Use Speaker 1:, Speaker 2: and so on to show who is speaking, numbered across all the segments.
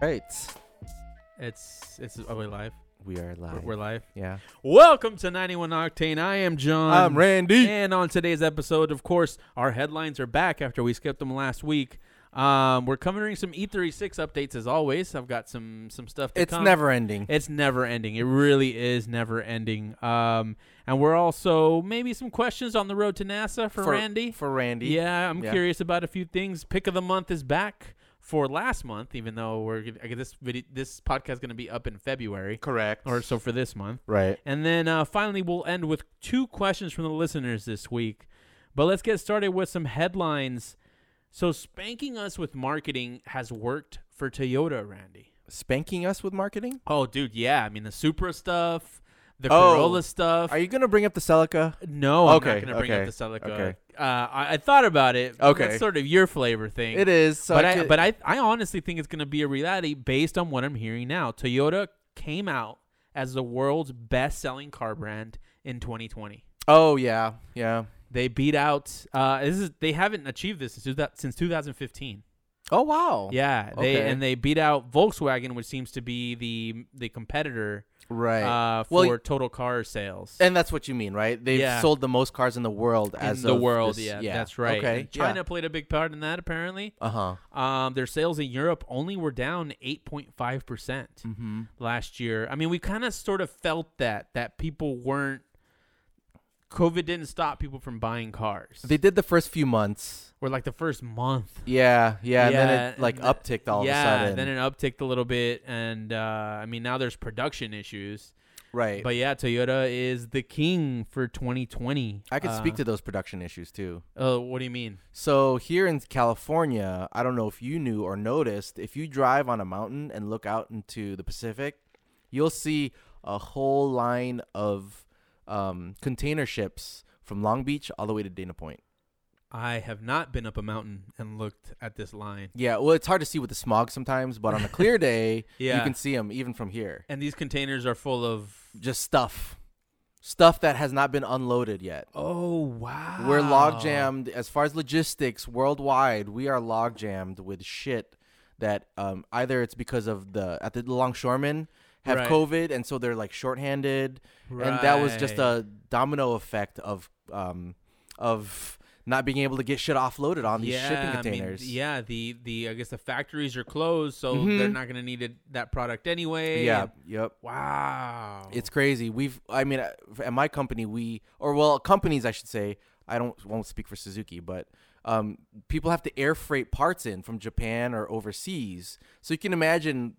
Speaker 1: Right.
Speaker 2: It's it's are we live?
Speaker 1: We are
Speaker 2: We're-
Speaker 1: live.
Speaker 2: We're live.
Speaker 1: yeah.
Speaker 2: Welcome to 91 Octane. I am John.
Speaker 1: I'm Randy.
Speaker 2: And on today's episode, of course, our headlines are back after we skipped them last week. Um, we're covering some E36 updates as always. I've got some some stuff. To
Speaker 1: it's
Speaker 2: come.
Speaker 1: never ending.
Speaker 2: It's never ending. It really is never ending. Um, and we're also maybe some questions on the road to NASA for, Randy.
Speaker 1: For Randy.
Speaker 2: Yeah, I'm
Speaker 1: Yeah.
Speaker 2: curious about a few things. Pick of the month is back for last month, even though we're gonna- I guess this video, this podcast is going to be up in February
Speaker 1: Correct.
Speaker 2: or so for this month.
Speaker 1: Right.
Speaker 2: And then uh, finally, we'll end with two questions from the listeners this week. But let's get started with some headlines. So spanking us with marketing has worked for Toyota, Randy.
Speaker 1: Spanking us with marketing?
Speaker 2: Oh, dude, yeah. I mean, the Supra stuff, the
Speaker 1: Oh.
Speaker 2: Corolla stuff.
Speaker 1: Are you gonna bring up the Celica?
Speaker 2: no, I'm
Speaker 1: Okay,
Speaker 2: not going to bring
Speaker 1: okay,
Speaker 2: up the Celica.
Speaker 1: okay.
Speaker 2: Uh, I, I thought about it.
Speaker 1: Okay.
Speaker 2: That's sort of your flavor thing.
Speaker 1: It is. So
Speaker 2: but
Speaker 1: I
Speaker 2: I,
Speaker 1: ju-
Speaker 2: but I, I honestly think it's going to be a reality based on what I'm hearing now. Toyota came out as the world's best-selling car brand in 2020.
Speaker 1: oh yeah, yeah.
Speaker 2: They beat out. Uh, this is they haven't achieved this since that since 2015.
Speaker 1: Oh wow.
Speaker 2: Yeah, they
Speaker 1: okay.
Speaker 2: and they beat out Volkswagen, which seems to be the the competitor
Speaker 1: Right.
Speaker 2: uh, for
Speaker 1: Well,
Speaker 2: total car sales
Speaker 1: and that's what you mean, right? They've
Speaker 2: Yeah.
Speaker 1: sold the most cars in the world as
Speaker 2: in the
Speaker 1: of
Speaker 2: world.
Speaker 1: this-
Speaker 2: yeah, that's right.
Speaker 1: Okay.
Speaker 2: And China played a big part in that apparently.
Speaker 1: Uh huh.
Speaker 2: Um, their sales in Europe only were down 8.5 percent
Speaker 1: Mm-hmm.
Speaker 2: last year. I mean, we kind of sort of felt that that people weren't. COVID didn't stop people from buying cars.
Speaker 1: They did the first few months.
Speaker 2: or like the first month.
Speaker 1: Yeah, yeah, and
Speaker 2: Yeah,
Speaker 1: then it like
Speaker 2: and the-
Speaker 1: upticked all
Speaker 2: yeah,
Speaker 1: of a sudden.
Speaker 2: then it upticked a little bit, and uh, I mean now there's production issues.
Speaker 1: right.
Speaker 2: But yeah, Toyota is the king for 2020.
Speaker 1: I could speak
Speaker 2: Uh,
Speaker 1: to those production issues too.
Speaker 2: Uh, what do you mean?
Speaker 1: So here in California, I don't know if you knew or noticed, if you drive on a mountain and look out into the Pacific, you'll see a whole line of um, container ships from Long Beach all the way to Dana Point.
Speaker 2: I have not been up a mountain and looked at this line.
Speaker 1: Yeah, well, it's hard to see with the smog sometimes, but on a clear day,
Speaker 2: Yeah,
Speaker 1: you can see them even from here.
Speaker 2: and these containers are full of.
Speaker 1: Just stuff, stuff that has not been unloaded yet.
Speaker 2: Oh wow!
Speaker 1: We're log jammed as far as logistics worldwide. We are log jammed with shit that um, either it's because of the at the longshoremen have
Speaker 2: Right.
Speaker 1: COVID and so they're like shorthanded, and that was just
Speaker 2: Right.
Speaker 1: a domino effect of um, of not being able to get shit offloaded on these shipping
Speaker 2: I mean,
Speaker 1: containers.
Speaker 2: yeah, the the I guess the factories are closed, so
Speaker 1: Mhm.
Speaker 2: they're not going to need it, that product anyway.
Speaker 1: yeah,
Speaker 2: and-
Speaker 1: yep.
Speaker 2: Wow.
Speaker 1: It's crazy. We've, I mean, uh, at my company, we, or well, companies, I should say, I don't won't speak for Suzuki, but um, people have to air freight parts in from Japan or overseas. So you can imagine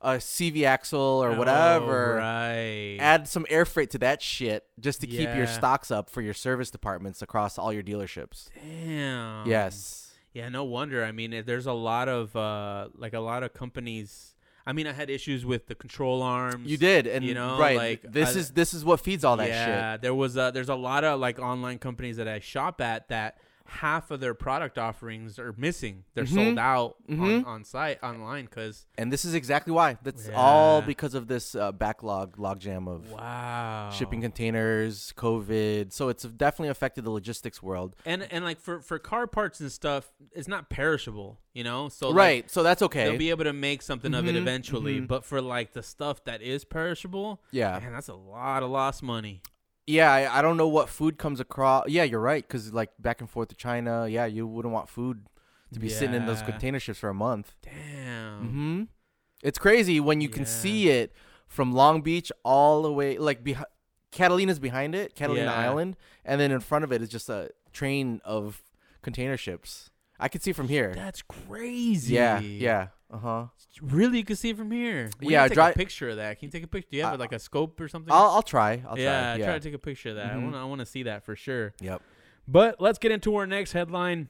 Speaker 1: a CV axle or
Speaker 2: Oh,
Speaker 1: whatever.
Speaker 2: right.
Speaker 1: Add some air freight to that shit just to keep your
Speaker 2: Yeah.
Speaker 1: stocks up for your service departments across all your dealerships.
Speaker 2: Damn.
Speaker 1: yes.
Speaker 2: Yeah, no wonder. I mean, it- there's a lot of uh like a lot of companies. I mean, I had issues with the control arms.
Speaker 1: You did, and
Speaker 2: you know,
Speaker 1: right.
Speaker 2: like,
Speaker 1: this
Speaker 2: I-
Speaker 1: is this is what feeds all that shit.
Speaker 2: yeah, there was a, there's a lot of like online companies that I shop at that half of their product offerings are missing. They're
Speaker 1: Mhm.
Speaker 2: sold out on,
Speaker 1: Mhm.
Speaker 2: on site online cuz
Speaker 1: And this is exactly why. That's all
Speaker 2: Yeah.
Speaker 1: because of this uh, backlog logjam of
Speaker 2: wow.
Speaker 1: shipping containers, COVID. So it's definitely affected the logistics world.
Speaker 2: and and like for for car parts and stuff, it's not perishable, you know? So like,
Speaker 1: right. so that's okay.
Speaker 2: They'll be able to make something of it
Speaker 1: Mhm,
Speaker 2: eventually,
Speaker 1: mhm.
Speaker 2: but for like the stuff that is perishable,
Speaker 1: yeah.
Speaker 2: man, that's a lot of lost money.
Speaker 1: Yeah. I, I don't know what food comes across. Yeah, you're right. Because like back and forth to China, yeah, you wouldn't want food to be sitting in those
Speaker 2: Yeah.
Speaker 1: container ships for a month.
Speaker 2: Damn.
Speaker 1: hmm It's crazy when you
Speaker 2: Yeah.
Speaker 1: can see it from Long Beach all the way, like behind Catalina's behind it, Catalina
Speaker 2: Yeah.
Speaker 1: Island, and then in front of it is just a train of container ships. I could see from here.
Speaker 2: That's crazy.
Speaker 1: Yeah. Yeah. Uh huh.
Speaker 2: Really, you can see it from here. We
Speaker 1: Yeah,
Speaker 2: need to take a
Speaker 1: dri-
Speaker 2: picture of that. Can you take a picture? Do you have
Speaker 1: I-
Speaker 2: like a scope or something?
Speaker 1: I'll, I'll try. I'll
Speaker 2: yeah,
Speaker 1: try. Yeah.
Speaker 2: to take a picture of that. I
Speaker 1: Mhm.
Speaker 2: want to. I want to see that for sure.
Speaker 1: Yep.
Speaker 2: But let's get into our next headline.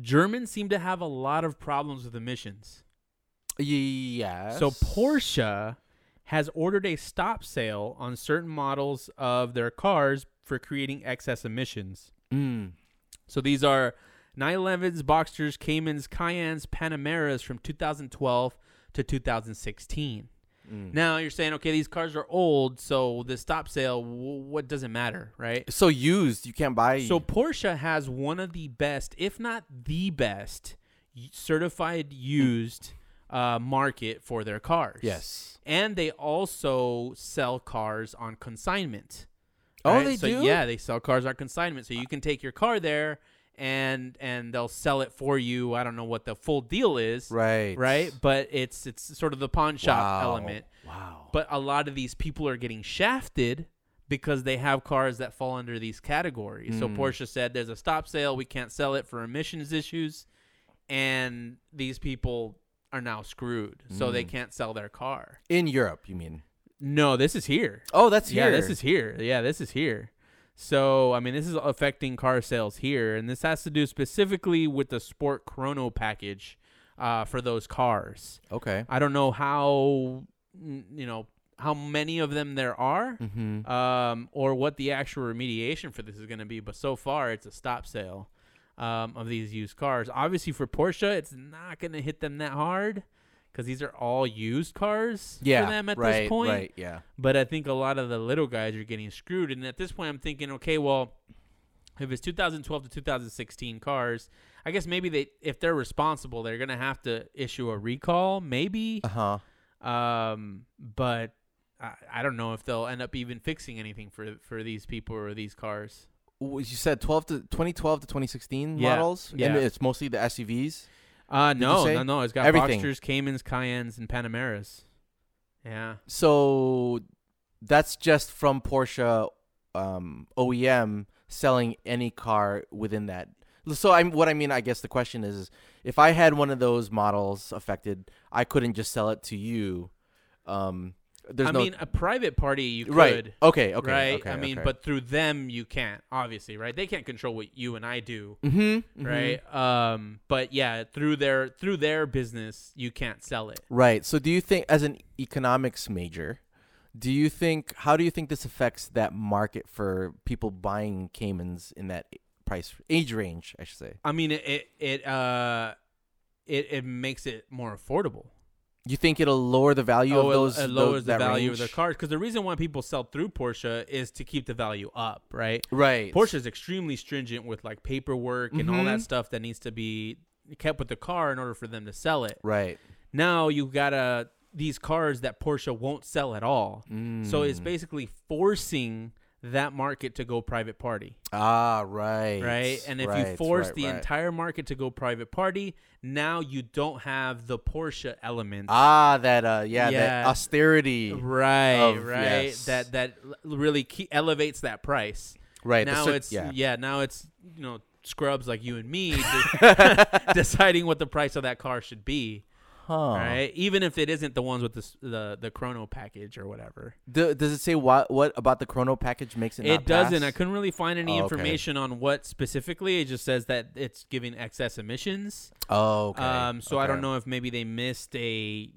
Speaker 2: Germans seem to have a lot of problems with emissions.
Speaker 1: Yes.
Speaker 2: So Porsche has ordered a stop sale on certain models of their cars for creating excess emissions.
Speaker 1: Mm.
Speaker 2: So these are 911s, Boxsters, Caymans, Cayennes, Panameras from 2012 to 2016.
Speaker 1: Mm.
Speaker 2: Now you're saying, okay, these cars are old, so the stop sale, w- what does it matter, right?
Speaker 1: So used, you can't buy.
Speaker 2: So Porsche has one of the best, if not the best, y- certified used uh, market for their cars.
Speaker 1: Yes.
Speaker 2: And they also sell cars on consignment.
Speaker 1: Oh,
Speaker 2: right?
Speaker 1: they
Speaker 2: so,
Speaker 1: do?
Speaker 2: Yeah, they sell cars on consignment. So you can take your car there and and they'll sell it for you. I don't know what the full deal is.
Speaker 1: Right.
Speaker 2: Right? But it's it's sort of the pawn shop
Speaker 1: Wow.
Speaker 2: element.
Speaker 1: Wow.
Speaker 2: But a lot of these people are getting shafted because they have cars that fall under these categories. So
Speaker 1: Mm.
Speaker 2: Porsche said there's a stop sale, we can't sell it for emissions issues, and these people are now screwed. So they
Speaker 1: Mm.
Speaker 2: can't sell their car.
Speaker 1: in Europe, you mean?
Speaker 2: No, this is here.
Speaker 1: Oh, that's
Speaker 2: Yeah,
Speaker 1: here.
Speaker 2: this is here. Yeah, this is here. So, I mean, this is affecting car sales here, and this has to do specifically with the Sport Chrono package uh, for those cars.
Speaker 1: okay.
Speaker 2: I don't know how n- you know how many of them there are,
Speaker 1: Mm-hmm.
Speaker 2: um, or what the actual remediation for this is going to be. But so far, it's a stop sale um, of these used cars. Obviously, for Porsche, it's not going to hit them that hard because these are all used cars
Speaker 1: Yeah.
Speaker 2: for them at
Speaker 1: right,
Speaker 2: this point.
Speaker 1: Right. Yeah.
Speaker 2: But I think a lot of the little guys are getting screwed. And at this point, I'm thinking, okay, well, if it's 2012 to 2016 cars, I guess maybe they, if they're responsible, they're gonna have to issue a recall, maybe.
Speaker 1: Uh huh.
Speaker 2: Um, but I, I don't know if they'll end up even fixing anything for for these people or these cars.
Speaker 1: You said 12 to 2012 to 2016
Speaker 2: Yeah,
Speaker 1: models,
Speaker 2: yeah.
Speaker 1: and it's mostly the SUVs.
Speaker 2: Uh,
Speaker 1: Did you
Speaker 2: no,
Speaker 1: say?
Speaker 2: no, no. It's got
Speaker 1: Everything.
Speaker 2: Boxsters, Caymans, Cayennes, and Panameras. Yeah.
Speaker 1: So that's just from Porsche um, OEM selling any car within that. So I'm what I mean. I guess the question is, is if I had one of those models affected, I couldn't just sell it to you. Um, there's
Speaker 2: I
Speaker 1: no
Speaker 2: mean, a private party you could.
Speaker 1: right. Okay. Okay.
Speaker 2: right?
Speaker 1: Okay,
Speaker 2: I mean,
Speaker 1: okay.
Speaker 2: but through them you can't, obviously, right? They can't control what you and I do,
Speaker 1: Mhm, mhm.
Speaker 2: right? Um, but yeah, through their through their business, you can't sell it.
Speaker 1: Right. So do you think as an economics major, do you think how do you think this affects that market for people buying Caymans in that price age range, I should say?
Speaker 2: I mean, it it, it uh, it it makes it more affordable.
Speaker 1: You think it'll lower the value
Speaker 2: Oh,
Speaker 1: of
Speaker 2: it-
Speaker 1: those
Speaker 2: it,
Speaker 1: tho-
Speaker 2: lowers the
Speaker 1: that
Speaker 2: value
Speaker 1: range?
Speaker 2: of their cars because the reason why people sell through Porsche is to keep the value up, right?
Speaker 1: Right.
Speaker 2: Porsche is extremely stringent with like paperwork and all that
Speaker 1: Mhm.
Speaker 2: stuff that needs to be kept with the car in order for them to sell it.
Speaker 1: Right.
Speaker 2: Now you gotta these cars that Porsche won't sell at all. So it's
Speaker 1: Mm.
Speaker 2: basically forcing that market to go private party,
Speaker 1: Ah, right.
Speaker 2: right? And if you
Speaker 1: right,
Speaker 2: force
Speaker 1: right,
Speaker 2: the
Speaker 1: right.
Speaker 2: entire market to go private party, now you don't have the Porsche element.
Speaker 1: Ah, that uh yeah, that
Speaker 2: Yeah.
Speaker 1: austerity.
Speaker 2: Right,
Speaker 1: Of-
Speaker 2: right.
Speaker 1: yes.
Speaker 2: That that l- really ke elevates that price.
Speaker 1: Right. the
Speaker 2: now
Speaker 1: cer-
Speaker 2: it's yeah.
Speaker 1: yeah.
Speaker 2: Now it's you know scrubs like you and me de- deciding what the price of that car should be.
Speaker 1: Huh.
Speaker 2: Right, even if it isn't the ones with the s- the the chrono package or whatever.
Speaker 1: Do- does it say what what about the chrono package makes it
Speaker 2: It
Speaker 1: not
Speaker 2: doesn't. I
Speaker 1: pass?
Speaker 2: couldn't really find any
Speaker 1: Oh, okay.
Speaker 2: information on what specifically. It just says that it's giving excess emissions.
Speaker 1: Oh, okay.
Speaker 2: Um, so I
Speaker 1: okay.
Speaker 2: don't know if maybe they missed a,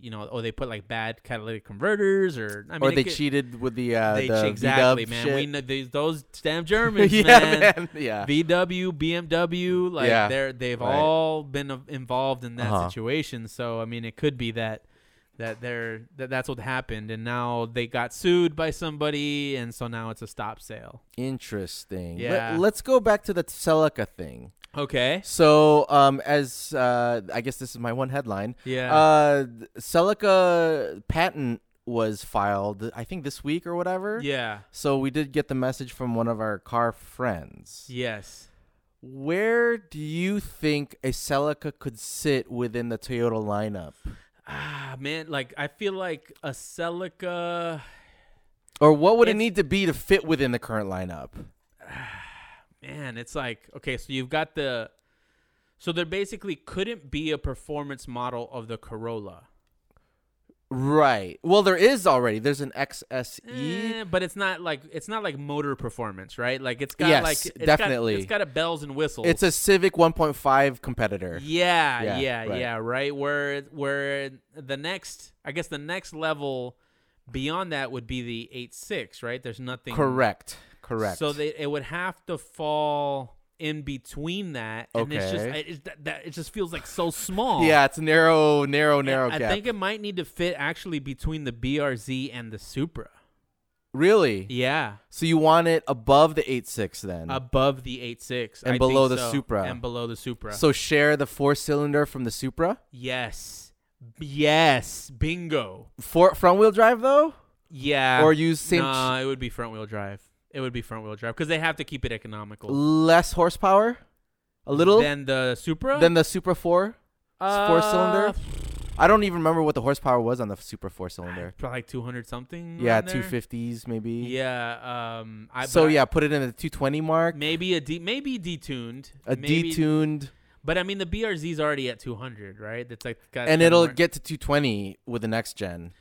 Speaker 2: you know, or they put like bad catalytic converters, or I mean,
Speaker 1: or
Speaker 2: it
Speaker 1: they
Speaker 2: could-
Speaker 1: cheated with the uh
Speaker 2: They
Speaker 1: the
Speaker 2: che- exactly,
Speaker 1: VW
Speaker 2: man.
Speaker 1: shit.
Speaker 2: We know these, those damn Germans,
Speaker 1: yeah,
Speaker 2: man.
Speaker 1: man. Yeah.
Speaker 2: VW, BMW, like
Speaker 1: Yeah,
Speaker 2: they're they've
Speaker 1: right.
Speaker 2: all been uh, involved in that
Speaker 1: Uh-huh.
Speaker 2: situation. So I mean, it could be that that they're that that's what happened, and now they got sued by somebody, and so now it's a stop sale.
Speaker 1: Interesting.
Speaker 2: Yeah.
Speaker 1: Let, us go back to the Celica thing.
Speaker 2: Okay.
Speaker 1: So, um, as uh, I guess this is my one headline.
Speaker 2: Yeah.
Speaker 1: Uh, Celica patent was filed, I think this week or whatever.
Speaker 2: Yeah.
Speaker 1: So we did get the message from one of our car friends.
Speaker 2: Yes.
Speaker 1: Where do you think a Celica could sit within the Toyota lineup,
Speaker 2: Ah, man. Like I feel like a Celica.
Speaker 1: or what would it
Speaker 2: It's-
Speaker 1: need to be to fit within the current lineup?
Speaker 2: Man, it's like okay. So you've got the. So there basically couldn't be a performance model of the Corolla.
Speaker 1: Right. Well, there is already. There's an E. XSE.
Speaker 2: Eh, but it's not like it's not like motor performance, right? Like it's got
Speaker 1: Yes,
Speaker 2: like it's
Speaker 1: definitely.
Speaker 2: Got, it's got a bells and whistles.
Speaker 1: It's a Civic 1.5 competitor.
Speaker 2: yeah, yeah,
Speaker 1: Yeah,
Speaker 2: yeah,
Speaker 1: right.
Speaker 2: right. Where where the next, I guess the next level beyond that would be the eight six, right? There's nothing
Speaker 1: Correct. Correct.
Speaker 2: So they it would have to fall in between that, and it's just
Speaker 1: Okay.
Speaker 2: it, it's that, that it just feels like so small.
Speaker 1: yeah, it's narrow, narrow, narrow
Speaker 2: I
Speaker 1: gap.
Speaker 2: think it might need to fit actually between the BRZ and the Supra.
Speaker 1: really?
Speaker 2: Yeah.
Speaker 1: So you want it above the 8.6 then?
Speaker 2: above the 86
Speaker 1: And
Speaker 2: I
Speaker 1: below
Speaker 2: think
Speaker 1: the
Speaker 2: so.
Speaker 1: Supra.
Speaker 2: and below the Supra.
Speaker 1: so share the four cylinder from the Supra?
Speaker 2: yes, Yes, bingo.
Speaker 1: For front wheel drive though,
Speaker 2: Yeah.
Speaker 1: or use same
Speaker 2: nah, it would be front wheel drive. It would be front wheel drive because they have to keep it economical.
Speaker 1: less horsepower, a little
Speaker 2: than the Supra.
Speaker 1: than the Supra Four.
Speaker 2: Uh,
Speaker 1: four cylinder? I don't even remember what the horsepower was on the Supra Four cylinder.
Speaker 2: Probably like two hundred something.
Speaker 1: Yeah,
Speaker 2: around there.
Speaker 1: two fifties maybe.
Speaker 2: Yeah. Um. I,
Speaker 1: so
Speaker 2: but I-
Speaker 1: yeah, put it in the two twenty mark.
Speaker 2: maybe a de- maybe detuned.
Speaker 1: A
Speaker 2: maybe,
Speaker 1: detuned,
Speaker 2: But I mean, the BRZ's already at two hundred, right? That's like got
Speaker 1: and
Speaker 2: that
Speaker 1: it'll
Speaker 2: mar-
Speaker 1: get to two twenty with the next gen.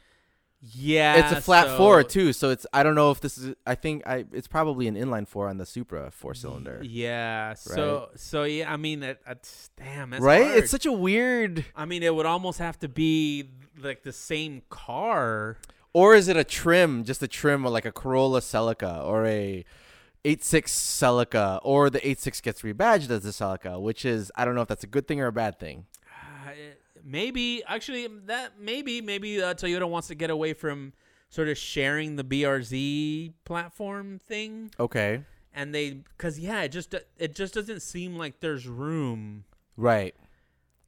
Speaker 2: Yeah.
Speaker 1: it's a flat
Speaker 2: so-
Speaker 1: four too, so it's I don't know if this is. I think I it's probably an inline four on the Supra four cylinder,
Speaker 2: Yeah. So so yeah. I mean, that, that's damn. That's
Speaker 1: right?
Speaker 2: hard.
Speaker 1: It's such a weird.
Speaker 2: I mean, it would almost have to be like the same car.
Speaker 1: Or is it a trim? Just a trim, like a Corolla Celica or a. 8.6 Celica, or the 8.6 gets rebadged as the Celica, which is, I don't know if that's a good thing or a bad thing.
Speaker 2: Uh, maybe actually that maybe maybe uh, Toyota wants to get away from sort of sharing the BRZ platform thing,
Speaker 1: Okay.
Speaker 2: and they because yeah, it just it just doesn't seem like there's room.
Speaker 1: Right.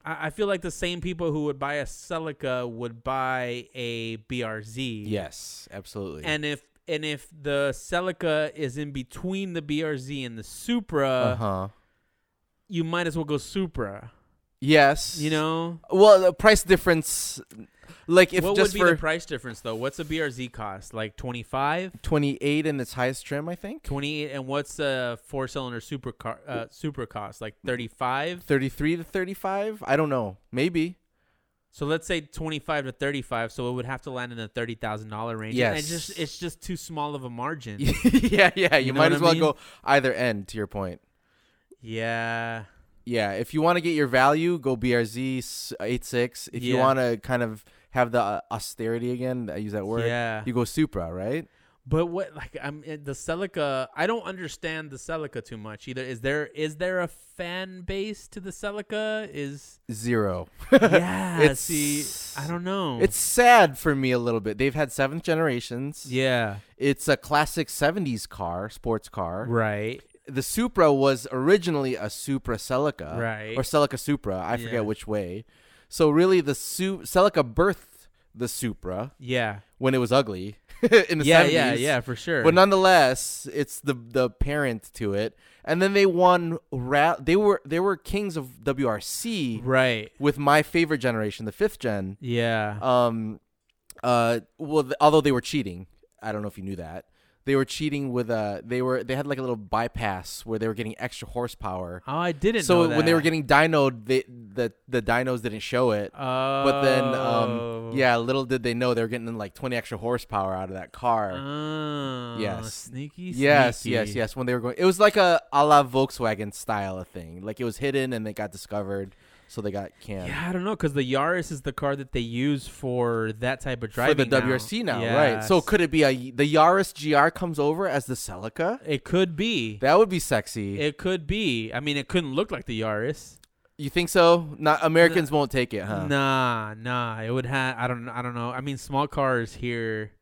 Speaker 2: I, I feel like the same people who would buy a Celica would buy a BRZ.
Speaker 1: Yes, absolutely.
Speaker 2: and if and if the Celica is in between the BRZ and the Supra,
Speaker 1: uh huh.
Speaker 2: you might as well go Supra.
Speaker 1: Yes.
Speaker 2: You know,
Speaker 1: Well, the price difference, like if
Speaker 2: what would
Speaker 1: just
Speaker 2: be
Speaker 1: for
Speaker 2: the price difference though? What's a BRZ cost? Like 25,
Speaker 1: twenty eight in its highest trim, I think
Speaker 2: 28 and what's a four-cylinder Supra car, uh, Supra cost? Like 35.
Speaker 1: thirty three to thirty five. I don't know. Maybe.
Speaker 2: So let's say 25 to 35, so it would have to land in the $30,000 range. And
Speaker 1: Yes.
Speaker 2: it's just it's just too small of a margin. Yeah.
Speaker 1: yeah, yeah. You,
Speaker 2: You know
Speaker 1: might
Speaker 2: what
Speaker 1: as
Speaker 2: I
Speaker 1: well
Speaker 2: mean?
Speaker 1: go either end. To your point.
Speaker 2: Yeah.
Speaker 1: Yeah. If you want to get your value, go BRZ s- 86. If you
Speaker 2: Yeah.
Speaker 1: want to kind of have the uh, austerity again, I use that word. You go Supra, right?
Speaker 2: But what like I'm it- the Celica, I don't understand the Celica too much either. Is there is there a fan base to the Celica? Is
Speaker 1: Zero.
Speaker 2: yeah,
Speaker 1: It's-
Speaker 2: see, I don't know.
Speaker 1: It's sad for me a little bit. They've had seventh generations.
Speaker 2: yeah,
Speaker 1: It's a classic 70s car, sports car.
Speaker 2: right.
Speaker 1: The Supra was originally a Supra Celica.
Speaker 2: Right.
Speaker 1: Or Celica Supra. I forget
Speaker 2: Yeah.
Speaker 1: which way. So, really, the Su- Celica birthed the Supra
Speaker 2: Yeah.
Speaker 1: when it was ugly in the
Speaker 2: yeah,
Speaker 1: 70s.
Speaker 2: yeah, yeah, for sure.
Speaker 1: But nonetheless, it's the the parent to it, and then they won. Ra- they were they were kings of WRC
Speaker 2: right.
Speaker 1: with my favorite generation, the fifth gen.
Speaker 2: Yeah.
Speaker 1: Um, uh, well, th- although they were cheating, I don't know if you knew that they were cheating with uh they were they had like a little bypass where they were getting extra horsepower.
Speaker 2: oh, I didn't
Speaker 1: So
Speaker 2: know that.
Speaker 1: when they were getting dynoed, they the the dynos didn't show it.
Speaker 2: Oh.
Speaker 1: But then, um, yeah, little did they know they were getting like 20 extra horsepower out of that car.
Speaker 2: Oh,
Speaker 1: Yes.
Speaker 2: Sneaky,
Speaker 1: yes, yes,
Speaker 2: sneaky.
Speaker 1: yes. When they were going, it was like a a la Volkswagen style of thing. Like it was hidden and they got discovered, so they got canned.
Speaker 2: Yeah, I don't know because the Yaris is the car that they use for that type of
Speaker 1: for
Speaker 2: driving.
Speaker 1: the WRC now, right? So
Speaker 2: Yes.
Speaker 1: could it be a the Yaris GR comes over as the Celica?
Speaker 2: It could be.
Speaker 1: That would be sexy.
Speaker 2: It could be. I mean, it couldn't look like the Yaris.
Speaker 1: you think so? Not Americans won't take it, huh?
Speaker 2: Nah, nah. It would have. I don't. I don't know. I mean, small cars here.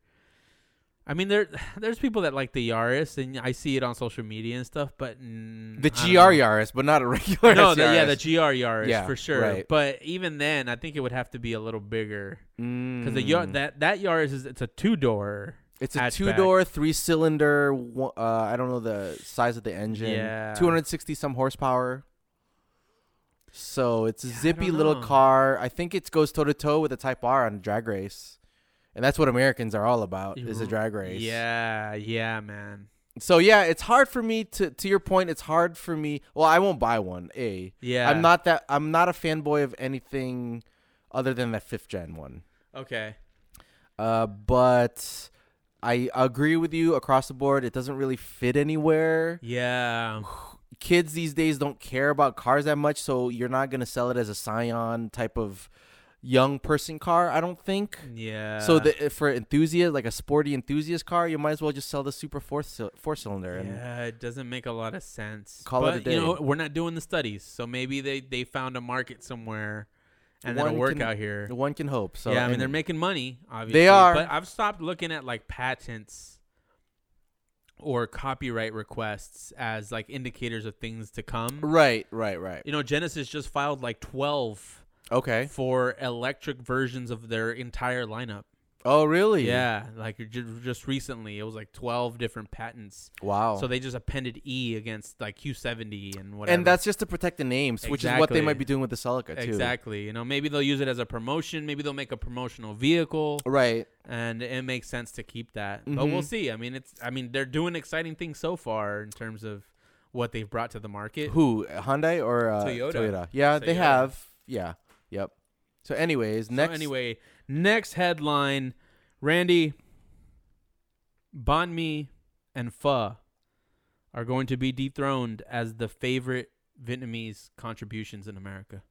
Speaker 2: I mean, there there's people that like the Yaris, and I see it on social media and stuff. But mm,
Speaker 1: The
Speaker 2: I
Speaker 1: GR
Speaker 2: don't know.
Speaker 1: Yaris, but not a regular
Speaker 2: No,
Speaker 1: Yaris.
Speaker 2: the, yeah, the GR Yaris
Speaker 1: Yeah,
Speaker 2: for sure.
Speaker 1: right.
Speaker 2: But even then, I think it would have to be a little bigger because the Yar
Speaker 1: Mm.
Speaker 2: that that Yaris is it's a two door.
Speaker 1: it's a
Speaker 2: hatchback.
Speaker 1: two door, three cylinder. Uh, I don't know the size of the engine.
Speaker 2: Yeah.
Speaker 1: 260 some horsepower. So it's a
Speaker 2: Yeah, I
Speaker 1: zippy
Speaker 2: don't
Speaker 1: little
Speaker 2: know.
Speaker 1: car. I think it goes toe to toe with a Type R on drag race, and that's what Americans are all about is a drag race.
Speaker 2: Yeah, yeah, man.
Speaker 1: So yeah, it's hard for me to to your point. It's hard for me. Well, I won't buy one. A.
Speaker 2: Yeah,
Speaker 1: am not that. I'm not a fanboy of anything other than that fifth gen one.
Speaker 2: okay.
Speaker 1: Uh, but I agree with you across the board. It doesn't really fit anywhere.
Speaker 2: Yeah,
Speaker 1: Kids these days don't care about cars that much, so you're not gonna sell it as a Scion type of young person car. I don't think.
Speaker 2: yeah.
Speaker 1: so the, eh, for enthusiast, like a sporty enthusiast car, you might as well just sell the super four cyl- four cylinder. And
Speaker 2: Yeah, it doesn't make a lot of sense.
Speaker 1: Call it a
Speaker 2: but, You know,
Speaker 1: day.
Speaker 2: we're not doing the studies, so maybe they they found a market somewhere, and that'll
Speaker 1: One
Speaker 2: work
Speaker 1: can-
Speaker 2: out here.
Speaker 1: One can hope. So
Speaker 2: yeah, I mean
Speaker 1: and-
Speaker 2: they're making money. Obviously,
Speaker 1: are.
Speaker 2: But I've stopped looking at like patents or copyright requests as like indicators of things to come.
Speaker 1: right, right, right.
Speaker 2: You know, Genesis just filed like twelve
Speaker 1: Okay.
Speaker 2: for electric versions of their entire lineup.
Speaker 1: Oh, really?
Speaker 2: Yeah, like ju- just recently, it was like 12 different patents.
Speaker 1: Wow.
Speaker 2: So they just appended E against like Q70 and whatever.
Speaker 1: Oh. and that's just to protect the names, which is what they might
Speaker 2: Exactly.
Speaker 1: be doing with the Celica too.
Speaker 2: exactly. You know, maybe they'll use it as a promotion. Maybe they'll make a promotional vehicle,
Speaker 1: Right.
Speaker 2: and it makes sense to keep that. But we'll
Speaker 1: Mhm.
Speaker 2: see. I mean, it's. I mean, they're doing exciting things so far in terms of what they've brought to the market.
Speaker 1: Who? Hyundai or uh,
Speaker 2: Toyota.
Speaker 1: Toyota. Yeah, they
Speaker 2: Toyota.
Speaker 1: have. Yeah. Yep. So, anyways, next.
Speaker 2: So anyway, next headline, Randy, banh mi and pho are going to be dethroned as the favorite Vietnamese contributions in America.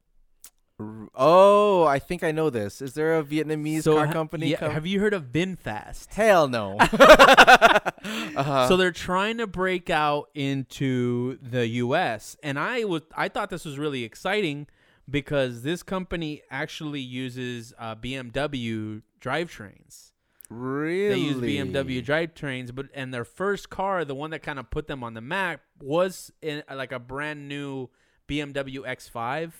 Speaker 1: r- Oh, I think I know this. Is there a Vietnamese
Speaker 2: So
Speaker 1: car
Speaker 2: ha-
Speaker 1: company?
Speaker 2: yeah,
Speaker 1: com-
Speaker 2: have you heard of VinFast?
Speaker 1: Hell no. uh-huh.
Speaker 2: So they're trying to break out into the U.S. and I was I thought this was really exciting because this company actually uses uh, BMW drivetrains.
Speaker 1: really?
Speaker 2: They use BMW drivetrains, but and their first car, the one that kind of put them on the map, was in uh, like a brand new BMW X5,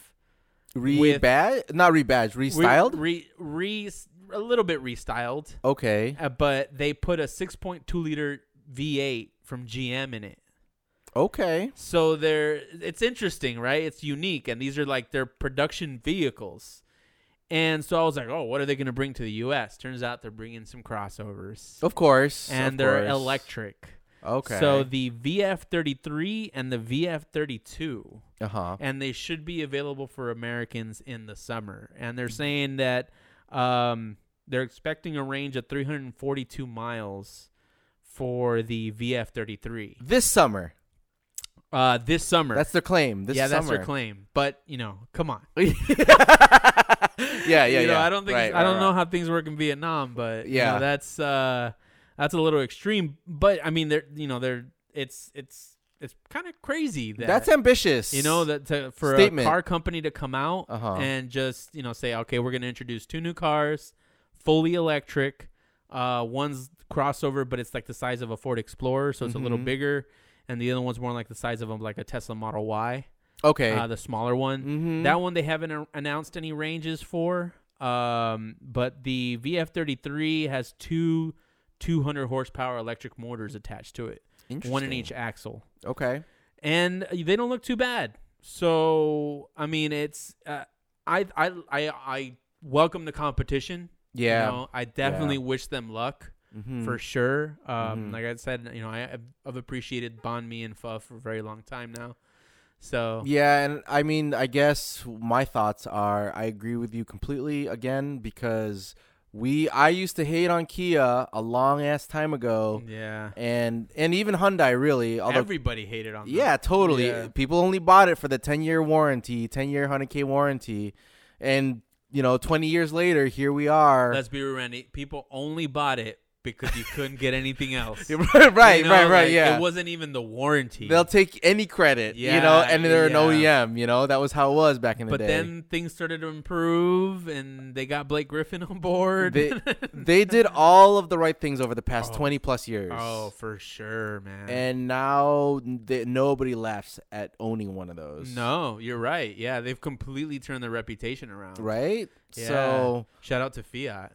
Speaker 2: with-
Speaker 1: Rebadge? Not rebadge. Restyled?
Speaker 2: re, re, re a little bit restyled,
Speaker 1: okay.
Speaker 2: uh, but they put a 6.2 liter V8 from GM in it.
Speaker 1: Okay.
Speaker 2: So they're it's interesting, right? It's unique, and these are like their production vehicles. And so I was like, oh, what are they going to bring to the U.S.? Turns out they're bringing some crossovers,
Speaker 1: Of course.
Speaker 2: and
Speaker 1: of
Speaker 2: they're
Speaker 1: course.
Speaker 2: electric.
Speaker 1: Okay.
Speaker 2: So the VF33 and the VF32,
Speaker 1: uh huh.
Speaker 2: and they should be available for Americans in the summer. And they're
Speaker 1: Mm.
Speaker 2: saying that um, they're expecting a range of 342 miles for the VF33
Speaker 1: This summer.
Speaker 2: uh, this summer.
Speaker 1: That's their claim. This
Speaker 2: yeah,
Speaker 1: summer.
Speaker 2: that's their claim. But you know, come on.
Speaker 1: yeah, yeah,
Speaker 2: you know,
Speaker 1: yeah.
Speaker 2: I don't think
Speaker 1: Right,
Speaker 2: I don't
Speaker 1: right,
Speaker 2: know
Speaker 1: right.
Speaker 2: how things work in Vietnam, but yeah,
Speaker 1: Yeah.
Speaker 2: that's uh, that's a little extreme. But I mean, they're you know they're it's it's it's kind of crazy that
Speaker 1: That's ambitious.
Speaker 2: you know that to, for
Speaker 1: Statement.
Speaker 2: a car company to come out
Speaker 1: Uh-huh.
Speaker 2: and just you know say okay we're going to introduce two new cars fully electric uh one's crossover but it's like the size of a ford explorer so it's a little
Speaker 1: Mhm.
Speaker 2: bigger and the other one's more like the size of a, like a tesla model y
Speaker 1: Okay.
Speaker 2: uh, the smaller one
Speaker 1: mm-hmm.
Speaker 2: that one they haven't a- announced any ranges for um but the vf33 has two 200 horsepower electric motors attached to it one in each axle
Speaker 1: Okay.
Speaker 2: and uh, they don't look too bad. So I mean, it's uh, I I I I welcome the competition. you
Speaker 1: Yeah.
Speaker 2: know. I definitely wish them luck
Speaker 1: Mhm.
Speaker 2: for sure. Um,
Speaker 1: Mhm.
Speaker 2: like I said, you know, I, I've- I've appreciated Bon Me and Pho for a very long time now. So
Speaker 1: Yeah, and I mean, I guess my thoughts are I agree with you completely again because we I used to hate on Kia a long ass time
Speaker 2: Mm.
Speaker 1: ago,
Speaker 2: yeah,
Speaker 1: and and even Hyundai really. Although,
Speaker 2: everybody hated on. them.
Speaker 1: yeah, totally.
Speaker 2: Yeah.
Speaker 1: People only bought it for the ten year warranty, ten year hundred k warranty, and you know, twenty years later, here we are.
Speaker 2: Let's be real, Randy. People only bought it because you couldn't get anything else.
Speaker 1: right, right, right,
Speaker 2: You know,
Speaker 1: right.
Speaker 2: like,
Speaker 1: yeah,
Speaker 2: It wasn't even the warranty.
Speaker 1: they'll take any credit, you know,
Speaker 2: Yeah,
Speaker 1: and they're
Speaker 2: yeah.
Speaker 1: an OEM. You know, that was how it was back in the
Speaker 2: But
Speaker 1: day.
Speaker 2: then things started to improve, and they got Blake Griffin on board.
Speaker 1: They- they did all of the right things over the past
Speaker 2: Oh.
Speaker 1: 20 plus years.
Speaker 2: oh, for sure, man.
Speaker 1: And now they, nobody laughs at owning one of those.
Speaker 2: no, you're right. Yeah, they've completely turned their reputation around.
Speaker 1: Right?
Speaker 2: Yeah.
Speaker 1: So
Speaker 2: Shout out to Fiat.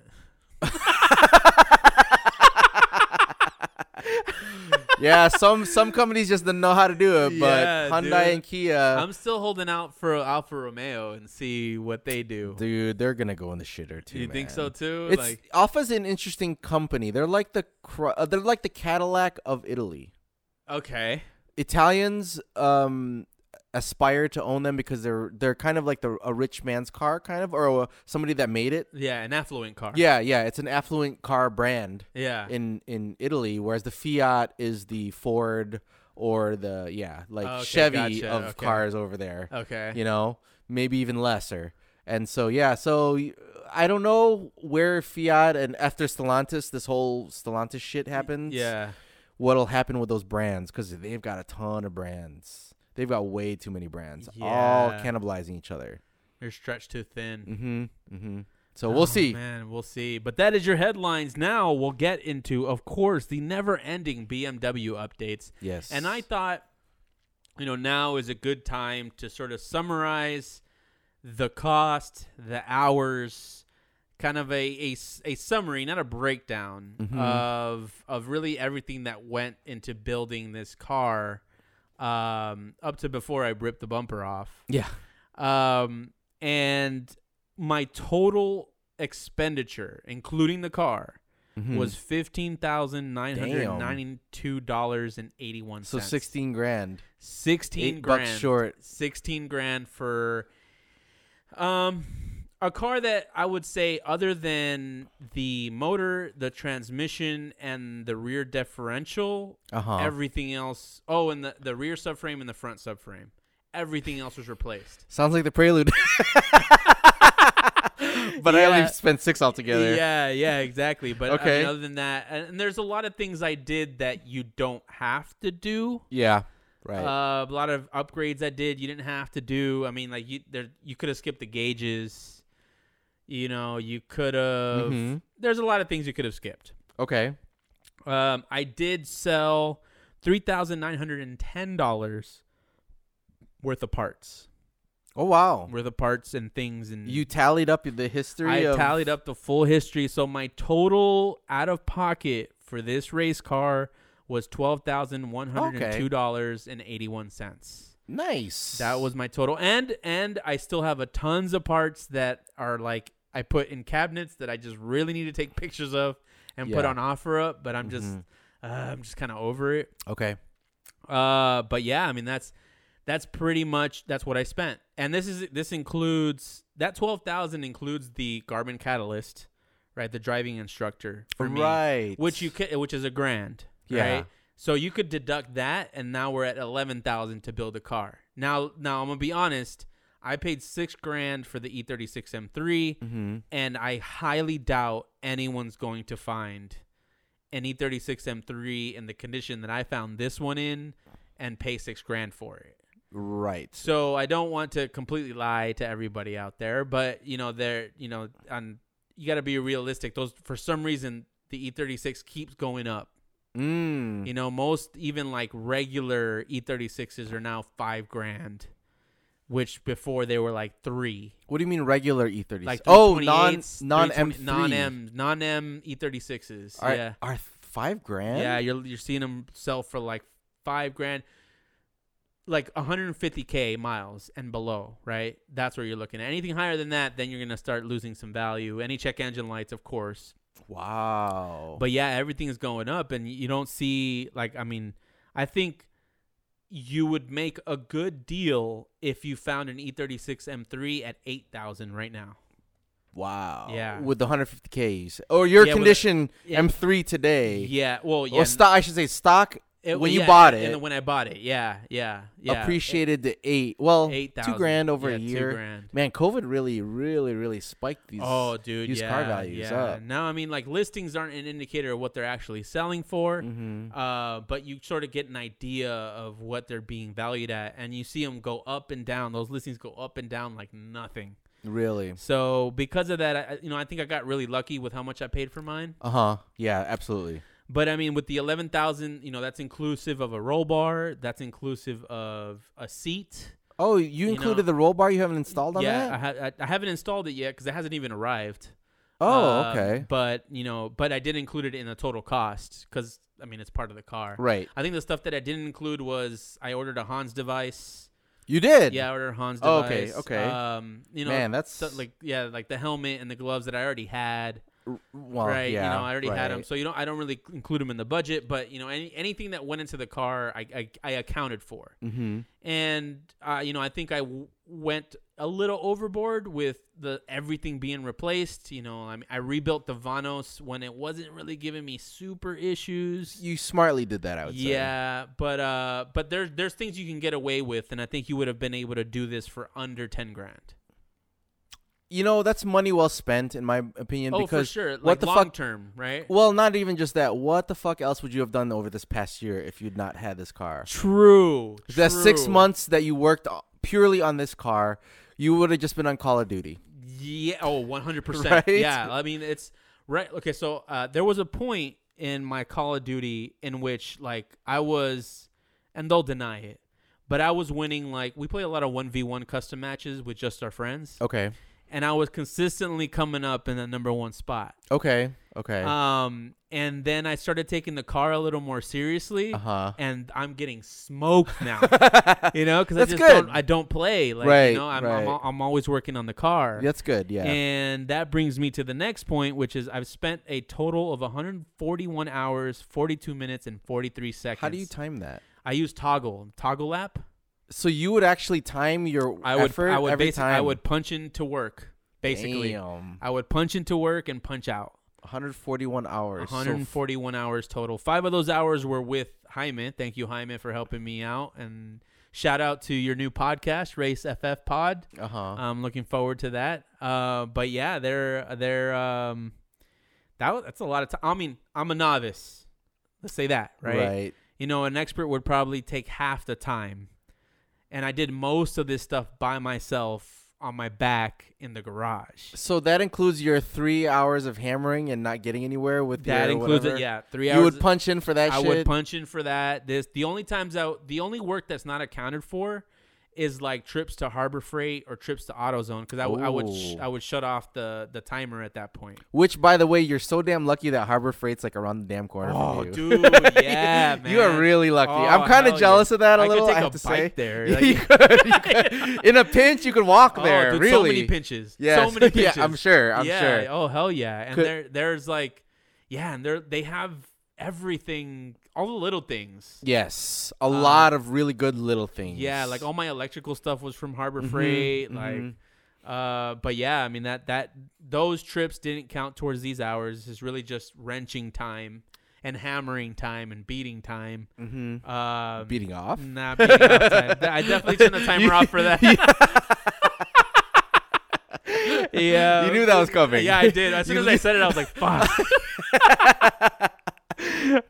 Speaker 1: yeah, some some companies just don't know how to do it, but
Speaker 2: Yeah,
Speaker 1: Hyundai
Speaker 2: dude.
Speaker 1: and Kia
Speaker 2: I'm still holding out for Alfa Romeo and see what they do.
Speaker 1: dude, they're going to go in the shitter too.
Speaker 2: you think
Speaker 1: man.
Speaker 2: so too?
Speaker 1: It's
Speaker 2: like
Speaker 1: Alfa's an interesting company. They're like the cro- uh, they're like the Cadillac of Italy.
Speaker 2: okay,
Speaker 1: Italians um aspire to own them because they're they're kind of like the a rich man's car kind of or a, somebody that made it.
Speaker 2: yeah, an affluent car.
Speaker 1: Yeah, yeah, it's an affluent car brand
Speaker 2: yeah.
Speaker 1: in in Italy whereas the Fiat is the Ford or the yeah, like
Speaker 2: Oh, okay,
Speaker 1: Chevy
Speaker 2: gotcha,
Speaker 1: of
Speaker 2: okay.
Speaker 1: cars over there.
Speaker 2: okay.
Speaker 1: You know, maybe even lesser. And so yeah, so y- I don't know where Fiat and after Stellantis this whole Stellantis shit happens
Speaker 2: Yeah.
Speaker 1: what'll happen with those brands because they've got a ton of brands. They've got way too many brands, all
Speaker 2: Yeah.
Speaker 1: cannibalizing each other.
Speaker 2: They're stretched too thin.
Speaker 1: Mm-hmm. Mm-hmm. So we'll
Speaker 2: Oh,
Speaker 1: see.
Speaker 2: Man, we'll see. But that is your headlines. Now we'll get into, of course, the never ending BMW updates.
Speaker 1: Yes.
Speaker 2: And I thought, you know, now is a good time to sort of summarize the cost, the hours, kind of a a, s- a summary, not a breakdown
Speaker 1: Mhm.
Speaker 2: of of really everything that went into building this car um up to before I ripped the bumper off.
Speaker 1: Yeah.
Speaker 2: Um and my total expenditure including the car
Speaker 1: Mhm.
Speaker 2: was $15,992.81.
Speaker 1: so sixteen grand,
Speaker 2: 16
Speaker 1: eight
Speaker 2: grand.
Speaker 1: bucks short.
Speaker 2: 16 grand for um a car that I would say other than the motor, the transmission and the rear differential,
Speaker 1: Uh huh.
Speaker 2: everything else oh and the, the rear subframe and the front subframe. Everything else was replaced.
Speaker 1: Sounds like the prelude. but I
Speaker 2: Yeah.
Speaker 1: only spent six altogether.
Speaker 2: Yeah, yeah, exactly. But I mean,
Speaker 1: Okay.
Speaker 2: other than that, and, and there's a lot of things I did that you don't have to do.
Speaker 1: Yeah, Right.
Speaker 2: Uh, a lot of upgrades I did you didn't have to do. I mean, like you there you could have skipped the gauges. You know, you could have.
Speaker 1: Mhm.
Speaker 2: There's a lot of things you could have skipped.
Speaker 1: Okay.
Speaker 2: Um, I did sell three thousand nine hundred and ten dollars worth of parts,
Speaker 1: Oh wow.
Speaker 2: worth of parts and things and
Speaker 1: You tallied up the history.
Speaker 2: Mm. I
Speaker 1: of,
Speaker 2: tallied up the full history. So my total out of pocket for this race car was twelve thousand one hundred and two dollars and eighty one cents.
Speaker 1: Nice.
Speaker 2: That was my total. And and I still have a tons of parts that are like I put in cabinets that I just really need to take pictures of and put
Speaker 1: Yeah.
Speaker 2: on offer up, but I'm just
Speaker 1: Mhm.
Speaker 2: uh, I'm just kind of over it.
Speaker 1: okay.
Speaker 2: Uh but yeah, I mean that's that's pretty much that's what I spent. And this is this includes that 12,000 includes the Garmin Catalyst, right? The driving instructor for me
Speaker 1: right.
Speaker 2: which you could, which is a grand,
Speaker 1: Yeah.
Speaker 2: right? So you could deduct that, and now we're at eleven thousand to build a car. Now, now I'm gonna be honest. I paid six grand for the E E36 M3,
Speaker 1: hmm
Speaker 2: and I highly doubt anyone's going to find an E E36 M3 in the condition that I found this one in, and pay six grand for it.
Speaker 1: Right.
Speaker 2: So I don't want to completely lie to everybody out there, but you know, there, you know, on you got to be realistic. Those for some reason the E36 keeps going up.
Speaker 1: Mm.
Speaker 2: You know, most even like regular E36s are now five grand, which before they were like three.
Speaker 1: What do you mean regular E30?
Speaker 2: Like
Speaker 1: oh, non
Speaker 2: 328s,
Speaker 1: non
Speaker 2: 320
Speaker 1: M3.
Speaker 2: non M non M E36s.
Speaker 1: Are,
Speaker 2: yeah,
Speaker 1: Are five grand?
Speaker 2: yeah, you're you're seeing them sell for like five grand, like 150k miles and below, right? That's where you're looking at. Anything higher than that, then you're gonna start losing some value. Any check engine lights, of course.
Speaker 1: Wow.
Speaker 2: But yeah, everything is going up, and you don't see like I mean, I think you would make a good deal if you found an E E36 M3 at 8,000 right now.
Speaker 1: wow.
Speaker 2: Yeah.
Speaker 1: With the 150Ks. Or Oh, your
Speaker 2: Yeah, with-
Speaker 1: condition
Speaker 2: yeah.
Speaker 1: M3 today.
Speaker 2: Yeah, well, yeah.
Speaker 1: Or stock, I should say stock
Speaker 2: it-
Speaker 1: when you
Speaker 2: yeah,
Speaker 1: bought
Speaker 2: and
Speaker 1: it.
Speaker 2: when I bought it, yeah, yeah, yeah.
Speaker 1: appreciated the eight. Well,
Speaker 2: eight thousand
Speaker 1: two grand over
Speaker 2: Yeah,
Speaker 1: a
Speaker 2: two
Speaker 1: year.
Speaker 2: grand.
Speaker 1: Man, COVID really, really, really spiked these.
Speaker 2: oh, dude,
Speaker 1: used
Speaker 2: yeah,
Speaker 1: car values
Speaker 2: yeah.
Speaker 1: up.
Speaker 2: Now, I mean, like listings aren't an indicator of what they're actually selling for,
Speaker 1: Mhm.
Speaker 2: uh, but you sort of get an idea of what they're being valued at, and you see them go up and down. Those listings go up and down like nothing.
Speaker 1: Really.
Speaker 2: So because of that, I, I- you know, I think I got really lucky with how much I paid for mine.
Speaker 1: Uh huh. Yeah, absolutely.
Speaker 2: But I mean, with the eleven thousand, you know, that's inclusive of a roll bar, that's inclusive of a seat.
Speaker 1: Oh, you
Speaker 2: You
Speaker 1: included
Speaker 2: know-
Speaker 1: the roll bar you haven't installed on
Speaker 2: yeah,
Speaker 1: that?
Speaker 2: I, ha- I I haven't installed it yet because it hasn't even arrived.
Speaker 1: oh,
Speaker 2: Um,
Speaker 1: okay.
Speaker 2: But you know, but I did include it in the total cost because I mean it's part of the car.
Speaker 1: Right.
Speaker 2: I think the stuff that I didn't include was I ordered a Hans device.
Speaker 1: You did?
Speaker 2: Yeah, I ordered a Hans
Speaker 1: Oh, okay,
Speaker 2: device.
Speaker 1: okay.
Speaker 2: Um, you know,
Speaker 1: Man, that's
Speaker 2: so- like yeah, like the helmet and the gloves that I already had.
Speaker 1: r- well,
Speaker 2: right.
Speaker 1: yeah,
Speaker 2: you know, I already had
Speaker 1: right.
Speaker 2: them, so you know, I don't really include them in the budget. But you know, any anything that went into the car, I I, I accounted for
Speaker 1: Mm-hmm.
Speaker 2: and uh, you know i think i w- went a little overboard with the everything being replaced you know i, mean, I rebuilt the vanos when it wasn't really giving me super issues
Speaker 1: You smartly did that, I would say.
Speaker 2: yeah but uh but there's there's things you can get away with and i think you would have been able to do this for under 10 grand
Speaker 1: You know, that's money well spent, in my opinion,
Speaker 2: oh for
Speaker 1: because.
Speaker 2: sure like
Speaker 1: what the
Speaker 2: long
Speaker 1: fuck-
Speaker 2: term right
Speaker 1: Well, not even just that. What the fuck else would you have done over this past year if you'd not had this car?
Speaker 2: true
Speaker 1: The six
Speaker 2: true.
Speaker 1: months that you worked o- purely on this car, you would have just been on Call of Duty.
Speaker 2: Yeah. Oh, 100%.
Speaker 1: Right?
Speaker 2: Yeah. I mean, it's right. Okay. So uh, there was a point in my Call of Duty in which, like, I was, and they'll deny it, But I was winning like we play a lot of one v one custom matches with just our friends,
Speaker 1: Okay.
Speaker 2: and I was consistently coming up in the number one spot.
Speaker 1: Okay. Okay.
Speaker 2: Um, and then I started taking the car a little more seriously,
Speaker 1: Uh huh.
Speaker 2: and I'm getting smoked now.
Speaker 1: Uh-huh.
Speaker 2: you know, because I
Speaker 1: That's
Speaker 2: just
Speaker 1: good.
Speaker 2: don't I don't play. Like
Speaker 1: Right,
Speaker 2: you know, I'm,
Speaker 1: right.
Speaker 2: I'm al- I'm always working on the car.
Speaker 1: That's good. Yeah.
Speaker 2: And that brings me to the next point, which is I've spent a total of 141 hours, 42 minutes, and 43 seconds.
Speaker 1: How do you time that?
Speaker 2: I use Toggle, Toggle app.
Speaker 1: So you would actually time your
Speaker 2: I would,
Speaker 1: effort
Speaker 2: I would,
Speaker 1: every
Speaker 2: basic,
Speaker 1: time.
Speaker 2: I would punch into work, basically.
Speaker 1: Damn.
Speaker 2: I would punch into work and punch out.
Speaker 1: 141 hours. So f-
Speaker 2: 141 hours total. Five of those hours were with Hyman. Thank you, Hyman, for helping me out. And shout out to your new podcast, Race FF Pod.
Speaker 1: uh-huh.
Speaker 2: I'm looking forward to that. Uh, but yeah, they're they're um, that was, that's a lot of time. I mean, I'm a novice. Let's say that, right?
Speaker 1: Right.
Speaker 2: You know, an expert would probably take half the time, and I did most of this stuff by myself on my back in the garage.
Speaker 1: So that includes your three hours of hammering and not getting anywhere with
Speaker 2: That
Speaker 1: your
Speaker 2: includes
Speaker 1: whatever.
Speaker 2: it. Yeah, three hours.
Speaker 1: You would punch in for that
Speaker 2: I
Speaker 1: shit.
Speaker 2: would punch in for that. This the only times out the only work that's not accounted for is like trips to Harbor Freight or trips to AutoZone because I, w- I would sh-
Speaker 1: Ooh.
Speaker 2: I would shut off the the timer at that point.
Speaker 1: Which, by the way, you're so damn lucky that Harbor Freight's like around the damn corner.
Speaker 2: Oh,
Speaker 1: from you.
Speaker 2: dude, yeah, man.
Speaker 1: You are really lucky.
Speaker 2: Oh,
Speaker 1: I'm kind
Speaker 2: hell
Speaker 1: of jealous of that a
Speaker 2: I could
Speaker 1: little.
Speaker 2: take
Speaker 1: I
Speaker 2: a
Speaker 1: have to say,
Speaker 2: bike there.
Speaker 1: You could, you could. in a pinch, you could walk
Speaker 2: oh,
Speaker 1: there.
Speaker 2: dude,
Speaker 1: really,
Speaker 2: so many pinches.
Speaker 1: Yes.
Speaker 2: so many pinches.
Speaker 1: yeah, I'm sure. I'm
Speaker 2: yeah.
Speaker 1: sure.
Speaker 2: Oh hell yeah! And
Speaker 1: Could-
Speaker 2: there there's like, yeah, and there they have everything, all the little things.
Speaker 1: Yes, a lot of really good little things.
Speaker 2: Uh, Yeah, like oh, all my electrical stuff was from Harbor
Speaker 1: Mhm,
Speaker 2: Freight.
Speaker 1: mhm.
Speaker 2: Like, uh, but yeah, I mean that that those trips didn't count towards these hours. It's really just wrenching time and hammering time and beating time.
Speaker 1: Mhm.
Speaker 2: Um,
Speaker 1: beating off.
Speaker 2: Nah, beating off time. I definitely turned the timer
Speaker 1: You-
Speaker 2: off for that. yeah,
Speaker 1: You knew that was coming.
Speaker 2: Yeah, I did. As soon
Speaker 1: You
Speaker 2: as I
Speaker 1: knew-
Speaker 2: said it, I was like, "Fuck."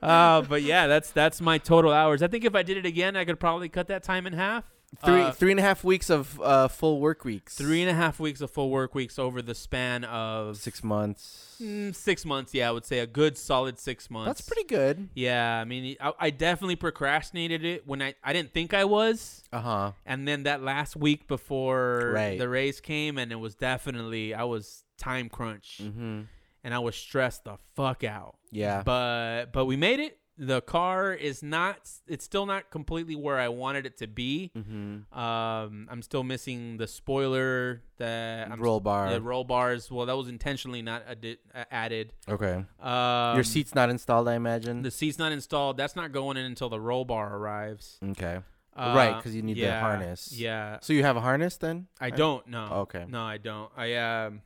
Speaker 2: uh, but yeah, that's that's my total hours. I think if I did it again, I could probably cut that time in half.
Speaker 1: Three
Speaker 2: Uh,
Speaker 1: three and a half weeks of uh, full work weeks.
Speaker 2: three and a half weeks of full work weeks over the span of
Speaker 1: six months.
Speaker 2: mm, six months. Yeah, I would say a good solid six months.
Speaker 1: That's pretty good.
Speaker 2: Yeah, I mean, I, I definitely procrastinated it when I I didn't think I was,
Speaker 1: Uh huh.
Speaker 2: and then that last week before
Speaker 1: Right.
Speaker 2: the race came, and it was definitely I was time crunch,
Speaker 1: Mm-hmm.
Speaker 2: and I was stressed the fuck out.
Speaker 1: Yeah.
Speaker 2: But but we made it. The car is not. It's still not completely where I wanted it to be.
Speaker 1: mm-hmm.
Speaker 2: Um, I'm still missing the spoiler that I'm
Speaker 1: Roll bar.
Speaker 2: The roll bars. Well, that was intentionally not addi- uh, added.
Speaker 1: okay.
Speaker 2: Um,
Speaker 1: Your seat's not installed, I imagine.
Speaker 2: The seat's not installed. That's not going in until the roll bar arrives.
Speaker 1: okay.
Speaker 2: Uh,
Speaker 1: Right, 'cause you need the
Speaker 2: yeah,
Speaker 1: harness. Oh,
Speaker 2: Yeah,
Speaker 1: So you have a harness then?
Speaker 2: I don't know.
Speaker 1: Okay.
Speaker 2: No, I don't. I um,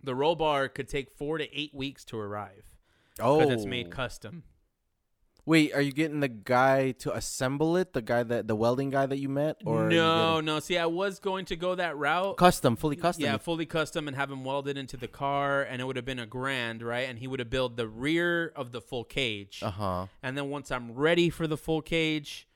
Speaker 2: the roll bar could take four to eight weeks to arrive
Speaker 1: Oh.
Speaker 2: because it's made custom.
Speaker 1: Wait, are you getting the guy to assemble it? The guy that the welding guy that you met, or are you
Speaker 2: no,
Speaker 1: getting-
Speaker 2: no. See, I was going to go that route.
Speaker 1: custom, fully custom.
Speaker 2: Yeah, fully custom and have him welded into the car, and it would have been a grand, right? And he would have built the rear of the full cage,
Speaker 1: Uh huh.
Speaker 2: and then once I'm ready for the full cage,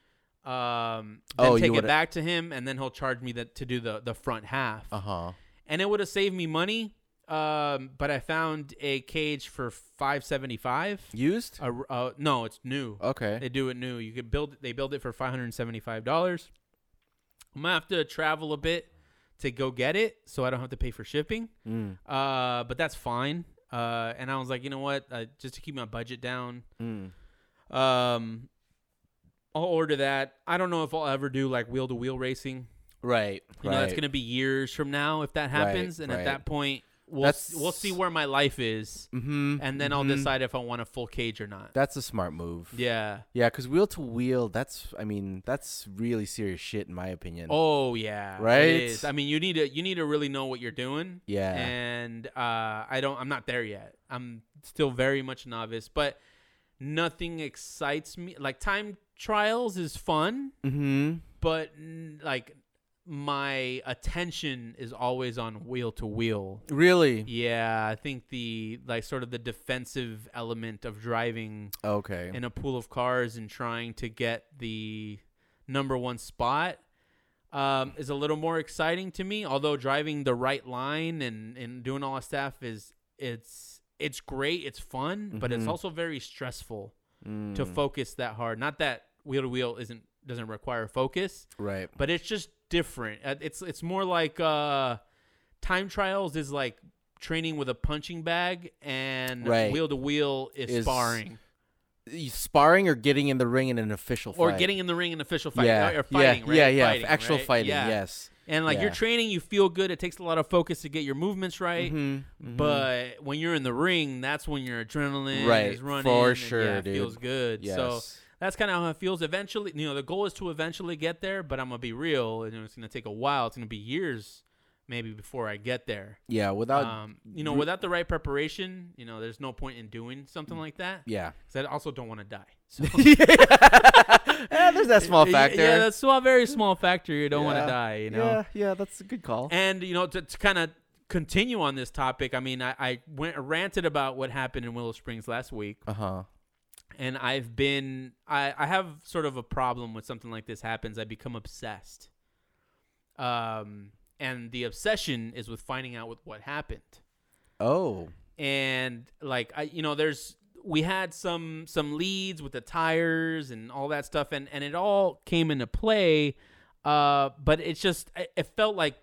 Speaker 2: um, then
Speaker 1: Oh, you
Speaker 2: take it
Speaker 1: would've-
Speaker 2: back to him, and then he'll charge me the, to do the the front half,
Speaker 1: Uh huh.
Speaker 2: and it would have saved me money. Um, but I found a cage for five seventy five.
Speaker 1: Used.
Speaker 2: Uh, uh, no, it's new.
Speaker 1: okay.
Speaker 2: They do it new. You could build. They build it for five hundred seventy-five dollars. I'm gonna have to travel a bit to go get it, so I don't have to pay for shipping.
Speaker 1: Mm,
Speaker 2: Uh, but that's fine. Uh, and I was like, you know what? Uh, just to keep my budget down,
Speaker 1: mm.
Speaker 2: um, I'll order that. I don't know if I'll ever do like wheel to wheel racing.
Speaker 1: Right.
Speaker 2: You know, that's gonna be years from now if that happens. and
Speaker 1: right.
Speaker 2: at that point, we'll
Speaker 1: That's-
Speaker 2: we'll see where my life is,
Speaker 1: Mm-hmm.
Speaker 2: and then I'll decide if I want a full cage or not.
Speaker 1: That's a smart move.
Speaker 2: yeah.
Speaker 1: Yeah, because wheel to wheel, that's I mean, that's really serious shit in my opinion.
Speaker 2: Oh yeah, it
Speaker 1: Right?
Speaker 2: is. I mean, you need to you need to really know what you're doing.
Speaker 1: yeah.
Speaker 2: And uh, I don't. I'm not there yet. I'm still very much novice, but nothing excites me. Like time trials is fun,
Speaker 1: mm-hmm.
Speaker 2: but n- like my attention is always on wheel to wheel.
Speaker 1: Really?
Speaker 2: Yeah, I think the like sort of the defensive element of driving
Speaker 1: Okay.
Speaker 2: in a pool of cars and trying to get the number one spot um, is a little more exciting to me. Although driving the right line and, and doing all that stuff is it's it's great, it's fun, but it's
Speaker 1: Mhm.
Speaker 2: also very stressful to
Speaker 1: Mm.
Speaker 2: focus that hard. Not that wheel to wheel isn't doesn't require focus,
Speaker 1: Right.
Speaker 2: but it's just different. Uh, It's it's more like uh, time trials is like training with a punching bag, and
Speaker 1: Right.
Speaker 2: wheel to wheel is,
Speaker 1: Is
Speaker 2: sparring
Speaker 1: You sparring or getting in the ring in an official fight.
Speaker 2: or getting in the ring in official fight
Speaker 1: yeah,
Speaker 2: or- or fighting,
Speaker 1: yeah,
Speaker 2: right?
Speaker 1: yeah, yeah,
Speaker 2: Fighting,
Speaker 1: actual
Speaker 2: right?
Speaker 1: fighting,
Speaker 2: Yeah.
Speaker 1: yes.
Speaker 2: And like you're
Speaker 1: Yeah.
Speaker 2: training, you feel good. It takes a lot of focus to get your movements right.
Speaker 1: Mhm, mhm.
Speaker 2: But when you're in the ring, that's when your adrenaline
Speaker 1: Right,
Speaker 2: is running.
Speaker 1: for
Speaker 2: and,
Speaker 1: sure,
Speaker 2: yeah, it
Speaker 1: dude.
Speaker 2: feels good.
Speaker 1: yes.
Speaker 2: So that's kind of how it feels. Eventually, you know, the goal is to eventually get there. But I'm gonna be real, and it's gonna take a while. It's gonna be years, maybe before I get there.
Speaker 1: yeah, without
Speaker 2: um, you know,
Speaker 1: Ru-
Speaker 2: without the right preparation, you know, there's no point in doing something
Speaker 1: Mm.
Speaker 2: like that.
Speaker 1: yeah.
Speaker 2: 'Cause I also don't want to die. So.
Speaker 1: yeah, there's that small
Speaker 2: Yeah,
Speaker 1: factor.
Speaker 2: Yeah, that's small, very small factor. You don't want
Speaker 1: Yeah.
Speaker 2: to die. You know.
Speaker 1: yeah, yeah, that's a good call.
Speaker 2: And you know, to, to kind of continue on this topic, I mean, I, I went ranted about what happened in Willow Springs last week,
Speaker 1: uh-huh.
Speaker 2: and I've been I I have sort of a problem when something like this happens. I become obsessed. Um, and the obsession is with finding out with what happened.
Speaker 1: Oh.
Speaker 2: And like I, you know, there's we had some some leads with the tires and all that stuff, and and it all came into play. Uh, but it's just it, it felt like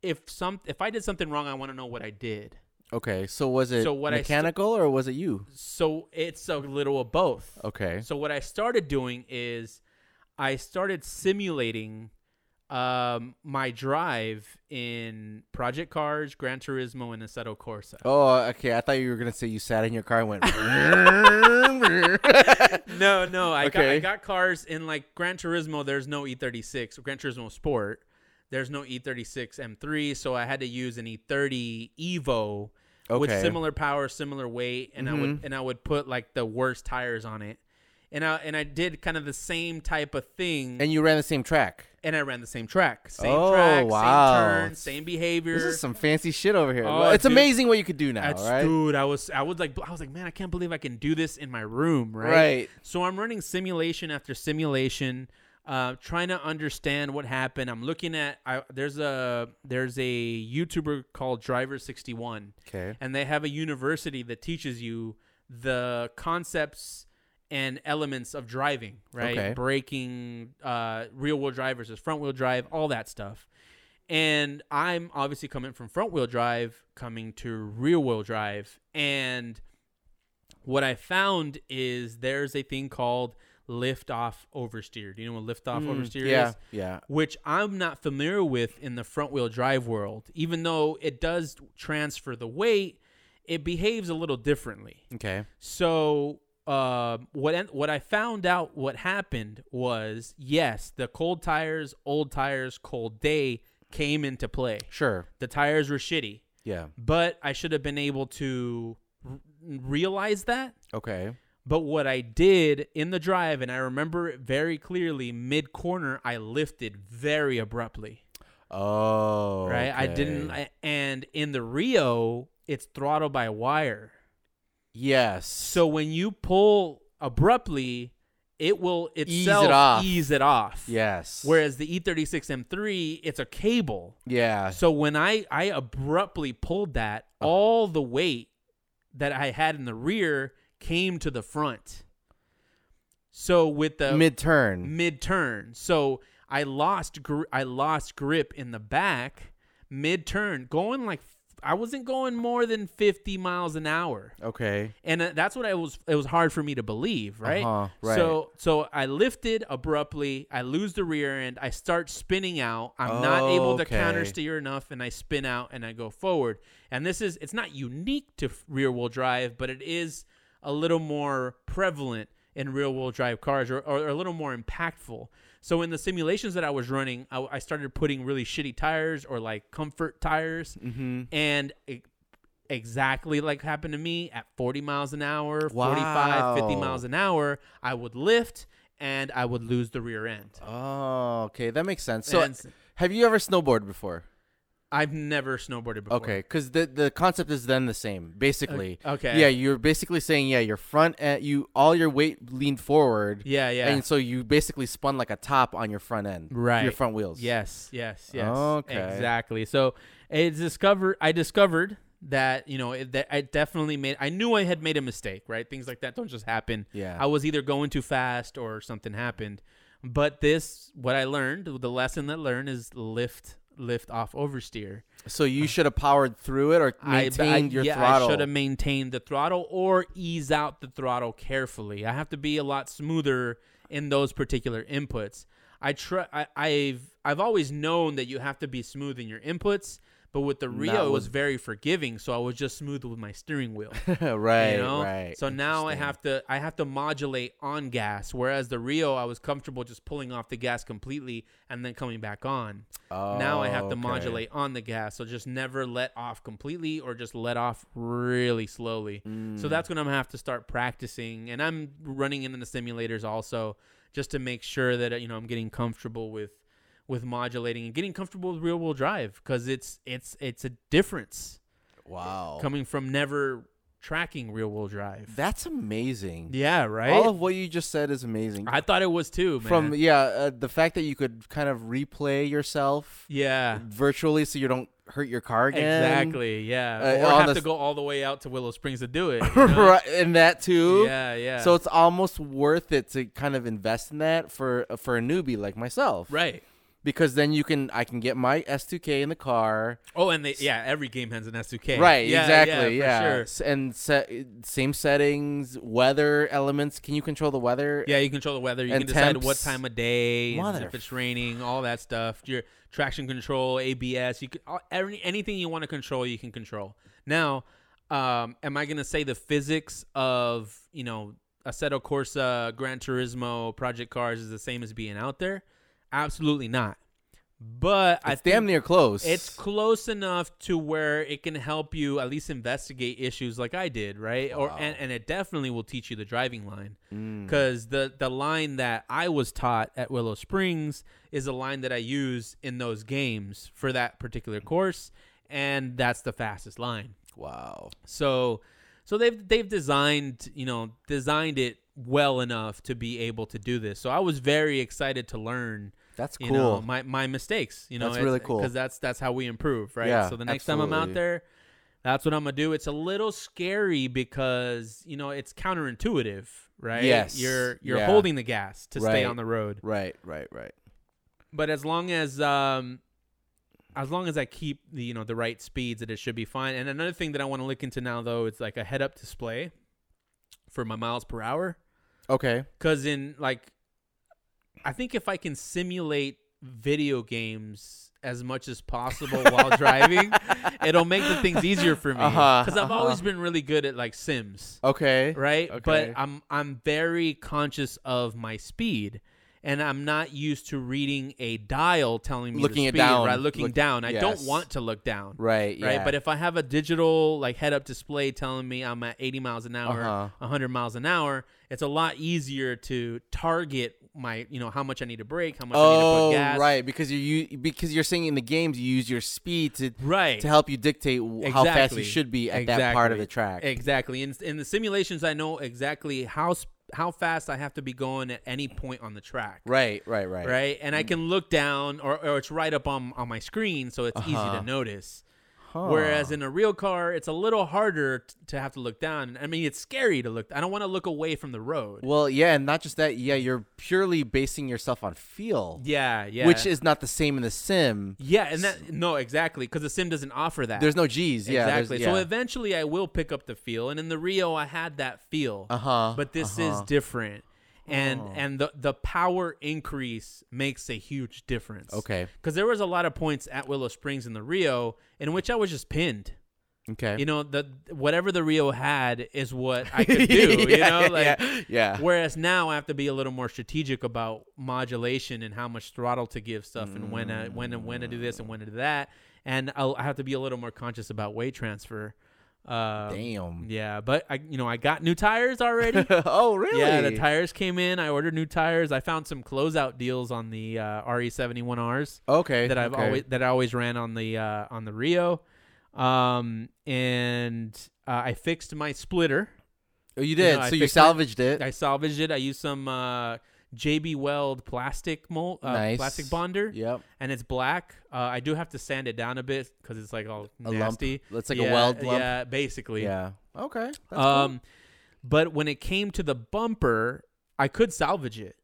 Speaker 2: if some if I did something wrong, I want to know what I did.
Speaker 1: Okay. So was it
Speaker 2: So what I st-
Speaker 1: mechanical or was it you?
Speaker 2: So it's a little of both.
Speaker 1: Okay.
Speaker 2: So what I started doing is I started simulating um, my drive in Project Cars, Gran Turismo, and Assetto Corsa.
Speaker 1: Oh, okay. I thought you were gonna say you sat in your car and went.
Speaker 2: No, no, I, got, I
Speaker 1: Okay.
Speaker 2: got cars in like Gran Turismo. There's no E36, Gran Turismo Sport. There's no E E36 M3, so I had to use an E30 Evo with
Speaker 1: Okay. Mm-hmm.
Speaker 2: similar power, similar weight, and I would and I would put like the worst tires on it. And I and I did kind of the same type of thing.
Speaker 1: and you ran the same track.
Speaker 2: and I ran the same track, same
Speaker 1: Oh,
Speaker 2: track,
Speaker 1: wow.
Speaker 2: same turn, same behavior.
Speaker 1: This is some fancy shit over here.
Speaker 2: Oh,
Speaker 1: Well, it's
Speaker 2: dude.
Speaker 1: amazing what you could do now,
Speaker 2: That's-
Speaker 1: right?
Speaker 2: dude, I was I was like I was like, man, I can't believe I can do this in my room, right?
Speaker 1: Right.
Speaker 2: So I'm running simulation after simulation, uh, trying to understand what happened. I'm looking at I, there's a there's a YouTuber called Driver sixty one,
Speaker 1: Okay.
Speaker 2: and they have a university that teaches you the concepts and elements of driving, right?
Speaker 1: Okay.
Speaker 2: Braking, uh, real wheel drive versus front wheel drive, all that stuff. And I'm obviously coming from front wheel drive, coming to rear wheel drive. And what I found is there's a thing called lift off oversteer. Do you know what lift off oversteer
Speaker 1: Mm, yeah.
Speaker 2: is?
Speaker 1: Yeah.
Speaker 2: which I'm not familiar with in the front wheel drive world. Even though it does transfer the weight, it behaves a little differently.
Speaker 1: Okay.
Speaker 2: So uh, what en- what I found out what happened was yes, the cold tires, old tires, cold day came into play.
Speaker 1: Sure.
Speaker 2: The tires were shitty,
Speaker 1: Yeah.
Speaker 2: but I should have been able to r- realize that
Speaker 1: Okay.
Speaker 2: but what I did in the drive, and I remember it very clearly, mid corner, I lifted very abruptly.
Speaker 1: Oh.
Speaker 2: Right? I didn't.
Speaker 1: okay.
Speaker 2: I, and in the Rio, it's throttle by wire.
Speaker 1: yes.
Speaker 2: So when you pull abruptly, it will itself
Speaker 1: off.
Speaker 2: ease it off.
Speaker 1: Yes.
Speaker 2: Whereas the E E36 M3, it's a cable.
Speaker 1: Yeah.
Speaker 2: So when I I abruptly pulled that, all the weight that I had in the rear came to the front. So with the
Speaker 1: Mid turn.
Speaker 2: mid turn, so I lost gr- I lost grip in the back mid turn, going like I wasn't going more than fifty miles an hour,
Speaker 1: Okay.
Speaker 2: and uh, that's what I was. It was hard for me to believe, right?
Speaker 1: Uh-huh, right.
Speaker 2: So so I lifted abruptly. I lose the rear end. I start spinning out. I'm not able to
Speaker 1: Oh, Okay.
Speaker 2: counter steer enough, and I spin out and I go forward. And this is it's not unique to rear wheel drive, but it is a little more prevalent in rear wheel drive cars, or, or a little more impactful. So in the simulations that I was running, I, I started putting really shitty tires or like comfort tires,
Speaker 1: Mm-hmm.
Speaker 2: and it, exactly like happened to me at 40 miles an hour, 45, 50
Speaker 1: Wow.
Speaker 2: miles an hour, I would lift and I would lose the rear end.
Speaker 1: Oh, okay. That makes sense. So,
Speaker 2: And-
Speaker 1: have you ever snowboarded before?
Speaker 2: I've never snowboarded before.
Speaker 1: Okay, because the the concept is then the same, basically.
Speaker 2: okay.
Speaker 1: Yeah, you're basically saying yeah, your front end, you all your weight leaned forward.
Speaker 2: Yeah, yeah.
Speaker 1: And so you basically spun like a top on your front end, Your
Speaker 2: Right.
Speaker 1: front wheels.
Speaker 2: Yes, yes, yes.
Speaker 1: Okay.
Speaker 2: Exactly. So it's discovered I discovered that, you know, it, that I definitely made I knew I had made a mistake, right? Things like that don't just happen.
Speaker 1: Yeah.
Speaker 2: I was either going too fast or something happened. But this, what I learned, the lesson that I learned is lift, lift off oversteer.
Speaker 1: So you should have powered through it or
Speaker 2: I-
Speaker 1: maintained
Speaker 2: but I,
Speaker 1: your
Speaker 2: yeah, I should have
Speaker 1: throttle.
Speaker 2: maintained the throttle or ease out the throttle carefully. I have to be a lot smoother in those particular inputs. I try. I, I've I've always known that you have to be smooth in your inputs, but with the Rio, it was
Speaker 1: was-
Speaker 2: very forgiving, so I was just smooth with my steering wheel.
Speaker 1: right,
Speaker 2: you know?
Speaker 1: right.
Speaker 2: So now I
Speaker 1: Interesting.
Speaker 2: have to I have to modulate on gas, whereas the Rio I was comfortable just pulling off the gas completely and then coming back on. now I have
Speaker 1: Oh,
Speaker 2: to
Speaker 1: okay.
Speaker 2: modulate on the gas, so just never let off completely or just let off really slowly.
Speaker 1: Mm.
Speaker 2: So that's when I'm gonna have to start practicing, and I'm running in the simulators also just to make sure that uh, you know I'm getting comfortable with with modulating and getting comfortable with real wheel drive because it's it's it's a difference
Speaker 1: Wow.
Speaker 2: coming from never tracking real wheel drive.
Speaker 1: That's amazing.
Speaker 2: Yeah, right.
Speaker 1: All of what you just said is amazing.
Speaker 2: I thought it was too, man.
Speaker 1: From yeah, uh, the fact that you could kind of replay yourself
Speaker 2: yeah,
Speaker 1: virtually, so you don't hurt your car again.
Speaker 2: exactly. Yeah,
Speaker 1: Uh,
Speaker 2: or
Speaker 1: on
Speaker 2: have
Speaker 1: the
Speaker 2: to
Speaker 1: s-
Speaker 2: go all the way out to Willow Springs to do it. you know?
Speaker 1: right, and that too.
Speaker 2: Yeah, yeah.
Speaker 1: E So it's almost worth it to kind of invest in that for uh, for a newbie like myself,
Speaker 2: right.
Speaker 1: Because then you can I can get my S2K in the car,
Speaker 2: Oh, and they yeah, every game has an S2K.
Speaker 1: right?
Speaker 2: Yeah,
Speaker 1: exactly,
Speaker 2: Yeah,
Speaker 1: yeah.
Speaker 2: for sure.
Speaker 1: S- And se- same settings, weather elements. Can you control the weather?
Speaker 2: Yeah, you control the weather. You
Speaker 1: And
Speaker 2: can decide what
Speaker 1: temps.
Speaker 2: time of day, and if
Speaker 1: Mother-
Speaker 2: it's raining, all that stuff. Your traction control, ABS. You can all- every, anything you want to control, you can control. Now, um, am I going to say the physics of you know Assetto Corsa, Gran Turismo, Project Cars is the same as being out there? Absolutely not. But I
Speaker 1: it's
Speaker 2: think
Speaker 1: damn near close.
Speaker 2: it's close enough to where it can help you at least investigate issues like I did, right? Or
Speaker 1: Wow.
Speaker 2: and, and it definitely will teach you the driving line
Speaker 1: Mm.
Speaker 2: because the the line that I was taught at Willow Springs is a line that I use in those games for that particular course, and that's the fastest line.
Speaker 1: wow.
Speaker 2: So, so they've they've designed you know designed it well enough to be able to do this. So I was very excited to learn
Speaker 1: That's cool.
Speaker 2: you know my, my mistakes you know
Speaker 1: That's really cool.
Speaker 2: because that's that's how we improve right
Speaker 1: Yeah,
Speaker 2: so the next time i'm out
Speaker 1: absolutely.
Speaker 2: there that's what i'm gonna do it's a little scary because you know it's counterintuitive right
Speaker 1: Yes,
Speaker 2: you're you're
Speaker 1: yeah.
Speaker 2: holding the gas to stay
Speaker 1: Right.
Speaker 2: on the road
Speaker 1: right, right, right.
Speaker 2: but as long as um as long as i keep the you know the right speeds that it should be fine and another thing that i want to look into now though is like a head up display for my miles per hour
Speaker 1: Okay.
Speaker 2: Cause in like, I think if I can simulate video games as much as possible while driving, it'll make the things easier for me.
Speaker 1: Uh-huh,
Speaker 2: Cause I've
Speaker 1: uh-huh.
Speaker 2: always been really good at like Sims,
Speaker 1: Okay.
Speaker 2: right? But
Speaker 1: okay.
Speaker 2: I'm I'm very conscious of my speed, and I'm not used to reading a dial telling me the
Speaker 1: Looking it
Speaker 2: speed,
Speaker 1: down.
Speaker 2: Right, looking
Speaker 1: Look-
Speaker 2: down. I don't
Speaker 1: yes.
Speaker 2: want to look down.
Speaker 1: Right.
Speaker 2: Right,
Speaker 1: yeah.
Speaker 2: but if I have a digital like head-up display telling me I'm at 80 miles an hour,
Speaker 1: Uh-huh.
Speaker 2: 100 miles an hour, it's a lot easier to target my, you know, how much I need to brake, how much I need
Speaker 1: oh,
Speaker 2: to put gas.
Speaker 1: right, because you you because you're saying in the games you use your speed to
Speaker 2: Right.
Speaker 1: to help you dictate w how fast
Speaker 2: Exactly.
Speaker 1: you should be at that part of
Speaker 2: Exactly.
Speaker 1: the track.
Speaker 2: Exactly. In in the simulations I know exactly how s- how fast I have to be going at any point on the track.
Speaker 1: Right, right, right. Mm.
Speaker 2: Right? And I can look down or, or it's right up on on my screen so it's easy
Speaker 1: Uh-huh.
Speaker 2: to notice.
Speaker 1: Huh.
Speaker 2: Whereas in a real car, it's a little harder t- to have to look down. I mean, it's scary to look. I don't want to look away from the road.
Speaker 1: well, yeah, and not just that. Yeah, you're purely basing yourself on feel,
Speaker 2: Yeah, yeah.
Speaker 1: which is not the same in the sim.
Speaker 2: yeah, and that no, exactly, because the sim doesn't offer that.
Speaker 1: There's no G's. Yeah, there's-
Speaker 2: exactly.
Speaker 1: Yeah.
Speaker 2: So eventually, I will pick up the feel, and in the Rio, I had that feel.
Speaker 1: uh huh.
Speaker 2: But this is different, and
Speaker 1: Oh.
Speaker 2: and the the power increase makes a huge difference.
Speaker 1: okay.
Speaker 2: Because there was a lot of points at Willow Springs in the Rio in which I was just pinned.
Speaker 1: Okay.
Speaker 2: You know, the whatever the Rio had is what I could do. you know, like
Speaker 1: yeah, yeah.
Speaker 2: Whereas now I have to be a little more strategic about modulation and how much throttle to give stuff and when I, when and when to do this and when to do that, and I'll, I have to be a little more conscious about weight transfer. Uh,
Speaker 1: Damn.
Speaker 2: Yeah, but I you know I got new tires already.
Speaker 1: oh, really?
Speaker 2: Yeah, the tires came in. I ordered new tires. I found some closeout deals on the uh, RE71Rs
Speaker 1: okay.
Speaker 2: that I've
Speaker 1: okay.
Speaker 2: always that I always ran on the uh, on the Rio, um, and uh, I fixed my splitter.
Speaker 1: Oh, you did.
Speaker 2: know, I
Speaker 1: so you
Speaker 2: fixed it.
Speaker 1: salvaged it.
Speaker 2: I salvaged it. I used some uh, JB Weld plastic mold, uh,
Speaker 1: Nice.
Speaker 2: plastic bonder,
Speaker 1: Yep.
Speaker 2: and it's black. Uh, I do have to sand it down a bit because it's like all
Speaker 1: A
Speaker 2: nasty.
Speaker 1: lump. Let's like
Speaker 2: yeah,
Speaker 1: a weld lump.
Speaker 2: Yeah, basically.
Speaker 1: Yeah. Okay. That's
Speaker 2: Um, but when it came to the bumper, I could salvage it.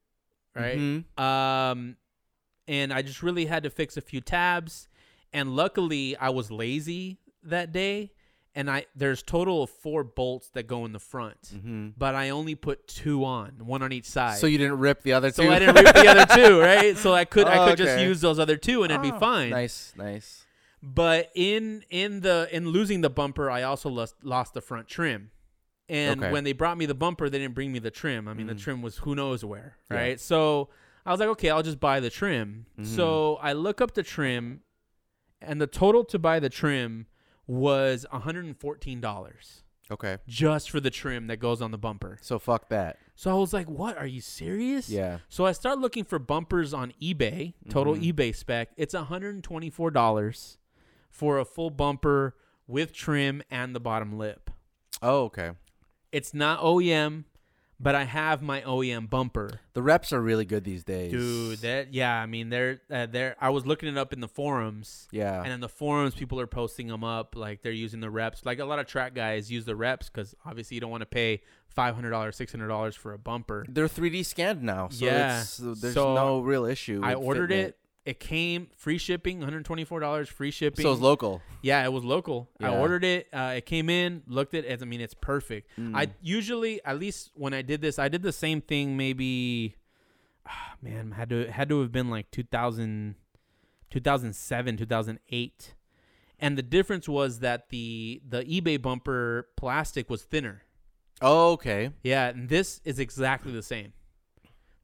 Speaker 2: right?
Speaker 1: Mhm.
Speaker 2: Um, and I just really had to fix a few tabs. And luckily, I was lazy that day, and I there's total of four bolts that go in the front,
Speaker 1: Mhm.
Speaker 2: but I only put two on, one on each side.
Speaker 1: So you didn't rip the other
Speaker 2: So
Speaker 1: two.
Speaker 2: I didn't rip the other two, right? So I could I
Speaker 1: Oh,
Speaker 2: could just
Speaker 1: okay.
Speaker 2: use those other two, and it'd be
Speaker 1: Ah,
Speaker 2: fine.
Speaker 1: Nice, nice.
Speaker 2: But in in the in losing the bumper, I also lost lost the front trim. And
Speaker 1: Okay.
Speaker 2: when they brought me the bumper, they didn't bring me the trim. I mean, the
Speaker 1: Mm.
Speaker 2: trim was who knows where,
Speaker 1: Yeah.
Speaker 2: right? So I was like, okay, I'll just buy the trim.
Speaker 1: Mhm.
Speaker 2: So I look up the trim, and the total to buy the trim was one hundred and fourteen dollars
Speaker 1: Okay.
Speaker 2: just for the trim that goes on the bumper.
Speaker 1: So fuck that.
Speaker 2: So I was like, what? Are you serious?
Speaker 1: Yeah.
Speaker 2: So I start looking for bumpers on eBay, total
Speaker 1: Mhm.
Speaker 2: eBay spec. It's $124 for a full bumper with trim and the bottom lip.
Speaker 1: Oh, okay.
Speaker 2: It's not OEM, but I have my OEM bumper.
Speaker 1: The reps are really good these days,
Speaker 2: Dude, that yeah, I mean they're uh, they're I was looking it up in the forums.
Speaker 1: yeah.
Speaker 2: And in the forums, people are posting them up. Like they're using the reps. Like a lot of track guys use the reps because obviously you don't want to pay five hundred dollars, six hundred dollars for a bumper.
Speaker 1: They're 3D scanned now, so
Speaker 2: Yeah.
Speaker 1: it's, there's
Speaker 2: So
Speaker 1: no real issue.
Speaker 2: I
Speaker 1: with
Speaker 2: ordered
Speaker 1: fitting
Speaker 2: it. It came free shipping, $124 free shipping.
Speaker 1: So it's local.
Speaker 2: yeah, it was local. I
Speaker 1: Yeah.
Speaker 2: ordered it. Uh, it came in, looked at it. I mean, it's perfect. I
Speaker 1: Mm.
Speaker 2: usually, at least when I did this, I did the same thing. Maybe, ah, man, had to had to have been like 2000, 2007, 2008. And the difference was that the the eBay bumper plastic was thinner.
Speaker 1: Oh, okay.
Speaker 2: Yeah, and this is exactly the same.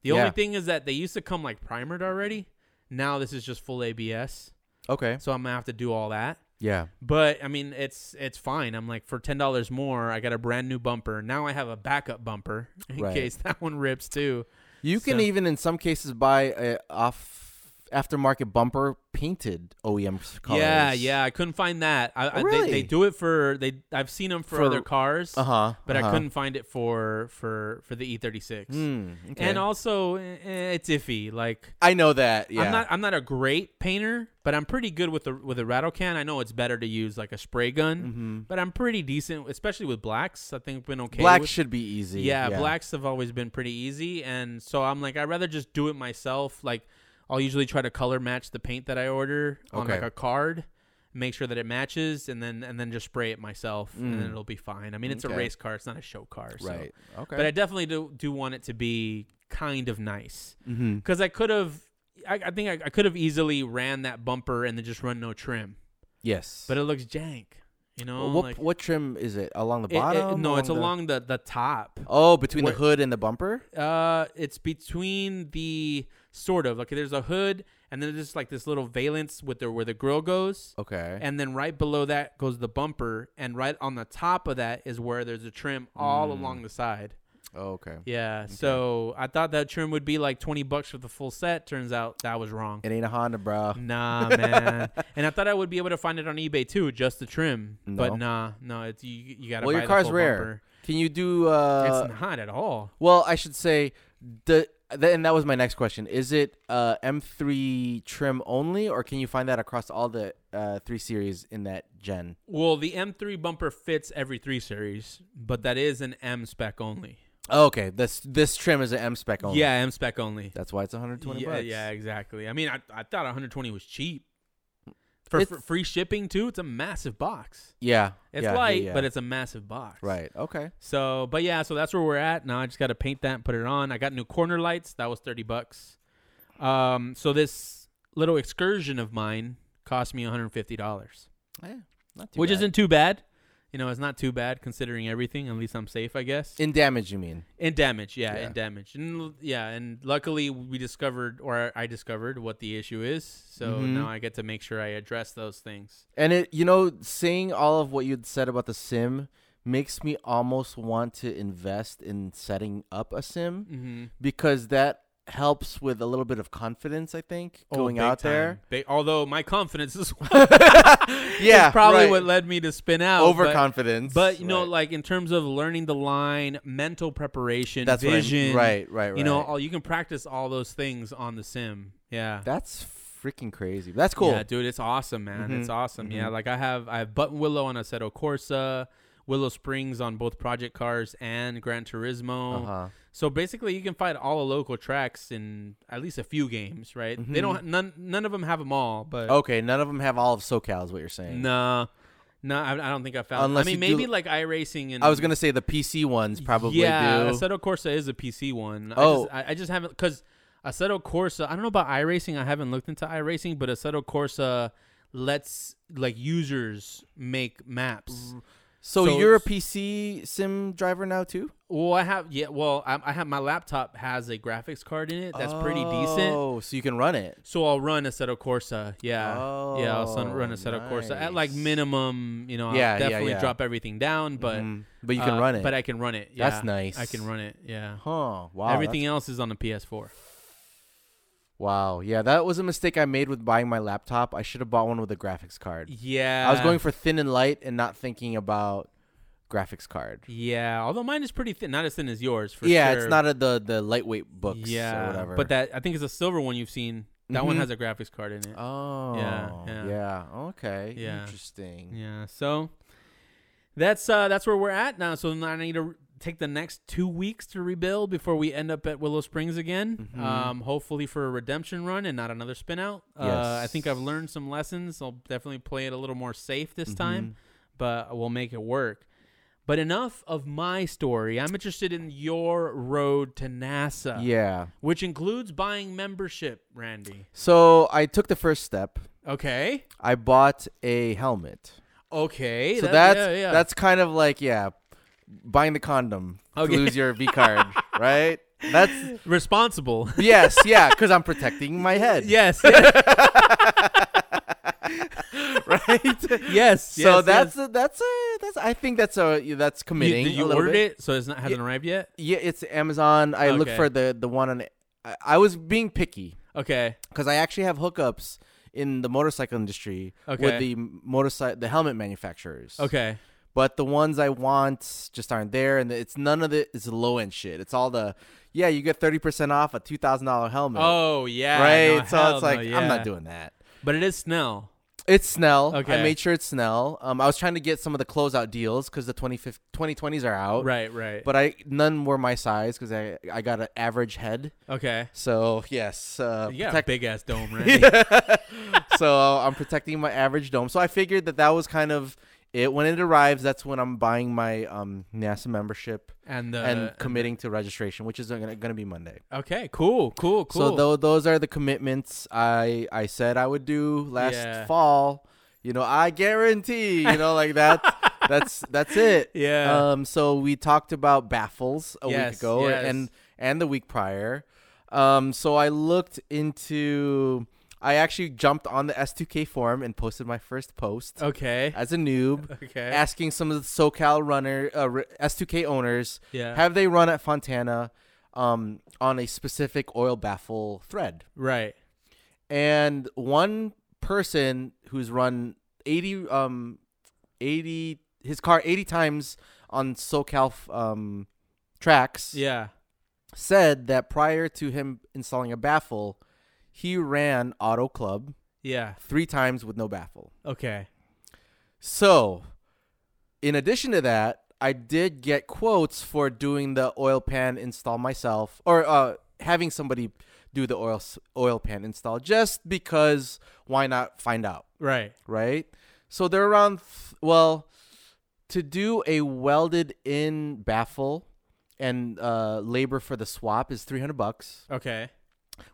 Speaker 2: The
Speaker 1: Yeah.
Speaker 2: only thing is that they used to come like primered already. Now this is just full ABS,
Speaker 1: Okay.
Speaker 2: so I'm gonna have to do all that.
Speaker 1: Yeah.
Speaker 2: But I mean, it's it's fine. I'm like for ten dollars more, I got a brand new bumper. Now I have a backup bumper in
Speaker 1: Right.
Speaker 2: case that one rips too.
Speaker 1: You can
Speaker 2: So-
Speaker 1: even, in some cases, buy a off aftermarket bumper painted OEM s- colors.
Speaker 2: Yeah, yeah. I couldn't find that. I, I they, they
Speaker 1: really?
Speaker 2: do it for they. I've seen them for,
Speaker 1: For-
Speaker 2: other cars,
Speaker 1: Uh huh.
Speaker 2: but I couldn't find it for for for the
Speaker 1: Mm,
Speaker 2: E36.
Speaker 1: Hmm, okay.
Speaker 2: And also, eh, eh, it's iffy. Like
Speaker 1: I know that. Yeah.
Speaker 2: I'm not I'm not a great painter, but I'm pretty good with a with a rattle can. I know it's better to use like a spray gun,
Speaker 1: Mhm.
Speaker 2: but I'm pretty decent, especially with blacks. I think I've been okay.
Speaker 1: Black
Speaker 2: with-
Speaker 1: should be easy.
Speaker 2: yeah, blacks have always been pretty easy, and so I'm like I'd rather just do it myself. Like I'll usually try to color match the paint that I order on
Speaker 1: Okay.
Speaker 2: like a card, make sure that it matches, and then and then just spray it myself, and then
Speaker 1: Mm.
Speaker 2: it'll be fine. I mean, it's
Speaker 1: Okay.
Speaker 2: a race car; it's not a show car, so.
Speaker 1: Right. Okay.
Speaker 2: But I definitely do do want it to be kind of nice
Speaker 1: mm-hmm.
Speaker 2: because I could have. I, I think I, I could have easily ran that bumper and then just run no trim,
Speaker 1: Yes.
Speaker 2: but it looks jank. You know,
Speaker 1: Well, what
Speaker 2: like,
Speaker 1: what trim is it? Along the
Speaker 2: It- it-
Speaker 1: bottom?
Speaker 2: no, it's
Speaker 1: the-
Speaker 2: along the the top.
Speaker 1: Oh, between
Speaker 2: Where-
Speaker 1: the hood and the bumper.
Speaker 2: Uh, it's between the sort of like there's a hood and then there's like this little valence with the where the grill goes,
Speaker 1: Okay.
Speaker 2: and then right below that goes the bumper, and right on the top of that is where there's a trim all
Speaker 1: Mm.
Speaker 2: along the side.
Speaker 1: oh, okay.
Speaker 2: Yeah, so I thought that trim would be like twenty bucks for the full set. Turns out that was wrong.
Speaker 1: It ain't a Honda, bro.
Speaker 2: Mm. Nah, man. and I thought I would be able to find it on eBay too, just the trim.
Speaker 1: No.
Speaker 2: But nah, no, it's you. You gotta.
Speaker 1: Well,
Speaker 2: buy
Speaker 1: your
Speaker 2: the
Speaker 1: car's
Speaker 2: full
Speaker 1: rare. Can you do?
Speaker 2: bumper.
Speaker 1: Uh,
Speaker 2: it's not at all.
Speaker 1: well, I should say the. th- And that was my next question. Is it uh, M3 trim only, or can you find that across all the uh, three series in that gen?
Speaker 2: Well, the M3 bumper fits every three series, but that is an M spec only.
Speaker 1: Oh, okay, this this trim is an M spec only.
Speaker 2: Yeah, M spec only.
Speaker 1: that's why it's 120
Speaker 2: yeah,
Speaker 1: bucks.
Speaker 2: yeah, exactly. I mean, I, I thought 120 was cheap for,
Speaker 1: It's-
Speaker 2: for free shipping too. It's a massive box.
Speaker 1: yeah,
Speaker 2: It's
Speaker 1: yeah, yeah,
Speaker 2: light,
Speaker 1: yeah.
Speaker 2: but it's a massive box.
Speaker 1: right. Okay,
Speaker 2: So, but yeah, so that's where we're at now. I just got to paint that and put it on. I got new corner lights. That was thirty bucks. Um, so this little excursion of mine cost me one hundred fifty dollars,
Speaker 1: Eh, not too
Speaker 2: which
Speaker 1: bad.
Speaker 2: isn't too bad. You know, it's not too bad considering everything. At least I'm safe, I guess.
Speaker 1: in damage. You mean?
Speaker 2: In damage, yeah,
Speaker 1: Yeah.
Speaker 2: in damage, and l- yeah, and luckily we discovered, or I discovered, what the issue is. So
Speaker 1: Mhm.
Speaker 2: now I get to make sure I address those things.
Speaker 1: And it, you know, seeing all of what you'd said about the sim makes me almost want to invest in setting up a sim
Speaker 2: Mm-hmm.
Speaker 1: because that helps with a little bit of confidence. I think going out there,
Speaker 2: Oh, Big, although my confidence is
Speaker 1: Yeah,
Speaker 2: is probably
Speaker 1: right.
Speaker 2: what led me to spin out. but-
Speaker 1: overconfidence.
Speaker 2: But you know,
Speaker 1: right.
Speaker 2: like in terms of learning the line, mental preparation,
Speaker 1: that's what I'm-
Speaker 2: vision,
Speaker 1: right, right, right.
Speaker 2: You know, all you can practice all those things on the sim. Yeah,
Speaker 1: that's freaking crazy. That's cool.
Speaker 2: Yeah, dude, it's awesome, man. It's
Speaker 1: Mhm.
Speaker 2: awesome. Yeah,
Speaker 1: Mhm.
Speaker 2: like I have I have Button Willow on a Seto Corsa. Willow Springs on both project cars and Gran Turismo.
Speaker 1: Uh-huh.
Speaker 2: So basically, you can find all the local tracks in at least a few games, right?
Speaker 1: Mm-hmm.
Speaker 2: They don't none none of them have them all, but
Speaker 1: Okay, none of them have all of SoCal, is what you're saying.
Speaker 2: nah, nah, I, I don't think I found.
Speaker 1: Unless
Speaker 2: I
Speaker 1: you
Speaker 2: mean,
Speaker 1: do-
Speaker 2: maybe like iRacing and
Speaker 1: I was gonna say the PC ones probably
Speaker 2: yeah,
Speaker 1: do.
Speaker 2: Assetto Corsa is a PC one.
Speaker 1: Oh.
Speaker 2: I just, I, I just haven't because Assetto Corsa. I don't know about iRacing. I haven't looked into iRacing, but Assetto Corsa lets like users make maps.
Speaker 1: Mm. so,
Speaker 2: so
Speaker 1: you're a
Speaker 2: it's-
Speaker 1: PC sim driver now too?
Speaker 2: Well, I have yeah. Well, I, I have my laptop has a graphics card in it. That's pretty decent.
Speaker 1: Oh, so you can run it.
Speaker 2: So I'll run Assetto Corsa. Yeah, yeah. I'll sun, run
Speaker 1: Oh,
Speaker 2: Assetto Corsa at like
Speaker 1: nice.
Speaker 2: minimum. You know, I'll
Speaker 1: Yeah, yeah,
Speaker 2: definitely
Speaker 1: yeah.
Speaker 2: drop everything down, but
Speaker 1: Mhm. but you can
Speaker 2: uh,
Speaker 1: run it.
Speaker 2: But I can run it. Yeah,
Speaker 1: That's nice.
Speaker 2: I can run it. Yeah.
Speaker 1: huh? Wow.
Speaker 2: Everything
Speaker 1: that's-
Speaker 2: else is on the PS4.
Speaker 1: Wow. Yeah, that was a mistake I made with buying my laptop. I should have bought one with a graphics card.
Speaker 2: Yeah.
Speaker 1: I was going for thin and light and not thinking about graphics card.
Speaker 2: Yeah, although mine is pretty thin, not as thin as yours. For
Speaker 1: yeah,
Speaker 2: sure.
Speaker 1: it's not a, the the lightweight books or whatever.
Speaker 2: But that I think it's a silver one you've seen. That one
Speaker 1: Mhm.
Speaker 2: has a graphics card in it.
Speaker 1: Oh.
Speaker 2: yeah.
Speaker 1: Yeah. Okay.
Speaker 2: Yeah.
Speaker 1: Interesting.
Speaker 2: Yeah, so that's uh that's where we're at now. So now I need to re- take the next two weeks to rebuild before we end up at Willow Springs again.
Speaker 1: Mhm.
Speaker 2: Um, hopefully for a redemption run and not another spin out. Uh, I think I've
Speaker 1: Yes.
Speaker 2: learned some lessons. I'll definitely play it a little more safe
Speaker 1: Mm-hmm.
Speaker 2: this time. but we'll make it work. But enough of my story. I'm interested in your road to NASA,
Speaker 1: Mm-hmm. Yeah.
Speaker 2: which includes buying membership, Randy.
Speaker 1: So I took the first step.
Speaker 2: Okay.
Speaker 1: I bought a helmet.
Speaker 2: Okay.
Speaker 1: so
Speaker 2: that-
Speaker 1: that's
Speaker 2: yeah, yeah.
Speaker 1: that's kind of like yeah, buying the condom
Speaker 2: Okay.
Speaker 1: to lose your V card, right? That's
Speaker 2: responsible.
Speaker 1: yes, yeah, because I'm protecting my head.
Speaker 2: yes.
Speaker 1: right.
Speaker 2: yes.
Speaker 1: so that's A, that's a that's I think that's a that's
Speaker 2: you,
Speaker 1: committing.
Speaker 2: did
Speaker 1: a
Speaker 2: you
Speaker 1: little
Speaker 2: ordered
Speaker 1: bit.
Speaker 2: it, so it's not hasn't arrived yet.
Speaker 1: Yeah, it's Amazon. I look
Speaker 2: Okay.
Speaker 1: for the the one on. I, I was being picky
Speaker 2: Okay.
Speaker 1: because I actually have hookups in the motorcycle industry
Speaker 2: Okay.
Speaker 1: with the motorcycle the helmet manufacturers.
Speaker 2: Okay.
Speaker 1: but the ones I want just aren't there, and it's none of the it's low end shit. It's all the yeah, you get thirty percent off a two thousand dollar helmet,
Speaker 2: Oh yeah.
Speaker 1: right?
Speaker 2: no,
Speaker 1: so
Speaker 2: hell
Speaker 1: it's
Speaker 2: no,
Speaker 1: like I'm
Speaker 2: yeah.
Speaker 1: not doing that.
Speaker 2: But it is Snell.
Speaker 1: It's Snell.
Speaker 2: Okay.
Speaker 1: I made sure it's Snell. Um, I was trying to get some of the closeout deals because the 25th 2020s are out.
Speaker 2: Right. Right.
Speaker 1: Oh. But I none were my size because I I got an average head.
Speaker 2: okay.
Speaker 1: So yes, uh,
Speaker 2: You got
Speaker 1: protect-
Speaker 2: a big ass dome, Randy.
Speaker 1: so uh, I'm protecting my average dome. So I figured that that was kind of it. When it arrives, that's when I'm buying my um, NASA membership
Speaker 2: And uh, the
Speaker 1: and committing to registration, which is going to be Monday.
Speaker 2: Okay, cool, cool, cool.
Speaker 1: So tho- those are the commitments I I said I would do last
Speaker 2: Yeah.
Speaker 1: fall. You know, I guarantee. You know, like that. that's that's it.
Speaker 2: yeah.
Speaker 1: Um. So we talked about baffles a
Speaker 2: Yes,
Speaker 1: week ago
Speaker 2: yes.
Speaker 1: and and the week prior. Um. So I looked into. I actually jumped on the S2K forum and posted my first post
Speaker 2: okay.
Speaker 1: as a noob,
Speaker 2: Oh, Okay.
Speaker 1: asking some of the SoCal runner uh, r- S2K owners
Speaker 2: yeah.
Speaker 1: have they run at Fontana um, on a specific oil baffle thread.
Speaker 2: right.
Speaker 1: And one person who's run 80, um, 80, his car 80 times on SoCal um, tracks
Speaker 2: Yeah.
Speaker 1: said that prior to him installing a baffle, he ran Auto Club
Speaker 2: Yeah.
Speaker 1: three times with no baffle.
Speaker 2: Okay.
Speaker 1: So, in addition to that, I did get quotes for doing the oil pan install myself, or uh, having somebody do the oil s- oil pan install, just because why not find out,
Speaker 2: Right.
Speaker 1: right? So they're around. Th- well, to do a welded in baffle and uh, labor for the swap is three hundred bucks,
Speaker 2: Okay.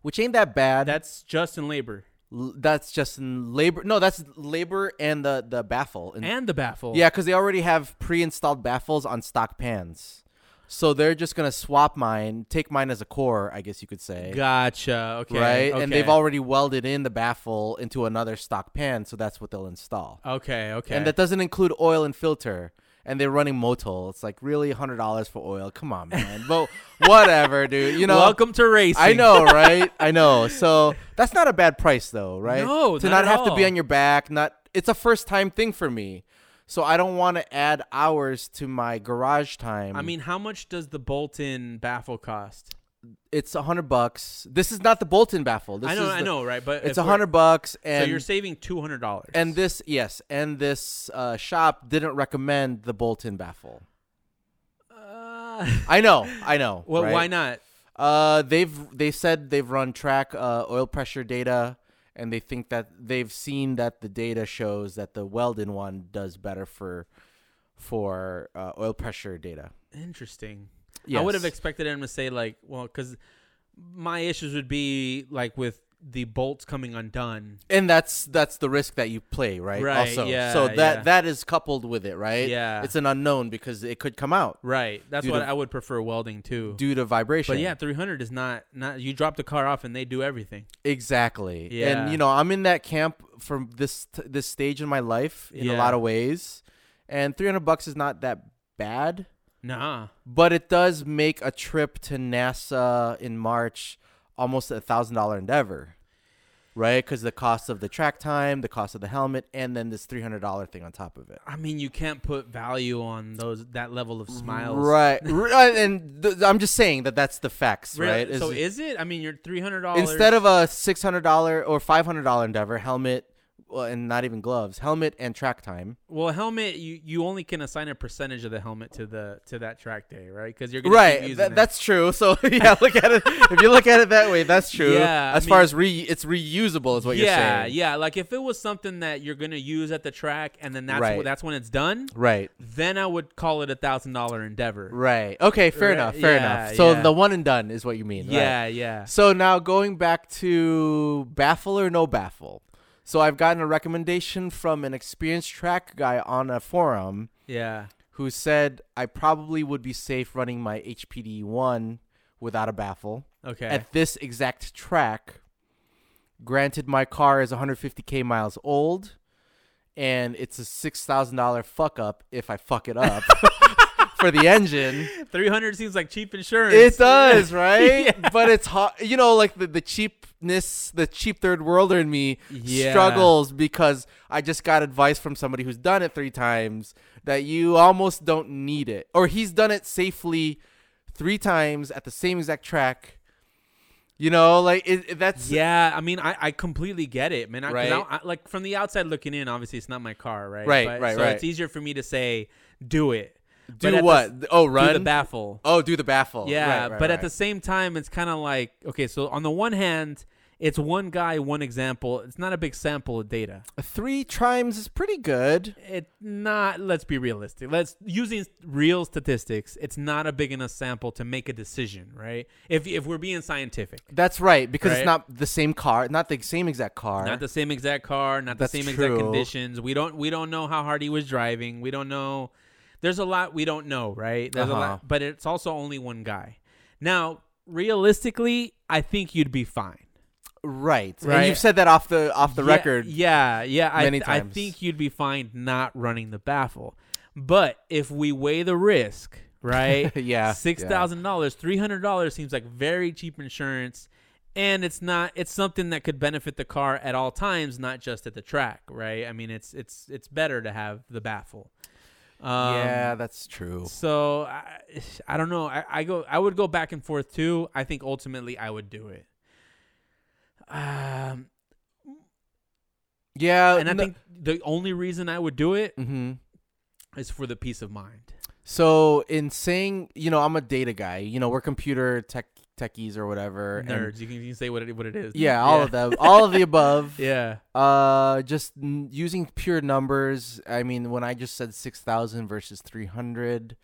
Speaker 1: which ain't that bad.
Speaker 2: That's just in labor
Speaker 1: L- that's just in labor. No, that's labor and the the baffle in-
Speaker 2: and the baffle.
Speaker 1: Yeah, because they already have pre-installed baffles on stock pans, so they're just gonna swap mine, take mine as a core, I guess you could say,
Speaker 2: Gotcha. Okay.
Speaker 1: right?
Speaker 2: Okay.
Speaker 1: And they've already welded in the baffle into another stock pan, so that's what they'll install.
Speaker 2: Okay. Okay.
Speaker 1: And that doesn't include oil and filter. And they're running Motul. It's like really hundred dollars for oil. Come on, man. but whatever, dude. You know,
Speaker 2: Welcome to racing.
Speaker 1: I know, right? I know. So that's not a bad price, though, right?
Speaker 2: No,
Speaker 1: to not,
Speaker 2: not at
Speaker 1: have to be
Speaker 2: all.
Speaker 1: on your back. Not it's a first time thing for me, so I don't want to add hours to my garage time.
Speaker 2: I mean, how much does the bolt-in baffle cost?
Speaker 1: it's a hundred bucks. This is not the Bolton baffle. This
Speaker 2: I know,
Speaker 1: is
Speaker 2: I
Speaker 1: the-
Speaker 2: know, right? But
Speaker 1: It's
Speaker 2: if
Speaker 1: a
Speaker 2: we're-
Speaker 1: hundred bucks, and
Speaker 2: So you're saving two hundred dollars.
Speaker 1: and this yes, and this uh, shop didn't recommend the Bolton baffle.
Speaker 2: uh,
Speaker 1: I know, I know.
Speaker 2: well,
Speaker 1: right?
Speaker 2: why not?
Speaker 1: Uh, they've they said they've run track uh, oil pressure data, and they think that they've seen that the data shows that the Weldon one does better for for uh, oil pressure data.
Speaker 2: Interesting.
Speaker 1: Yes.
Speaker 2: I would have expected him to say like, well, because my issues would be like with the bolts coming undone.
Speaker 1: and that's that's the risk that you play, right?
Speaker 2: Right,
Speaker 1: also,
Speaker 2: yeah,
Speaker 1: so that
Speaker 2: yeah.
Speaker 1: that is coupled with it, right?
Speaker 2: Yeah.
Speaker 1: it's an unknown because it could come out
Speaker 2: Right. That's
Speaker 1: Due
Speaker 2: what
Speaker 1: to-
Speaker 2: I would prefer welding too.
Speaker 1: due to vibration.
Speaker 2: But yeah, three hundred is not not. You drop the car off and they do everything.
Speaker 1: Exactly.
Speaker 2: Yeah.
Speaker 1: And you know, I'm in that camp from this t- this stage in my life in a
Speaker 2: Yeah.
Speaker 1: lot of ways, and 300 bucks is not that bad,
Speaker 2: Nah.
Speaker 1: but it does make a trip to NASA in March almost a thousand dollar endeavor, right? Because the cost of the track time, the cost of the helmet, and then this 300 dollar thing on top of it.
Speaker 2: I mean, you can't put value on those that level of smiles.
Speaker 1: Right. R- and th- I'm just saying that that's the facts,
Speaker 2: Really?
Speaker 1: right? Is-
Speaker 2: so is it? I mean, you're three hundred dollars
Speaker 1: instead of a $600 or $500 endeavor, helmet well, and not even gloves, helmet and track time.
Speaker 2: Well, helmet, you, you only can assign a percentage of the helmet to the to that track day, right? Because you're gonna keep
Speaker 1: Right.
Speaker 2: using
Speaker 1: That,
Speaker 2: it.
Speaker 1: that's true. So yeah, look at it. If you look at it that way, that's true.
Speaker 2: Yeah, I
Speaker 1: As far
Speaker 2: mean-
Speaker 1: as re, it's reusable is what you're
Speaker 2: yeah,
Speaker 1: saying.
Speaker 2: yeah. Like if it was something that you're gonna use at the track, and then that's
Speaker 1: Right.
Speaker 2: wh- that's when it's done.
Speaker 1: Right.
Speaker 2: Then I would call it a thousand dollar endeavor.
Speaker 1: Right. Okay. Fair
Speaker 2: Right,
Speaker 1: enough. Fair
Speaker 2: yeah,
Speaker 1: enough. So
Speaker 2: yeah.
Speaker 1: the one and done is what you mean. right?
Speaker 2: Yeah, yeah.
Speaker 1: So now going back to baffle or no baffle. So I've gotten a recommendation from an experienced track guy on a forum
Speaker 2: Yeah.
Speaker 1: who said I probably would be safe running my HPD one without a baffle
Speaker 2: Okay.
Speaker 1: at this exact track. Granted, my car is 150k miles old, and it's a six thousand dollar fuck up if I fuck it up for the engine.
Speaker 2: three hundred seems like cheap insurance.
Speaker 1: It does, right? But it's hot. You know, like the, the cheapness, the cheap third worlder in me
Speaker 2: Yeah.
Speaker 1: struggles because I just got advice from somebody who's done it three times that you almost don't need it. Or he's done it safely three times at the same exact track. You know, like it, it- that's.
Speaker 2: Yeah, I mean, I, I completely get it, man. I, 'cause
Speaker 1: Right.
Speaker 2: I, I, like from the outside looking in, obviously it's not my car, right?
Speaker 1: Right, right,
Speaker 2: so
Speaker 1: right.
Speaker 2: It's easier for me to say, do it. But at
Speaker 1: Do
Speaker 2: the
Speaker 1: what? oh, run.
Speaker 2: Do the baffle.
Speaker 1: oh, do the baffle.
Speaker 2: Yeah,
Speaker 1: Right, right,
Speaker 2: but at
Speaker 1: right.
Speaker 2: the same time, it's kind of like okay. So on the one hand, it's one guy, one example. It's not a big sample of data.
Speaker 1: three times is pretty good.
Speaker 2: It's not. Let's be realistic. Let's using real statistics. It's not a big enough sample to make a decision, right? If if we're being scientific,
Speaker 1: That's right because
Speaker 2: Right.
Speaker 1: it's not the same car, not the same exact car.
Speaker 2: not the same exact car, not
Speaker 1: That's
Speaker 2: the same
Speaker 1: true.
Speaker 2: exact conditions. We don't we don't know how hard he was driving. We don't know. There's a lot we don't know, right? There's a
Speaker 1: Uh-huh.
Speaker 2: lot, but it's also only one guy. Now, realistically, I think you'd be fine.
Speaker 1: Right. And
Speaker 2: Right.
Speaker 1: you've said that off the off the
Speaker 2: Yeah,
Speaker 1: record.
Speaker 2: Yeah, yeah. I,
Speaker 1: many
Speaker 2: th- I
Speaker 1: times.
Speaker 2: think you'd be fine not running the baffle. But if we weigh the risk, right?
Speaker 1: Yeah,
Speaker 2: Six thousand dollars, three hundred dollars seems like very cheap insurance. And it's not it's something that could benefit the car at all times, not just at the track, right? I mean it's it's it's better to have the baffle. Um,
Speaker 1: yeah, that's true.
Speaker 2: So I, I don't know. I, I go. I would go back and forth too. I think ultimately I would do it. Um,
Speaker 1: Yeah,
Speaker 2: and I think the only reason I would do it
Speaker 1: hmm
Speaker 2: is for the peace of mind.
Speaker 1: So in saying, you know, I'm a data guy. You know, we're computer tech techies or whatever. and-
Speaker 2: Nerds, you can, you can say what it, what it is.
Speaker 1: yeah, all of them, all of the above.
Speaker 2: Yeah,
Speaker 1: Uh, just n- using pure numbers. I mean, when I just said six thousand versus three hundred.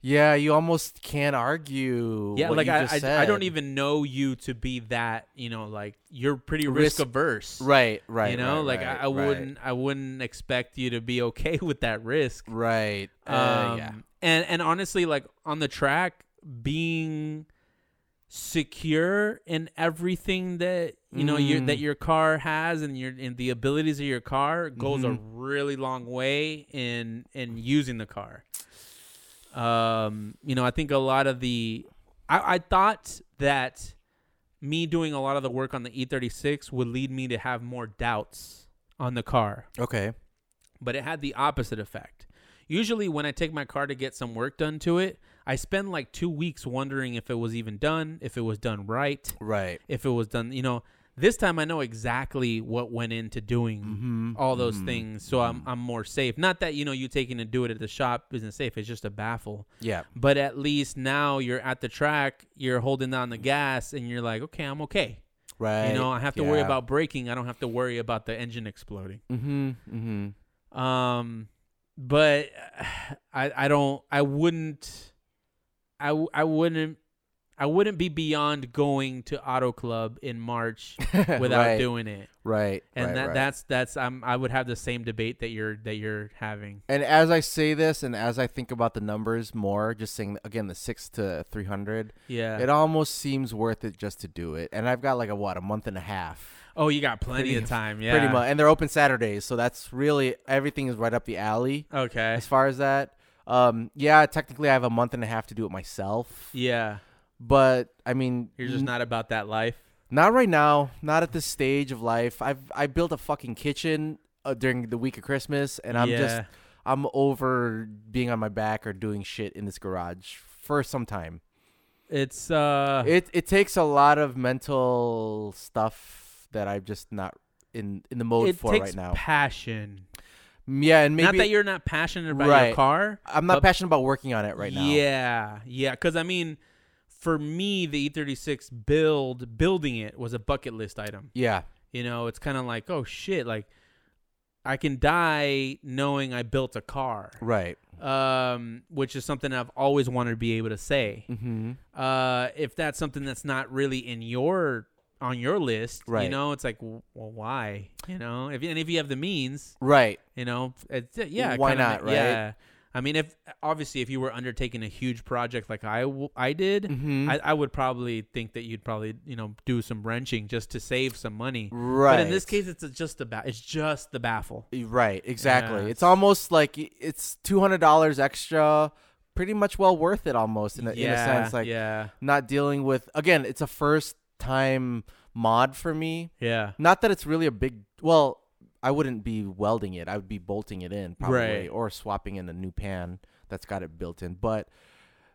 Speaker 1: Yeah, you almost can't argue.
Speaker 2: yeah.
Speaker 1: what
Speaker 2: Like
Speaker 1: you
Speaker 2: I,
Speaker 1: just
Speaker 2: I, I don't
Speaker 1: said.
Speaker 2: even know you to be that. You know, like you're pretty
Speaker 1: Risk-
Speaker 2: risk averse.
Speaker 1: Right, right.
Speaker 2: You know,
Speaker 1: right,
Speaker 2: like
Speaker 1: right,
Speaker 2: I, I
Speaker 1: right,
Speaker 2: wouldn't. I wouldn't expect you to be okay with that risk.
Speaker 1: Right. Uh,
Speaker 2: Um,
Speaker 1: yeah.
Speaker 2: And and honestly, like on the track, being secure in everything that you know your
Speaker 1: Mm.
Speaker 2: that your car has and your and the abilities of your car goes a
Speaker 1: Mhm.
Speaker 2: really long way in in using the car. Um, you know, I think a lot of the I, I thought that me doing a lot of the work on the E36 would lead me to have more doubts on the car
Speaker 1: Okay.
Speaker 2: but it had the opposite effect. Usually, when I take my car to get some work done to it, I spend like two weeks wondering if it was even done, if it was done right,
Speaker 1: Right.
Speaker 2: if it was done. You know, this time I know exactly what went into doing
Speaker 1: Mm-hmm.
Speaker 2: all those things, so I'm I'm more safe. Not that you know you taking to do it at the shop isn't safe. It's just a baffle
Speaker 1: Yeah.
Speaker 2: but at least now you're at the track, you're holding down the gas, and you're like, okay, I'm okay.
Speaker 1: Right.
Speaker 2: You know, I have to worry
Speaker 1: yeah.
Speaker 2: about braking. I don't have to worry about the engine exploding.
Speaker 1: Mhm. Mhm.
Speaker 2: Um, but I, I don't, I wouldn't, I, w- I wouldn't, I wouldn't be beyond going to Auto Club in March without
Speaker 1: Right,
Speaker 2: doing it.
Speaker 1: Right.
Speaker 2: And
Speaker 1: right,
Speaker 2: that,
Speaker 1: right.
Speaker 2: that's that's I'm I would have the same debate that you're that you're having.
Speaker 1: And as I say this, and as I think about the numbers more, just saying again the six to three hundred,
Speaker 2: Yeah.
Speaker 1: it almost seems worth it just to do it. And I've got like a what a month and a half,
Speaker 2: oh, you got plenty
Speaker 1: Pretty-
Speaker 2: of time. Yeah.
Speaker 1: pretty much. And they're open Saturdays, so that's really everything is right up the alley
Speaker 2: Okay.
Speaker 1: as far as that. Um, yeah, technically I have a month and a half to do it myself,
Speaker 2: Yeah.
Speaker 1: but I mean,
Speaker 2: You're just
Speaker 1: n-
Speaker 2: not about that life.
Speaker 1: Not right now. Not at this stage of life. I've I built a fucking kitchen uh, during the week of Christmas, and I'm just
Speaker 2: Yeah.
Speaker 1: I'm over being on my back or doing shit in this garage for some time.
Speaker 2: It's uh
Speaker 1: It it takes a lot of mental stuff that I'm just not in in the mode
Speaker 2: it
Speaker 1: for
Speaker 2: takes
Speaker 1: right now. Mm,
Speaker 2: passion.
Speaker 1: yeah, and
Speaker 2: Not
Speaker 1: maybe
Speaker 2: that you're not passionate about your
Speaker 1: Right.
Speaker 2: car
Speaker 1: I'm not
Speaker 2: but-
Speaker 1: passionate about working on it right now.
Speaker 2: Yeah, yeah. Because I mean, for me, the E36 build building it was a bucket list item.
Speaker 1: Yeah.
Speaker 2: You know, it's kind of like oh shit, like I can die knowing I built a car,
Speaker 1: Right.
Speaker 2: um, which is something I've always wanted to be able to say.
Speaker 1: Mm-hmm.
Speaker 2: uh, if that's something that's not really in your on your list, you
Speaker 1: Right.
Speaker 2: know, it's like, w- well, why, you know, if and if you have the means,
Speaker 1: Right.
Speaker 2: you know, it's, yeah, it
Speaker 1: Why
Speaker 2: kinda
Speaker 1: not,
Speaker 2: ma-
Speaker 1: right?
Speaker 2: Yeah, I mean, if obviously if you were undertaking a huge project like I w- I did,
Speaker 1: Mm-hmm.
Speaker 2: I, I would probably think that you'd probably you know do some wrenching just to save some money.
Speaker 1: right.
Speaker 2: But in this case, it's just the ba- it's just the baffle.
Speaker 1: Right, exactly.
Speaker 2: Yeah.
Speaker 1: It's almost like i- it's two hundred dollars extra, pretty much well worth it almost in a, in a sense. Like
Speaker 2: yeah,
Speaker 1: not dealing with again, it's a first time mod for me.
Speaker 2: yeah,
Speaker 1: Not that it's really a big. Well, I wouldn't be welding it. I would be bolting it in probably,
Speaker 2: Right.
Speaker 1: or swapping in a new pan that's got it built in. But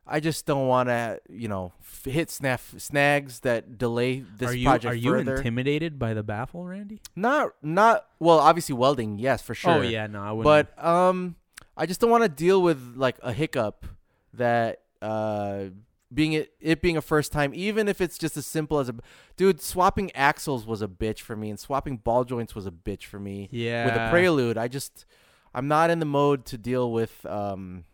Speaker 1: I just don't want to, you know, f- hit snaf- snags that delay this
Speaker 2: are you
Speaker 1: project
Speaker 2: are you
Speaker 1: further.
Speaker 2: intimidated by the baffle, Randy?
Speaker 1: not, not well. Obviously, welding, yes, for sure.
Speaker 2: Oh yeah, no, I wouldn't.
Speaker 1: But um, I just don't want to deal with like a hiccup that uh being it, it being a first time, even if it's just as simple as a dude swapping axles was a bitch for me, and swapping ball joints was a bitch for me.
Speaker 2: yeah,
Speaker 1: With a prelude, I just I'm not in the mode to deal with um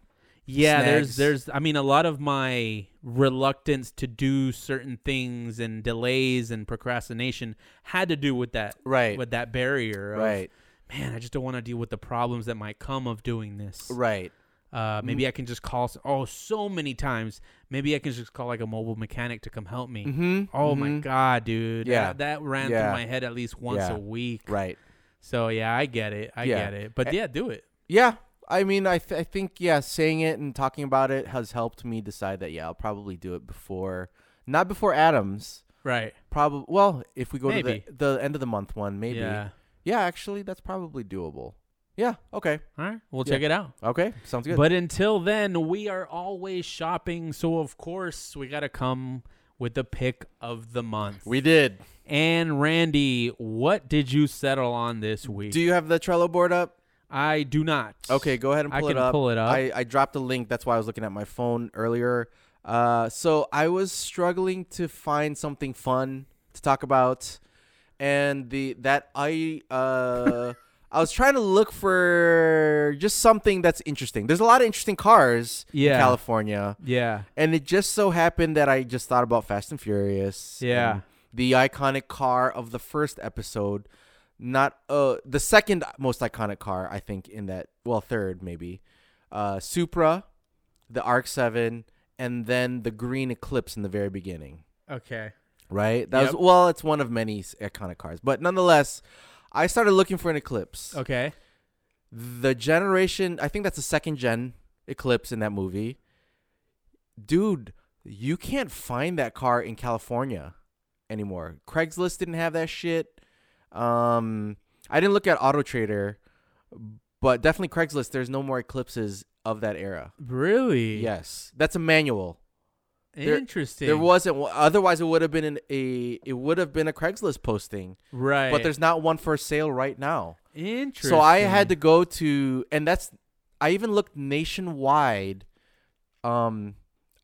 Speaker 2: Yeah,
Speaker 1: snags.
Speaker 2: there's there's I mean a lot of my reluctance to do certain things and delays and procrastination had to do with that
Speaker 1: right
Speaker 2: with that barrier of,
Speaker 1: right
Speaker 2: man, I just don't want to deal with the problems that might come of doing this.
Speaker 1: right
Speaker 2: Uh,
Speaker 1: mm-hmm.
Speaker 2: maybe I can just call s- oh so many times. Maybe I can just call like a mobile mechanic to come help me.
Speaker 1: mm-hmm
Speaker 2: Oh my god, dude.
Speaker 1: Yeah.
Speaker 2: That, that ran
Speaker 1: Yeah.
Speaker 2: through my head at least once
Speaker 1: Yeah.
Speaker 2: a week.
Speaker 1: right
Speaker 2: So yeah, I get it. I
Speaker 1: Yeah.
Speaker 2: get it. But
Speaker 1: A-
Speaker 2: yeah, do it.
Speaker 1: yeah. I mean, I th- I think yeah, saying it and talking about it has helped me decide that yeah, I'll probably do it before, not before Adams,
Speaker 2: Right.
Speaker 1: Probably. Well, if we go
Speaker 2: Maybe.
Speaker 1: to the, the end of the month one, maybe. Yeah.
Speaker 2: Yeah.
Speaker 1: actually, that's probably doable. Yeah. Okay.
Speaker 2: All right. We'll
Speaker 1: Yeah.
Speaker 2: check it out.
Speaker 1: Okay. Sounds good.
Speaker 2: But until then, we are always shopping. So, of course, we got to come with the pick of the month.
Speaker 1: we did.
Speaker 2: and Randy, what did you settle on this week?
Speaker 1: Do you have the Trello board up?
Speaker 2: I do not.
Speaker 1: Okay, go ahead and
Speaker 2: I
Speaker 1: pull
Speaker 2: can
Speaker 1: it up.
Speaker 2: pull it up.
Speaker 1: I, I dropped a link. That's why I was looking at my phone earlier. Uh, so I was struggling to find something fun to talk about, and the that I uh, I was trying to look for just something that's interesting. There's a lot of interesting cars
Speaker 2: Yeah.
Speaker 1: in California.
Speaker 2: Yeah.
Speaker 1: And it just so happened that I just thought about Fast and Furious.
Speaker 2: Yeah.
Speaker 1: and The iconic car of the first episode, not uh the second most iconic car I think in that well third maybe, uh Supra, the Arc Seven, and then the green Eclipse in the very beginning.
Speaker 2: Okay.
Speaker 1: Right. That
Speaker 2: Yep.
Speaker 1: was well, it's one of many s- iconic cars, but nonetheless, I started looking for an Eclipse.
Speaker 2: Okay.
Speaker 1: The generation, I think that's the second gen Eclipse in that movie dude, you can't find that car in California anymore. Craigslist didn't have that shit. Um, I didn't look at Auto Trader, but definitely Craigslist. There's no more Eclipses of that era.
Speaker 2: Really?
Speaker 1: Yes, that's a manual. there-
Speaker 2: Interesting.
Speaker 1: There wasn't. one- Otherwise, it would have been an, a it would have been a Craigslist posting.
Speaker 2: right.
Speaker 1: But there's not one for sale right now.
Speaker 2: interesting.
Speaker 1: So I had to go to, and that's I even looked nationwide. Um,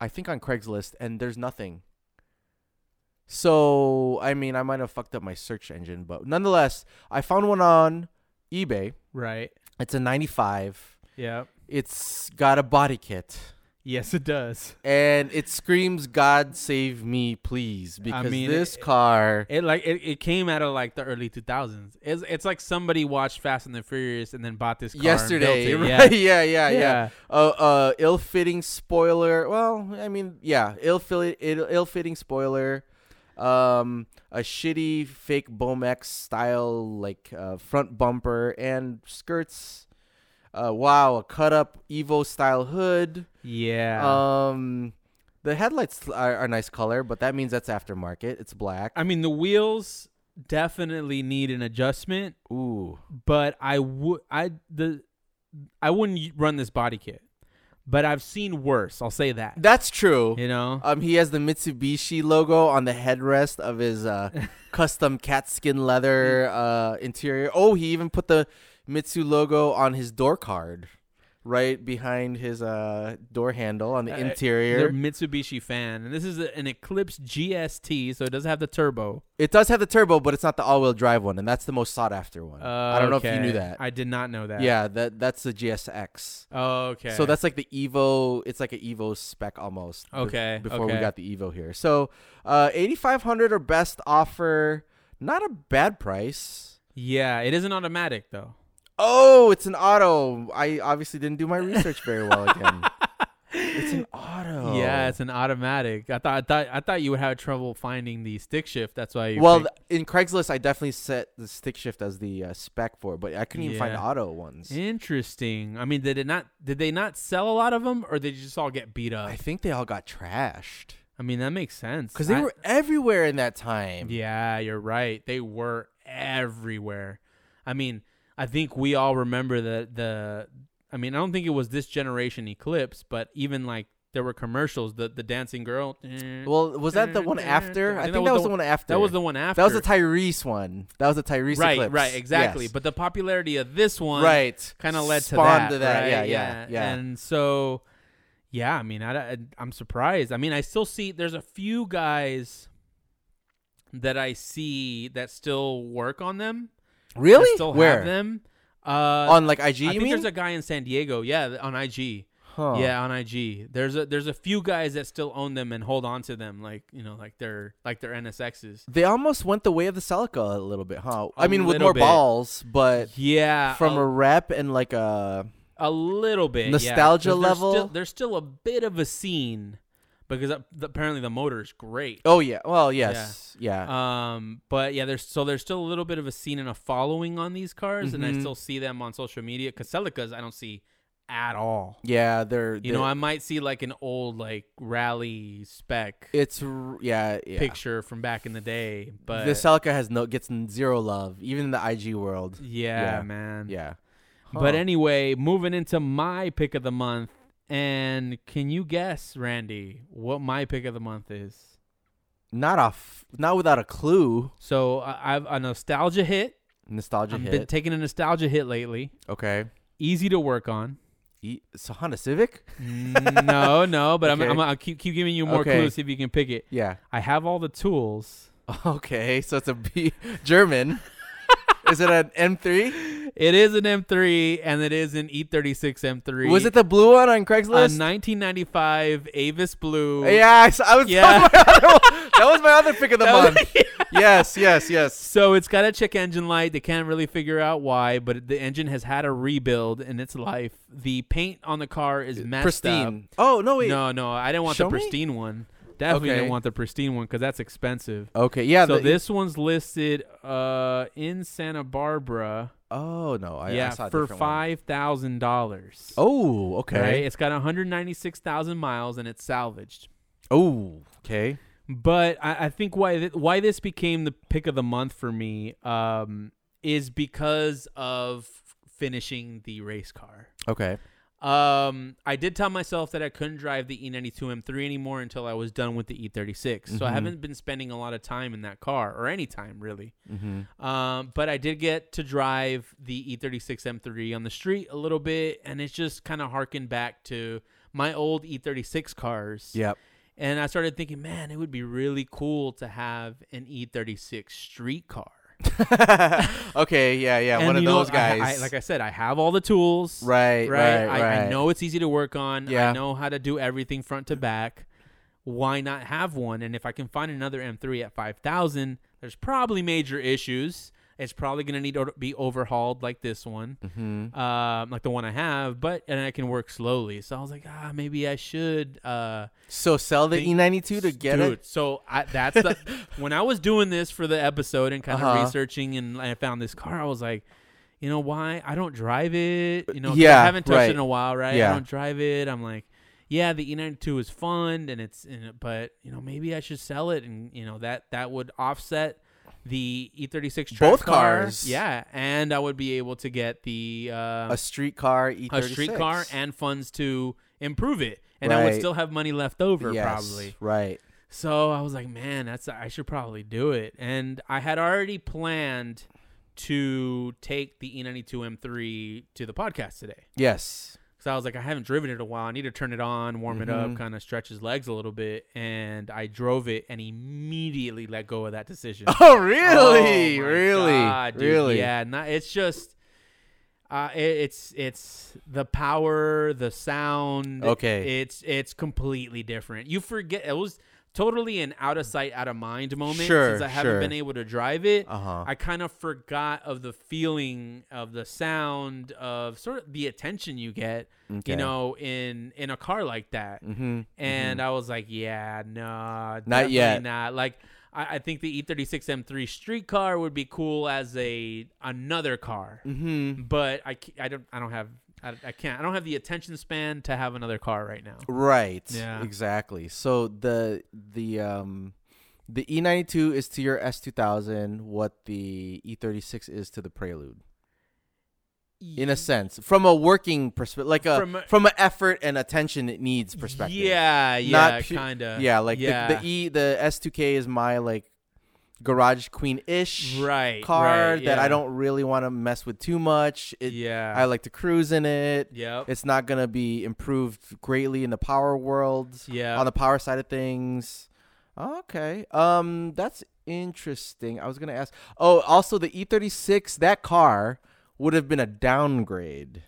Speaker 1: I think on Craigslist, and there's nothing. So I mean, I might have fucked up my search engine, but nonetheless, I found one on eBay.
Speaker 2: Right.
Speaker 1: It's a 95.
Speaker 2: Yeah.
Speaker 1: It's got a body kit.
Speaker 2: Yes, it does.
Speaker 1: And it screams, "God save me, please!" Because
Speaker 2: mean,
Speaker 1: this
Speaker 2: it-
Speaker 1: car,
Speaker 2: It like it, it came out of like the early 2000s. It's, it's like somebody watched Fast and the Furious and then bought this car and built
Speaker 1: yesterday,
Speaker 2: it.
Speaker 1: right? Yeah, yeah, yeah.
Speaker 2: Yeah.
Speaker 1: Uh, uh, ill-fitting spoiler. Well, I mean, yeah, ill-fitting, ill-fitting spoiler. Um, a shitty fake Bomex style like uh, front bumper and skirts. Uh, wow, a cut-up Evo style hood.
Speaker 2: Yeah.
Speaker 1: Um, the headlights are, are nice color, but that means that's aftermarket. It's black.
Speaker 2: I mean, the wheels definitely need an adjustment,
Speaker 1: Ooh,
Speaker 2: but I would I the I wouldn't y- run this body kit. But I've seen worse. I'll say that.
Speaker 1: that's true.
Speaker 2: You know.
Speaker 1: Um, he has the Mitsubishi logo on the headrest of his uh, custom cat skin leather uh, interior. Oh, he even put the Mitsu logo on his door card, right behind his uh, door handle on the
Speaker 2: Uh, They're
Speaker 1: interior.
Speaker 2: a Mitsubishi fan, and this is a, an Eclipse GST, so it doesn't have the turbo.
Speaker 1: It does have the turbo, but it's not the all-wheel drive one, and that's the most sought-after one. I don't know if you knew
Speaker 2: Okay.
Speaker 1: that.
Speaker 2: I did not know that.
Speaker 1: yeah, that that's the GSX.
Speaker 2: Okay.
Speaker 1: So that's like the Evo. It's like an Evo spec almost. be-
Speaker 2: Okay,
Speaker 1: Before we
Speaker 2: okay.
Speaker 1: got the Evo here, so uh, eighty five hundred or best offer. Not a bad price.
Speaker 2: yeah. It isn't automatic though.
Speaker 1: Oh, it's an auto. I obviously didn't do my research very well again. it's an auto.
Speaker 2: Yeah, it's an automatic. I thought I thought I thought you would have trouble finding the stick shift. That's why. You
Speaker 1: well,
Speaker 2: picked-
Speaker 1: th- in Craigslist, I definitely set the stick shift as the uh, spec for it, but I couldn't even find
Speaker 2: Yeah.
Speaker 1: auto ones.
Speaker 2: interesting. I mean, did it not? Did they not sell a lot of them, or did they just all get beat up?
Speaker 1: I think they all got trashed
Speaker 2: I mean, that makes sense.
Speaker 1: because they
Speaker 2: I-
Speaker 1: were everywhere in that time.
Speaker 2: Yeah, you're right. They were everywhere. I mean, I think we all remember the the. I mean, I don't think it was this generation Eclipse, but even like there were commercials. The the dancing girl. eh,
Speaker 1: Well, was that the one after? I think, that was the one after.
Speaker 2: That was the one after.
Speaker 1: That was the Tyrese one. That was the Tyrese
Speaker 2: right,
Speaker 1: eclipse.
Speaker 2: right, exactly.
Speaker 1: Yes.
Speaker 2: But the popularity of this one,
Speaker 1: right,
Speaker 2: kind of led to
Speaker 1: Spawned
Speaker 2: that,
Speaker 1: to that.
Speaker 2: right?
Speaker 1: Yeah, yeah, yeah.
Speaker 2: And so, yeah, I mean, I, I, I'm surprised. I mean, I still see there's a few guys that I see that still work on them. that
Speaker 1: really?
Speaker 2: still
Speaker 1: Where?
Speaker 2: have them. Uh,
Speaker 1: On like IG?
Speaker 2: I
Speaker 1: you
Speaker 2: think
Speaker 1: mean? Oh.
Speaker 2: there's a guy in San Diego. Yeah, th- on IG.
Speaker 1: Huh.
Speaker 2: Yeah, on IG. There's a there's a few guys that still own them and hold on to them, like you know, like they're like they're NSXs.
Speaker 1: They almost went the way of the Celica a little bit, huh? I
Speaker 2: A
Speaker 1: mean, with
Speaker 2: little
Speaker 1: more
Speaker 2: bit.
Speaker 1: balls, but
Speaker 2: Yeah,
Speaker 1: from
Speaker 2: a,
Speaker 1: a rep and like a
Speaker 2: a little bit yeah. 'Cause
Speaker 1: nostalgia
Speaker 2: there's
Speaker 1: level?
Speaker 2: Still, there's still a bit of a scene because uh, th- apparently the motor is great.
Speaker 1: oh yeah, well yes, yeah.
Speaker 2: Um, but yeah, there's so there's still a little bit of a scene and a following on these cars, and I
Speaker 1: Mhm.
Speaker 2: still see them on social media. Caselicas, I don't see at all.
Speaker 1: yeah, they're,
Speaker 2: You
Speaker 1: they're-
Speaker 2: know, I might see like an old like rally spec
Speaker 1: it's r- yeah, yeah.
Speaker 2: picture from back in the day, but
Speaker 1: the Celica has no gets n- zero love, even in the IG world.
Speaker 2: yeah,
Speaker 1: yeah,
Speaker 2: man.
Speaker 1: Yeah,
Speaker 2: Mm. But
Speaker 1: Huh.
Speaker 2: anyway, moving into my pick of the month, and can you guess, Randy, what my pick of the month is?
Speaker 1: not off, not without a clue.
Speaker 2: So I, I've a nostalgia hit.
Speaker 1: Nostalgia
Speaker 2: I've
Speaker 1: hit.
Speaker 2: been taking a nostalgia hit lately.
Speaker 1: okay,
Speaker 2: Easy to work on.
Speaker 1: E- so Honda Civic.
Speaker 2: no, no, but
Speaker 1: Okay.
Speaker 2: I'm, I'm, I'll keep, keep giving you more
Speaker 1: Okay.
Speaker 2: clues if you can pick it.
Speaker 1: Yeah.
Speaker 2: I have all the tools.
Speaker 1: Okay, so it's a B German. Is it an M3?
Speaker 2: It is an M3 and it is an E E36 M3.
Speaker 1: Was it the blue one on
Speaker 2: a
Speaker 1: Craigslist?
Speaker 2: 1995 Avis Blue?
Speaker 1: yeah, I, s- I was.
Speaker 2: Yeah.
Speaker 1: That was, my other one. That was my other pick of the
Speaker 2: That was-
Speaker 1: month. Yes, yes, yes.
Speaker 2: So it's got a check engine light. They can't really figure out why, but the engine has had a rebuild in its life. The paint on the car is messed up.
Speaker 1: Pristine. Oh no, wait.
Speaker 2: No, no, I didn't want
Speaker 1: Show
Speaker 2: the
Speaker 1: me?
Speaker 2: pristine one. Definitely
Speaker 1: Okay.
Speaker 2: didn't want the pristine one because that's expensive.
Speaker 1: Okay, yeah.
Speaker 2: so
Speaker 1: the-
Speaker 2: this one's listed uh, in Santa Barbara.
Speaker 1: Oh no, I, I
Speaker 2: yeah,
Speaker 1: saw a
Speaker 2: for
Speaker 1: different one.
Speaker 2: five thousand dollars.
Speaker 1: Oh,
Speaker 2: Right?
Speaker 1: okay.
Speaker 2: It's got 196,000 miles and it's salvaged.
Speaker 1: Oh, okay.
Speaker 2: But I, I think why th- why this became the pick of the month for me um, is because of finishing the race car.
Speaker 1: Okay.
Speaker 2: Um, I did tell myself that I couldn't drive the E E92 M3 anymore until I was done with the E36. So I
Speaker 1: Mhm.
Speaker 2: haven't been spending a lot of time in that car or any time really.
Speaker 1: Mm-hmm.
Speaker 2: Um, but I did get to drive the E E36 M3 on the street a little bit, and it's just kind of harkened back to my old E36 cars.
Speaker 1: Yep.
Speaker 2: And I started thinking, man, it would be really cool to have an E E36 street car.
Speaker 1: okay. Yeah. Yeah.
Speaker 2: And
Speaker 1: one of
Speaker 2: you know,
Speaker 1: those
Speaker 2: I-
Speaker 1: guys.
Speaker 2: I, like I said, I have all the tools.
Speaker 1: right. Right. Right.
Speaker 2: I, I know it's easy to work on. I
Speaker 1: Yeah.
Speaker 2: know how to do everything front to back. Why not have one? And if I can find another M3 at 5,000, there's probably major issues. It's probably going to need to be overhauled like this one,
Speaker 1: Mm-hmm.
Speaker 2: um, like the one I have, but, and I can work slowly. So I was like, ah, maybe I should. Uh,
Speaker 1: So sell the
Speaker 2: Think-
Speaker 1: E92 to get
Speaker 2: dude,
Speaker 1: it.
Speaker 2: so I, that's the, when I was doing this for the episode and kind of
Speaker 1: Uh-huh.
Speaker 2: researching and I found this car, I was like, you know why I don't drive it? You know, 'cause I
Speaker 1: Yeah,
Speaker 2: haven't touched it
Speaker 1: right.
Speaker 2: in a while, right? I
Speaker 1: Yeah.
Speaker 2: don't drive it. I'm like, yeah, the E92 is fun and it's, in it, but you know, maybe I should sell it, and you know that that would offset the E36 track
Speaker 1: Both
Speaker 2: car.
Speaker 1: cars.
Speaker 2: yeah, and I would be able to get the um,
Speaker 1: A streetcar E E36.
Speaker 2: a streetcar and funds to improve it, and I would
Speaker 1: Right.
Speaker 2: still have money left over
Speaker 1: Yes,
Speaker 2: probably.
Speaker 1: Right.
Speaker 2: So I was like, man, that's I should probably do it. And I had already planned to take the E E92 M3 to the podcast today.
Speaker 1: Yes.
Speaker 2: So I was like, I haven't driven it in a while. I need to turn it on, warm it up,
Speaker 1: Mhm.
Speaker 2: kind of stretch his legs a little bit. And I drove it and immediately let go of that decision.
Speaker 1: Oh
Speaker 2: Oh, my God, dude. Yeah, not, it's just, uh, it, it's it's the power, the sound.
Speaker 1: Okay.
Speaker 2: it's it's completely different. You forget it was totally an out of sight, out of mind moment.
Speaker 1: Sure,
Speaker 2: since I haven't
Speaker 1: sure.
Speaker 2: been able to drive it.
Speaker 1: Uh huh.
Speaker 2: I kind of forgot of the feeling of the sound of sort of the attention you get, you know, in in a car like that
Speaker 1: Mm-hmm.
Speaker 2: and I was like, yeah, no,
Speaker 1: Not yet.
Speaker 2: not like. I, I think the E E36 M3 street car would be cool as a another car,
Speaker 1: Mm-hmm.
Speaker 2: but I, ca- I don't I don't have I, I can't I don't have the attention span to have another car right now.
Speaker 1: Right.
Speaker 2: Yeah.
Speaker 1: Exactly. So the the um the E92 is to your S2000 what the E36 is to the Prelude in a sense from a working perspective like a
Speaker 2: From
Speaker 1: from,
Speaker 2: a-
Speaker 1: an effort and attention it needs perspective.
Speaker 2: Yeah, yeah,
Speaker 1: Not pu-
Speaker 2: kind of.
Speaker 1: Yeah, like The, the E the S2K is my like garage queen ish
Speaker 2: right
Speaker 1: car
Speaker 2: right,
Speaker 1: that
Speaker 2: yeah.
Speaker 1: I don't really want to mess with too much. It,
Speaker 2: yeah.
Speaker 1: I like to cruise in it.
Speaker 2: Yep.
Speaker 1: It's not gonna be improved greatly in the power world.
Speaker 2: Yeah.
Speaker 1: On the power side of things. Okay. Um that's interesting. I was gonna ask Oh, also the E thirty six, that car would have been a downgrade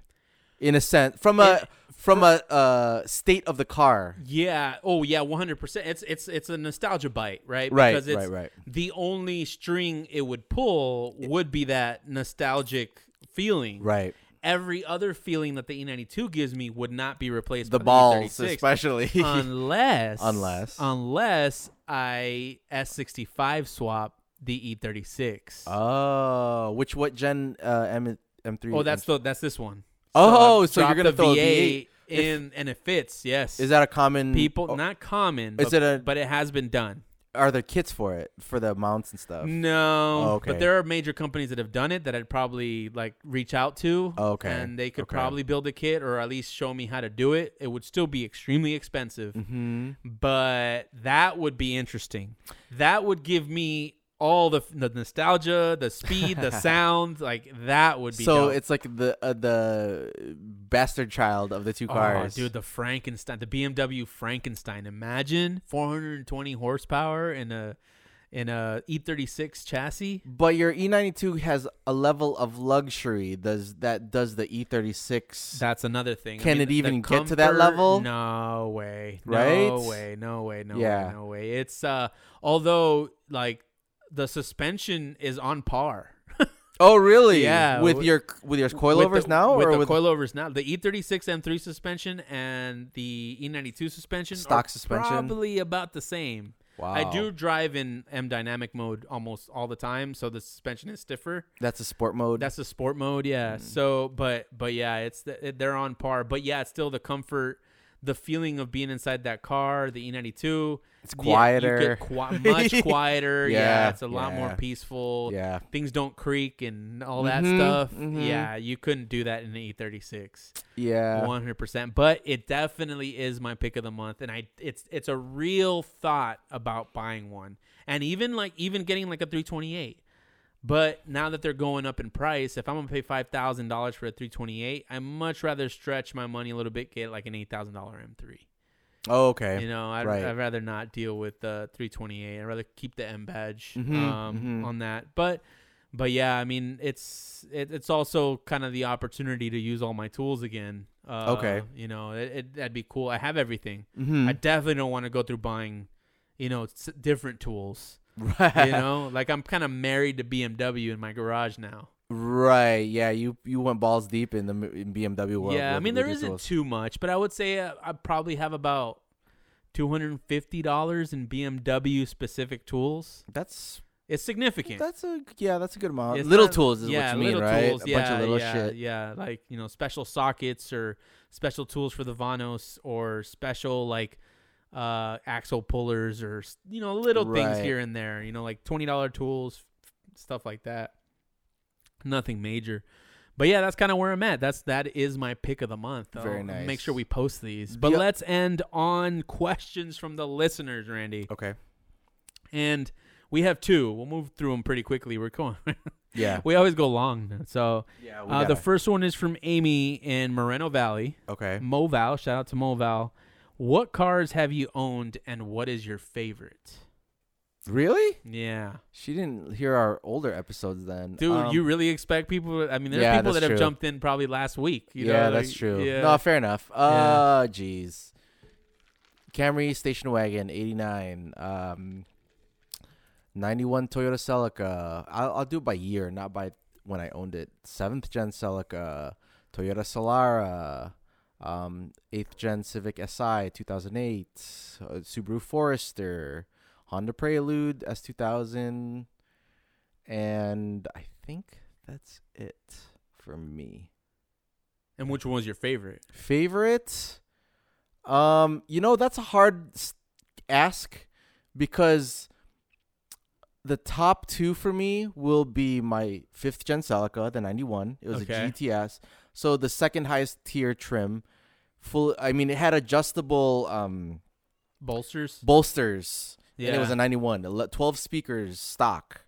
Speaker 1: in a sense. From a
Speaker 2: It-
Speaker 1: from a uh state of the car.
Speaker 2: yeah. Oh yeah. One hundred percent. It's it's it's a nostalgia bite, right?
Speaker 1: Right,
Speaker 2: Because it's
Speaker 1: right, right.
Speaker 2: the only string it would pull would be that nostalgic feeling.
Speaker 1: Right.
Speaker 2: Every other feeling that the E92 gives me would not be replaced
Speaker 1: The
Speaker 2: by
Speaker 1: balls
Speaker 2: the E Uh, E36,
Speaker 1: especially.
Speaker 2: unless
Speaker 1: Unless.
Speaker 2: unless I S65 swap the E E36.
Speaker 1: oh, which what gen uh M M three
Speaker 2: oh, that's the that's this one.
Speaker 1: Oh,
Speaker 2: I've
Speaker 1: so you're
Speaker 2: dropped
Speaker 1: gonna
Speaker 2: the
Speaker 1: throw a
Speaker 2: V8
Speaker 1: If-
Speaker 2: in and it fits. Yes.
Speaker 1: is that a common
Speaker 2: people
Speaker 1: oh,
Speaker 2: not common?
Speaker 1: Is
Speaker 2: but,
Speaker 1: it a-
Speaker 2: but it has been done.
Speaker 1: are there kits for it for the mounts and stuff?
Speaker 2: No,
Speaker 1: Oh, okay.
Speaker 2: but there are major companies that have done it that I'd probably like reach out to.
Speaker 1: Oh, okay.
Speaker 2: and they could
Speaker 1: Okay.
Speaker 2: probably build a kit or at least show me how to do it. It would still be extremely expensive,
Speaker 1: Mm-hmm.
Speaker 2: but that would be interesting. That would give me all the, the nostalgia, the speed, the sound. Like that would be
Speaker 1: So
Speaker 2: dope.
Speaker 1: it's like the uh, the bastard child of the two
Speaker 2: Oh,
Speaker 1: cars.
Speaker 2: dude, the Frankenstein, the BMW Frankenstein. Imagine 420 horsepower in a in a E36 chassis.
Speaker 1: But your E92 has a level of luxury. Does that does the E E36?
Speaker 2: That's another thing.
Speaker 1: Can it
Speaker 2: the- the
Speaker 1: even get to that
Speaker 2: comfort-
Speaker 1: level?
Speaker 2: No way. No
Speaker 1: Right?
Speaker 2: way. No way. No way.
Speaker 1: Yeah.
Speaker 2: No way. It's uh although like the suspension is on par.
Speaker 1: oh, really?
Speaker 2: Yeah,
Speaker 1: With
Speaker 2: with-
Speaker 1: your with your
Speaker 2: With
Speaker 1: coilovers
Speaker 2: the-
Speaker 1: now,
Speaker 2: with
Speaker 1: or
Speaker 2: the
Speaker 1: with
Speaker 2: coilovers now. The E E36 M3 suspension and the E92 suspension are
Speaker 1: Stock suspension?
Speaker 2: probably about the same.
Speaker 1: wow?
Speaker 2: I do drive in M dynamic mode almost all the time, so the suspension is stiffer.
Speaker 1: That's a sport mode. Mm-hmm.
Speaker 2: That's the sport mode, yeah. So, but but yeah, it's the, it, they're on par. But yeah, it's still the comfort, the feeling of being inside that car, the E E92.
Speaker 1: It's
Speaker 2: the- you get
Speaker 1: quieter.
Speaker 2: qui- much quieter. yeah,
Speaker 1: Yeah,
Speaker 2: it's a lot more
Speaker 1: yeah.
Speaker 2: peaceful.
Speaker 1: yeah.
Speaker 2: Things don't creak and all that
Speaker 1: Mhm,
Speaker 2: stuff.
Speaker 1: mhm.
Speaker 2: Yeah, you couldn't do that in the E E36.
Speaker 1: Yeah.
Speaker 2: One hundred percent. But it definitely is my pick of the month, and I it's it's a real thought about buying one, and even like even getting like a three twenty eight. But now that they're going up in price, if I'm gonna pay five thousand dollars for a three twenty eight, I much rather stretch my money a little bit, get like an eight thousand dollar M three.
Speaker 1: Oh, okay.
Speaker 2: You know, I'd,
Speaker 1: right.
Speaker 2: I'd rather not deal with the three twenty eight. I'd rather keep the M badge
Speaker 1: Mhm,
Speaker 2: um,
Speaker 1: mhm.
Speaker 2: on that, but. But yeah, I mean, it's it, it's also kind of the opportunity to use all my tools again. Uh,
Speaker 1: Okay.
Speaker 2: you know, it, it, that'd be cool. I have everything.
Speaker 1: hmm
Speaker 2: I definitely don't want to go through buying, you know, s- different tools.
Speaker 1: Right.
Speaker 2: You know, like I'm kind of married to BMW in my garage now.
Speaker 1: Right. Yeah. You you went balls deep in the m- in BMW world.
Speaker 2: yeah, I
Speaker 1: with
Speaker 2: mean, there
Speaker 1: Rudy
Speaker 2: isn't
Speaker 1: Tools.
Speaker 2: too much, but I would say uh, I probably have about two hundred and fifty dollars in BMW specific tools.
Speaker 1: That's
Speaker 2: It's significant.
Speaker 1: that's a yeah. That's a good amount.
Speaker 2: It's
Speaker 1: little
Speaker 2: not-
Speaker 1: tools is
Speaker 2: yeah,
Speaker 1: what you mean,
Speaker 2: little
Speaker 1: right?
Speaker 2: Tools,
Speaker 1: a
Speaker 2: yeah,
Speaker 1: bunch of little
Speaker 2: yeah,
Speaker 1: shit.
Speaker 2: Yeah, like you know, special sockets or special tools for the Vanos or special like uh axle pullers or s- you know little things
Speaker 1: Right.
Speaker 2: here and there. You know, like twenty dollar tools, f- stuff like that. Nothing major. But yeah, that's kind of where I'm at. That's that is my pick of the month. I'll
Speaker 1: Very
Speaker 2: Make
Speaker 1: nice.
Speaker 2: sure we post these. But
Speaker 1: Yeah.
Speaker 2: let's end on questions from the listeners, Randy.
Speaker 1: Okay.
Speaker 2: And we have two. We'll move through them pretty quickly. We're going.
Speaker 1: Yeah.
Speaker 2: we always go long. now. So
Speaker 1: Yeah.
Speaker 2: uh, the first one is from Amy in Moreno Valley.
Speaker 1: okay.
Speaker 2: Moval, shout out to Moval. What cars have you owned and what is your favorite?
Speaker 1: Really?
Speaker 2: Yeah.
Speaker 1: She didn't hear our older episodes then,
Speaker 2: Dude,
Speaker 1: Um,
Speaker 2: you really expect people? I mean, there are
Speaker 1: yeah,
Speaker 2: people that
Speaker 1: that's
Speaker 2: have
Speaker 1: true.
Speaker 2: jumped in probably last week. You
Speaker 1: yeah,
Speaker 2: know,
Speaker 1: that's
Speaker 2: like,
Speaker 1: true.
Speaker 2: Yeah.
Speaker 1: No, fair enough. Uh, jeez. Camry station wagon, eighty nine. Um, ninety one Toyota Celica. I'll, I'll do it by year, not by when I owned it. Seventh gen Celica, Toyota Solara, um, eighth gen Civic Si, two thousand eight, uh, Subaru Forester, Honda Prelude S two thousand, and I think that's it for me.
Speaker 2: and which one was your favorite?
Speaker 1: Favorite? Um, you know that's a hard s- ask because the top two for me will be my fifth gen Celica, the '91. It was
Speaker 2: Okay.
Speaker 1: a GTS, so the second highest tier trim. Full. I mean, it had adjustable um
Speaker 2: Bolsters.
Speaker 1: bolsters
Speaker 2: Yeah.
Speaker 1: and it was a 91 ele- 12 speakers stock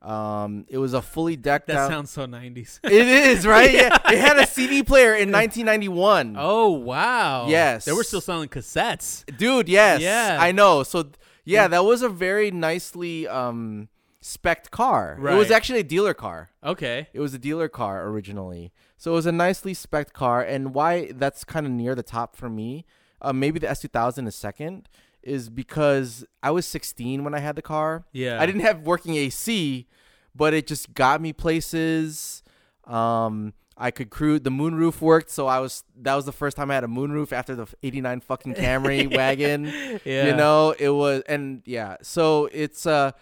Speaker 1: um it was a fully decked
Speaker 2: that
Speaker 1: out
Speaker 2: sounds so 90s.
Speaker 1: it is right yeah. it had a cd player in 1991
Speaker 2: oh wow.
Speaker 1: Yes.
Speaker 2: They were still selling cassettes.
Speaker 1: dude yes
Speaker 2: Yeah.
Speaker 1: i know so th- yeah that was a very nicely um spec car it was
Speaker 2: Right.
Speaker 1: actually a dealer car
Speaker 2: Okay.
Speaker 1: it was a dealer car originally so it was a nicely spec car and why that's kind of near the top for me uh, maybe the s2000 is second is because i was 16 when i had the car
Speaker 2: Yeah.
Speaker 1: I didn't have working AC, but it just got me places. Um, I could crew. The moonroof worked, so I was. That was the first time I had a moonroof after the '89 fucking Camry wagon.
Speaker 2: Yeah.
Speaker 1: You know, it was, and yeah. So it's uh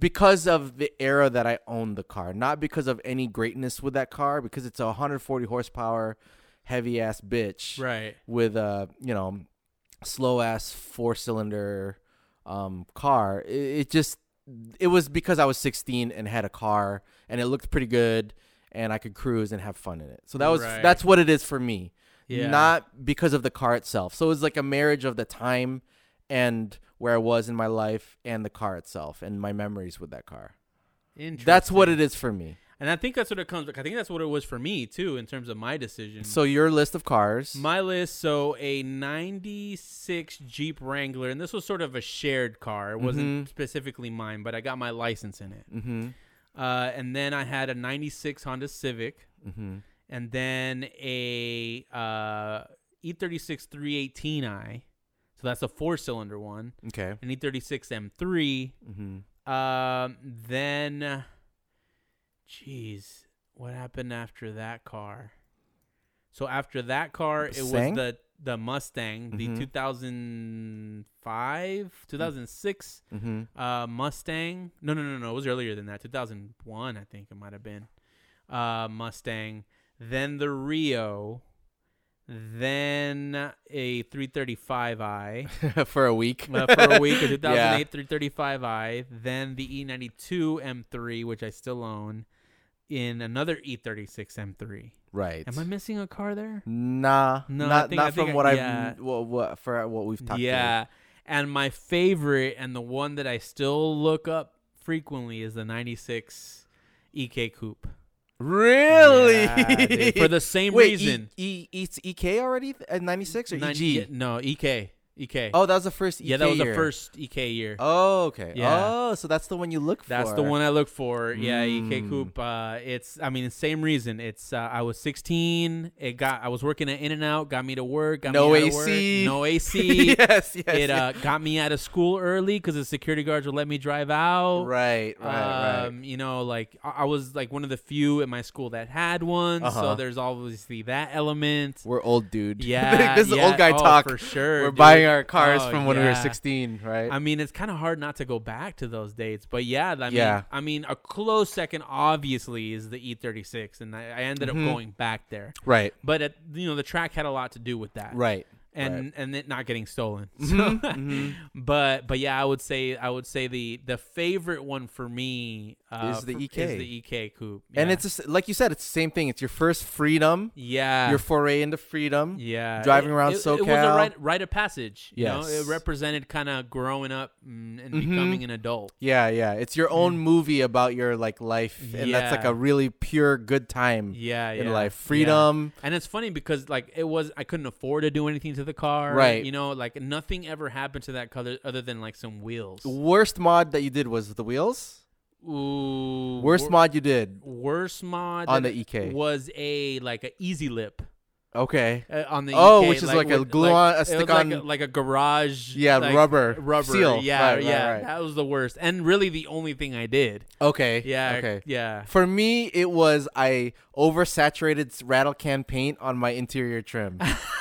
Speaker 1: because of the era that I owned the car, not because of any greatness with that car, because it's a 140 horsepower, heavy ass bitch
Speaker 2: Right.
Speaker 1: with a you know slow ass four cylinder um, car. It, it just it was because I was 16 and had a car and it looked pretty good and I could cruise and have fun in it. So that was
Speaker 2: Right.
Speaker 1: that's what it is for me.
Speaker 2: Yeah.
Speaker 1: Not because of the car itself. So it was like a marriage of the time and where I was in my life and the car itself and my memories with that car. That's what
Speaker 2: Interesting.
Speaker 1: it is for me.
Speaker 2: And I think that's what it comes. I think that's what it was for me too, in terms of my decision.
Speaker 1: So your list of cars.
Speaker 2: my list, so a '96 Jeep Wrangler, and this was sort of a shared car. It wasn't
Speaker 1: Mhm.
Speaker 2: specifically mine, but I got my license in it.
Speaker 1: mhm.
Speaker 2: Uh, and then I had a '96 Honda Civic,
Speaker 1: Mhm.
Speaker 2: and then a uh, E36 318i. So that's a four-cylinder one,
Speaker 1: Okay.
Speaker 2: an E E36 M3,
Speaker 1: Mhm.
Speaker 2: um, then, jeez, what happened after that car? So after that car, it was
Speaker 1: Mustang?
Speaker 2: the the Mustang,
Speaker 1: Mhm.
Speaker 2: the 2005, 2006
Speaker 1: Mhm.
Speaker 2: uh, Mustang. No, no, no, no. It was earlier than that. 2001, I think it might have been. Uh, Mustang. Then the Rio. then a 335i
Speaker 1: for a week.
Speaker 2: uh, for a week, a 2008
Speaker 1: Yeah.
Speaker 2: 335i, then the E E92 M3, which I still own, in another E E36 M3.
Speaker 1: Right.
Speaker 2: Am I missing a car there?
Speaker 1: Nah,
Speaker 2: No, I
Speaker 1: not
Speaker 2: think- I
Speaker 1: not
Speaker 2: think
Speaker 1: from
Speaker 2: I-
Speaker 1: what I've
Speaker 2: yeah.
Speaker 1: what, what for what we've talked.
Speaker 2: yeah. And my favorite and the one that I still look up frequently is the 96 EK Coupe.
Speaker 1: about. really
Speaker 2: Yeah, dude, for the same
Speaker 1: Wait,
Speaker 2: reason.
Speaker 1: E, e, it's EK already th- at ninety six or EG?
Speaker 2: 90 No, E EK. EK.
Speaker 1: Oh, that was the first. EK
Speaker 2: yeah, that was
Speaker 1: year.
Speaker 2: the first EK year.
Speaker 1: Oh, okay.
Speaker 2: Yeah.
Speaker 1: Oh, so that's the one you look
Speaker 2: That's
Speaker 1: for.
Speaker 2: the one I look for. Yeah, EK
Speaker 1: Mm.
Speaker 2: Coupe. Uh, it's I mean, the same reason. It's uh, I was 16. It got I was working at In and Out. Got me to work. Got
Speaker 1: No
Speaker 2: me out of
Speaker 1: AC.
Speaker 2: work, no AC.
Speaker 1: yes, yes.
Speaker 2: It uh, got me out of school early because the security guards would let me drive out.
Speaker 1: right, right, right.
Speaker 2: um, You know, like I I was like one of the few at my school that had one.
Speaker 1: Uh-huh.
Speaker 2: So there's obviously that element.
Speaker 1: We're old, dude.
Speaker 2: Yeah,
Speaker 1: this is
Speaker 2: yeah.
Speaker 1: old guy
Speaker 2: Oh,
Speaker 1: talk.
Speaker 2: for sure.
Speaker 1: We're
Speaker 2: dude.
Speaker 1: buying our cars
Speaker 2: Oh,
Speaker 1: from when we were
Speaker 2: yeah.
Speaker 1: sixteen, right?
Speaker 2: I mean, it's kind of hard not to go back to those dates, but yeah, I mean,
Speaker 1: Yeah.
Speaker 2: I mean, a close second obviously is the E36, and I, I ended
Speaker 1: Mhm.
Speaker 2: up going back there.
Speaker 1: right,
Speaker 2: But at, you know, the track had a lot to do with that,
Speaker 1: right.
Speaker 2: And and it not getting stolen. So, mm-hmm.
Speaker 1: Mhm, mhm.
Speaker 2: but but yeah, I would say I would say the the favorite one for me uh,
Speaker 1: Is the
Speaker 2: fr-
Speaker 1: EK.
Speaker 2: is the EK coupe,
Speaker 1: And
Speaker 2: Yeah.
Speaker 1: it's just, like you said, it's the same thing. It's your first freedom,
Speaker 2: yeah,
Speaker 1: your foray into freedom.
Speaker 2: Yeah,
Speaker 1: driving
Speaker 2: It-
Speaker 1: around
Speaker 2: it, It was a
Speaker 1: SoCal.
Speaker 2: rite, rite of passage. You know?
Speaker 1: Yes.
Speaker 2: it represented kind of growing up mm, and
Speaker 1: Mhm.
Speaker 2: becoming an adult.
Speaker 1: Yeah, yeah. It's your own movie about your like life, and that's like
Speaker 2: Mm. Yeah.
Speaker 1: a really pure good time
Speaker 2: Yeah,
Speaker 1: in
Speaker 2: yeah,
Speaker 1: life.
Speaker 2: yeah.
Speaker 1: Freedom.
Speaker 2: And it's funny because like it was I couldn't afford to do anything to the car.
Speaker 1: Right.
Speaker 2: You know, like nothing ever happened to that color other than like some wheels.
Speaker 1: The worst mod that you did was the wheels.
Speaker 2: Ooh.
Speaker 1: Worst
Speaker 2: wor-
Speaker 1: mod you did.
Speaker 2: Worst mod
Speaker 1: On
Speaker 2: that
Speaker 1: the E EK.
Speaker 2: was a like a easy lip
Speaker 1: Okay.
Speaker 2: uh, on the
Speaker 1: Oh,
Speaker 2: EK,
Speaker 1: which is like a
Speaker 2: with-
Speaker 1: glue on- a
Speaker 2: it was
Speaker 1: stick
Speaker 2: like a,
Speaker 1: on-
Speaker 2: like a garage
Speaker 1: Yeah,
Speaker 2: like,
Speaker 1: rubber.
Speaker 2: rubber
Speaker 1: Seal.
Speaker 2: yeah
Speaker 1: Right, right,
Speaker 2: yeah
Speaker 1: right.
Speaker 2: that was the worst and really the only thing I did
Speaker 1: Okay.
Speaker 2: yeah
Speaker 1: Okay.
Speaker 2: yeah
Speaker 1: For me, it was I oversaturated s- rattle can paint on my interior trim.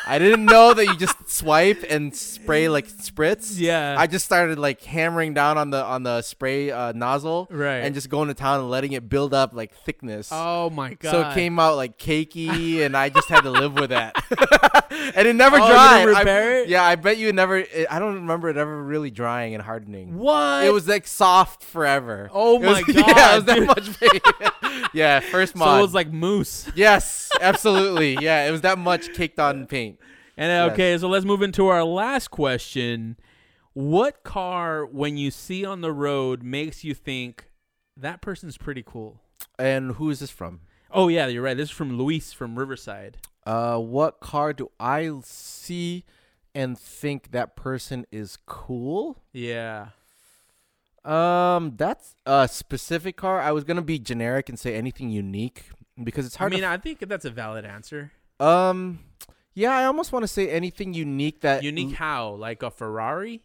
Speaker 1: I didn't know that you just swipe and spray like spritz.
Speaker 2: yeah
Speaker 1: I just started like hammering down on the on the spray uh, nozzle
Speaker 2: right
Speaker 1: and just going to town and letting it build up like thickness.
Speaker 2: oh my god
Speaker 1: So it came out like cakey, and I just had to live with that. and it never
Speaker 2: Oh, you
Speaker 1: dried.
Speaker 2: didn't
Speaker 1: I-
Speaker 2: repair it?
Speaker 1: Yeah, I bet you it never. It, I don't remember it ever really drying and hardening.
Speaker 2: what
Speaker 1: It was like soft forever.
Speaker 2: Oh
Speaker 1: It was-
Speaker 2: my
Speaker 1: Yeah, it was
Speaker 2: God,
Speaker 1: that
Speaker 2: dude.
Speaker 1: much. paint. yeah, first mod.
Speaker 2: so it was like moose.
Speaker 1: yes, absolutely. Yeah, it was that much caked on paint.
Speaker 2: And
Speaker 1: Yes.
Speaker 2: uh, okay, so let's move into our last question. What car, when you see on the road, makes you think that person's pretty cool?
Speaker 1: And who is this from?
Speaker 2: Oh yeah, you're right. This is from Luis from Riverside.
Speaker 1: Uh, what car do I see and think that person is cool?
Speaker 2: Yeah.
Speaker 1: Um, that's a specific car. I was gonna be generic and say anything unique because it's
Speaker 2: I
Speaker 1: hard.
Speaker 2: mean,
Speaker 1: to,
Speaker 2: I think that's a valid answer.
Speaker 1: um, yeah, I almost want to say anything unique that
Speaker 2: Unique how? Like a Ferrari?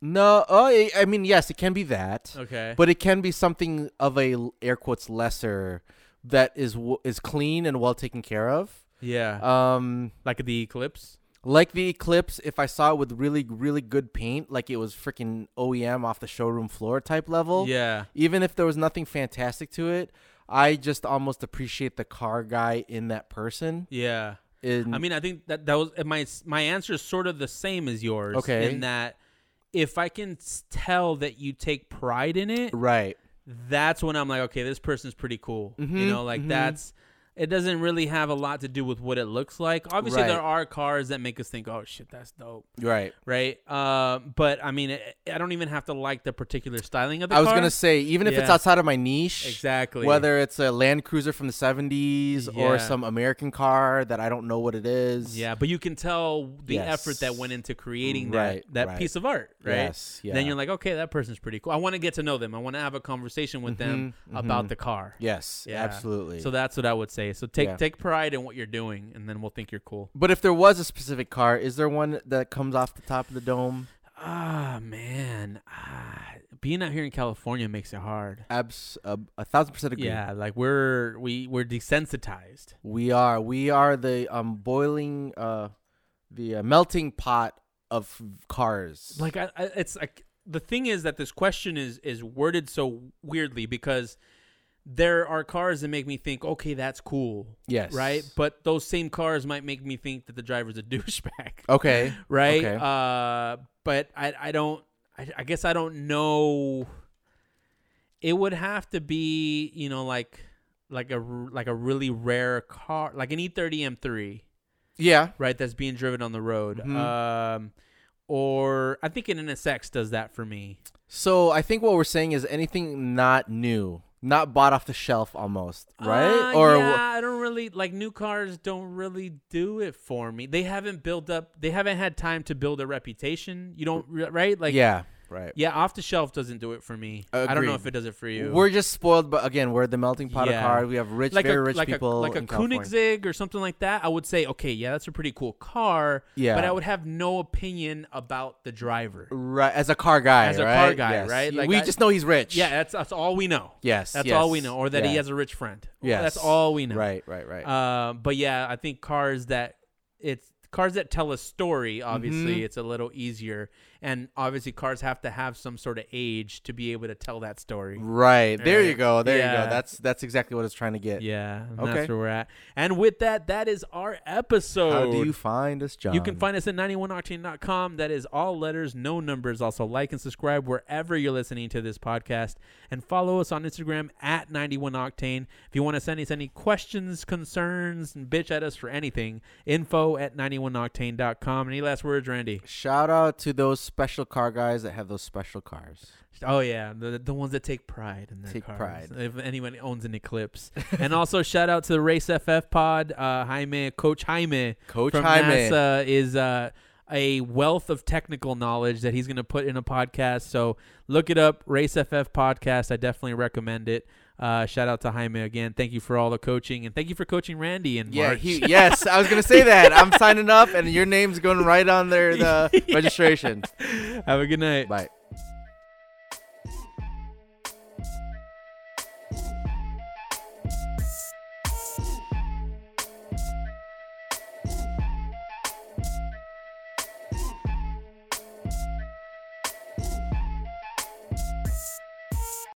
Speaker 1: No, oh, I, I mean, yes, it can be that,
Speaker 2: Okay.
Speaker 1: but it can be something of a l- air quotes lesser that is w- is clean and well taken care of.
Speaker 2: yeah.
Speaker 1: Um,
Speaker 2: like the Eclipse?
Speaker 1: Like the Eclipse, if I saw it with really, really good paint, like it was freaking OEM off the showroom floor type level,
Speaker 2: Yeah.
Speaker 1: even if there was nothing fantastic to it, I just almost appreciate the car guy in that person.
Speaker 2: Yeah.
Speaker 1: In,
Speaker 2: I mean, I think that that was my my answer is sort of the same as yours.
Speaker 1: Okay.
Speaker 2: In that, if I can s- tell that you take pride in it,
Speaker 1: right.
Speaker 2: that's when I'm like, okay, this person's pretty cool.
Speaker 1: Mhm,
Speaker 2: You know, like
Speaker 1: mhm.
Speaker 2: that's it doesn't really have a lot to do with what it looks like. Obviously,
Speaker 1: Right.
Speaker 2: there are cars that make us think, oh shit, that's dope,
Speaker 1: Right.
Speaker 2: right? Uh, but I mean, it, I don't even have to like the particular styling of the
Speaker 1: I was
Speaker 2: car.
Speaker 1: going to say, even if it's
Speaker 2: Yeah.
Speaker 1: outside of my niche,
Speaker 2: exactly
Speaker 1: whether it's a Land Cruiser from the 70s or
Speaker 2: Yeah.
Speaker 1: some American car that I don't know what it is.
Speaker 2: Yeah, but you can tell the
Speaker 1: Yes.
Speaker 2: effort that went into creating
Speaker 1: Right,
Speaker 2: that that
Speaker 1: right.
Speaker 2: piece of art, right?
Speaker 1: Yes, yeah.
Speaker 2: Then you're like, okay, that person's pretty cool. I want to get to know them. I want to have a conversation with them
Speaker 1: Mhm,
Speaker 2: about the car.
Speaker 1: Yes,
Speaker 2: Yeah.
Speaker 1: absolutely.
Speaker 2: So that's what I would say. So take
Speaker 1: Yeah.
Speaker 2: take pride in what you're doing, and then we'll think you're cool.
Speaker 1: but if there was a specific car, is there one that comes off the top of the dome?
Speaker 2: Ah man, ah, being out here in California makes it hard.
Speaker 1: Abs- a, a thousand percent agree.
Speaker 2: Yeah, like we're we we're desensitized.
Speaker 1: We are. We are the um boiling uh the uh, melting pot of cars.
Speaker 2: Like I, I it's like the thing is that this question is is worded so weirdly because there are cars that make me think, okay, that's cool,
Speaker 1: Yes.
Speaker 2: right? But those same cars might make me think that the driver's a douchebag,
Speaker 1: Okay.
Speaker 2: right?
Speaker 1: Okay.
Speaker 2: Uh, but I, I don't, I, I guess I don't know. It would have to be, you know, like, like a r- like a really rare car, like an E E30 M3,
Speaker 1: Yeah.
Speaker 2: right? That's being driven on the road.
Speaker 1: Mhm.
Speaker 2: Um, or I think an NSX does that for me.
Speaker 1: So I think what we're saying is anything not new, not bought off the shelf, almost, right?
Speaker 2: Uh,
Speaker 1: or
Speaker 2: yeah, I don't really like new cars. Don't really do it for me. They haven't built up. They haven't had time to build a reputation. You don't re- right like
Speaker 1: yeah, right.
Speaker 2: yeah. Off the shelf doesn't do it for me. I don't know
Speaker 1: Agreed.
Speaker 2: if it does it for you.
Speaker 1: We're just spoiled, but again, we're the melting pot
Speaker 2: Yeah.
Speaker 1: of cars. We have rich,
Speaker 2: like
Speaker 1: very
Speaker 2: a,
Speaker 1: rich
Speaker 2: like
Speaker 1: people
Speaker 2: a like a
Speaker 1: in California.
Speaker 2: Koenigsegg or something like that. I would say okay, yeah, that's a pretty cool car.
Speaker 1: Yeah,
Speaker 2: But I would have no opinion about the driver.
Speaker 1: right as a car guy,
Speaker 2: As a
Speaker 1: right?
Speaker 2: car guy,
Speaker 1: Yes.
Speaker 2: right? Like,
Speaker 1: we
Speaker 2: I-
Speaker 1: just know he's rich.
Speaker 2: Yeah, that's that's all we know.
Speaker 1: Yes.
Speaker 2: That's
Speaker 1: yes.
Speaker 2: all we know, or that
Speaker 1: yeah.
Speaker 2: he has a rich friend.
Speaker 1: Yes.
Speaker 2: that's all we know.
Speaker 1: Right. Right. Right.
Speaker 2: Uh, but yeah, I think cars that it's cars that tell a story. Obviously,
Speaker 1: Mhm.
Speaker 2: it's a little easier, and obviously, cars have to have some sort of age to be able to tell that story.
Speaker 1: right. There
Speaker 2: right.
Speaker 1: you go. There you
Speaker 2: Yeah.
Speaker 1: go. That's that's exactly what it's trying to get.
Speaker 2: Yeah, and
Speaker 1: Eh, Okay.
Speaker 2: that's where we're at. And with that, that is our episode.
Speaker 1: How do you find us, John?
Speaker 2: You can find us at 91octane.com. That is all letters, no numbers. Also, like and subscribe wherever you're listening to this podcast. And follow us on Instagram at 91octane. If you want to send us any questions, concerns, and bitch at us for anything, info at 91octane.com. Any last words, Randy?
Speaker 1: Shout out to those special car guys that have those special cars.
Speaker 2: Oh, yeah. The, the ones that take pride in their
Speaker 1: Take
Speaker 2: cars.
Speaker 1: pride.
Speaker 2: If anyone owns an Eclipse. and also, shout out to the Race FF pod, uh, Jaime, Coach Jaime.
Speaker 1: Coach
Speaker 2: from
Speaker 1: Jaime.
Speaker 2: NASA is uh, a wealth of technical knowledge that he's going to put in a podcast. So look it up, Race FF podcast. I definitely recommend it. Uh, shout out to Jaime again. Thank you for all the coaching, and thank you for coaching Randy and
Speaker 1: Yeah,
Speaker 2: March.
Speaker 1: he, yes, I was gonna say that. I'm signing up, and your name's going right on there the registration.
Speaker 2: Have a good night.
Speaker 1: Bye.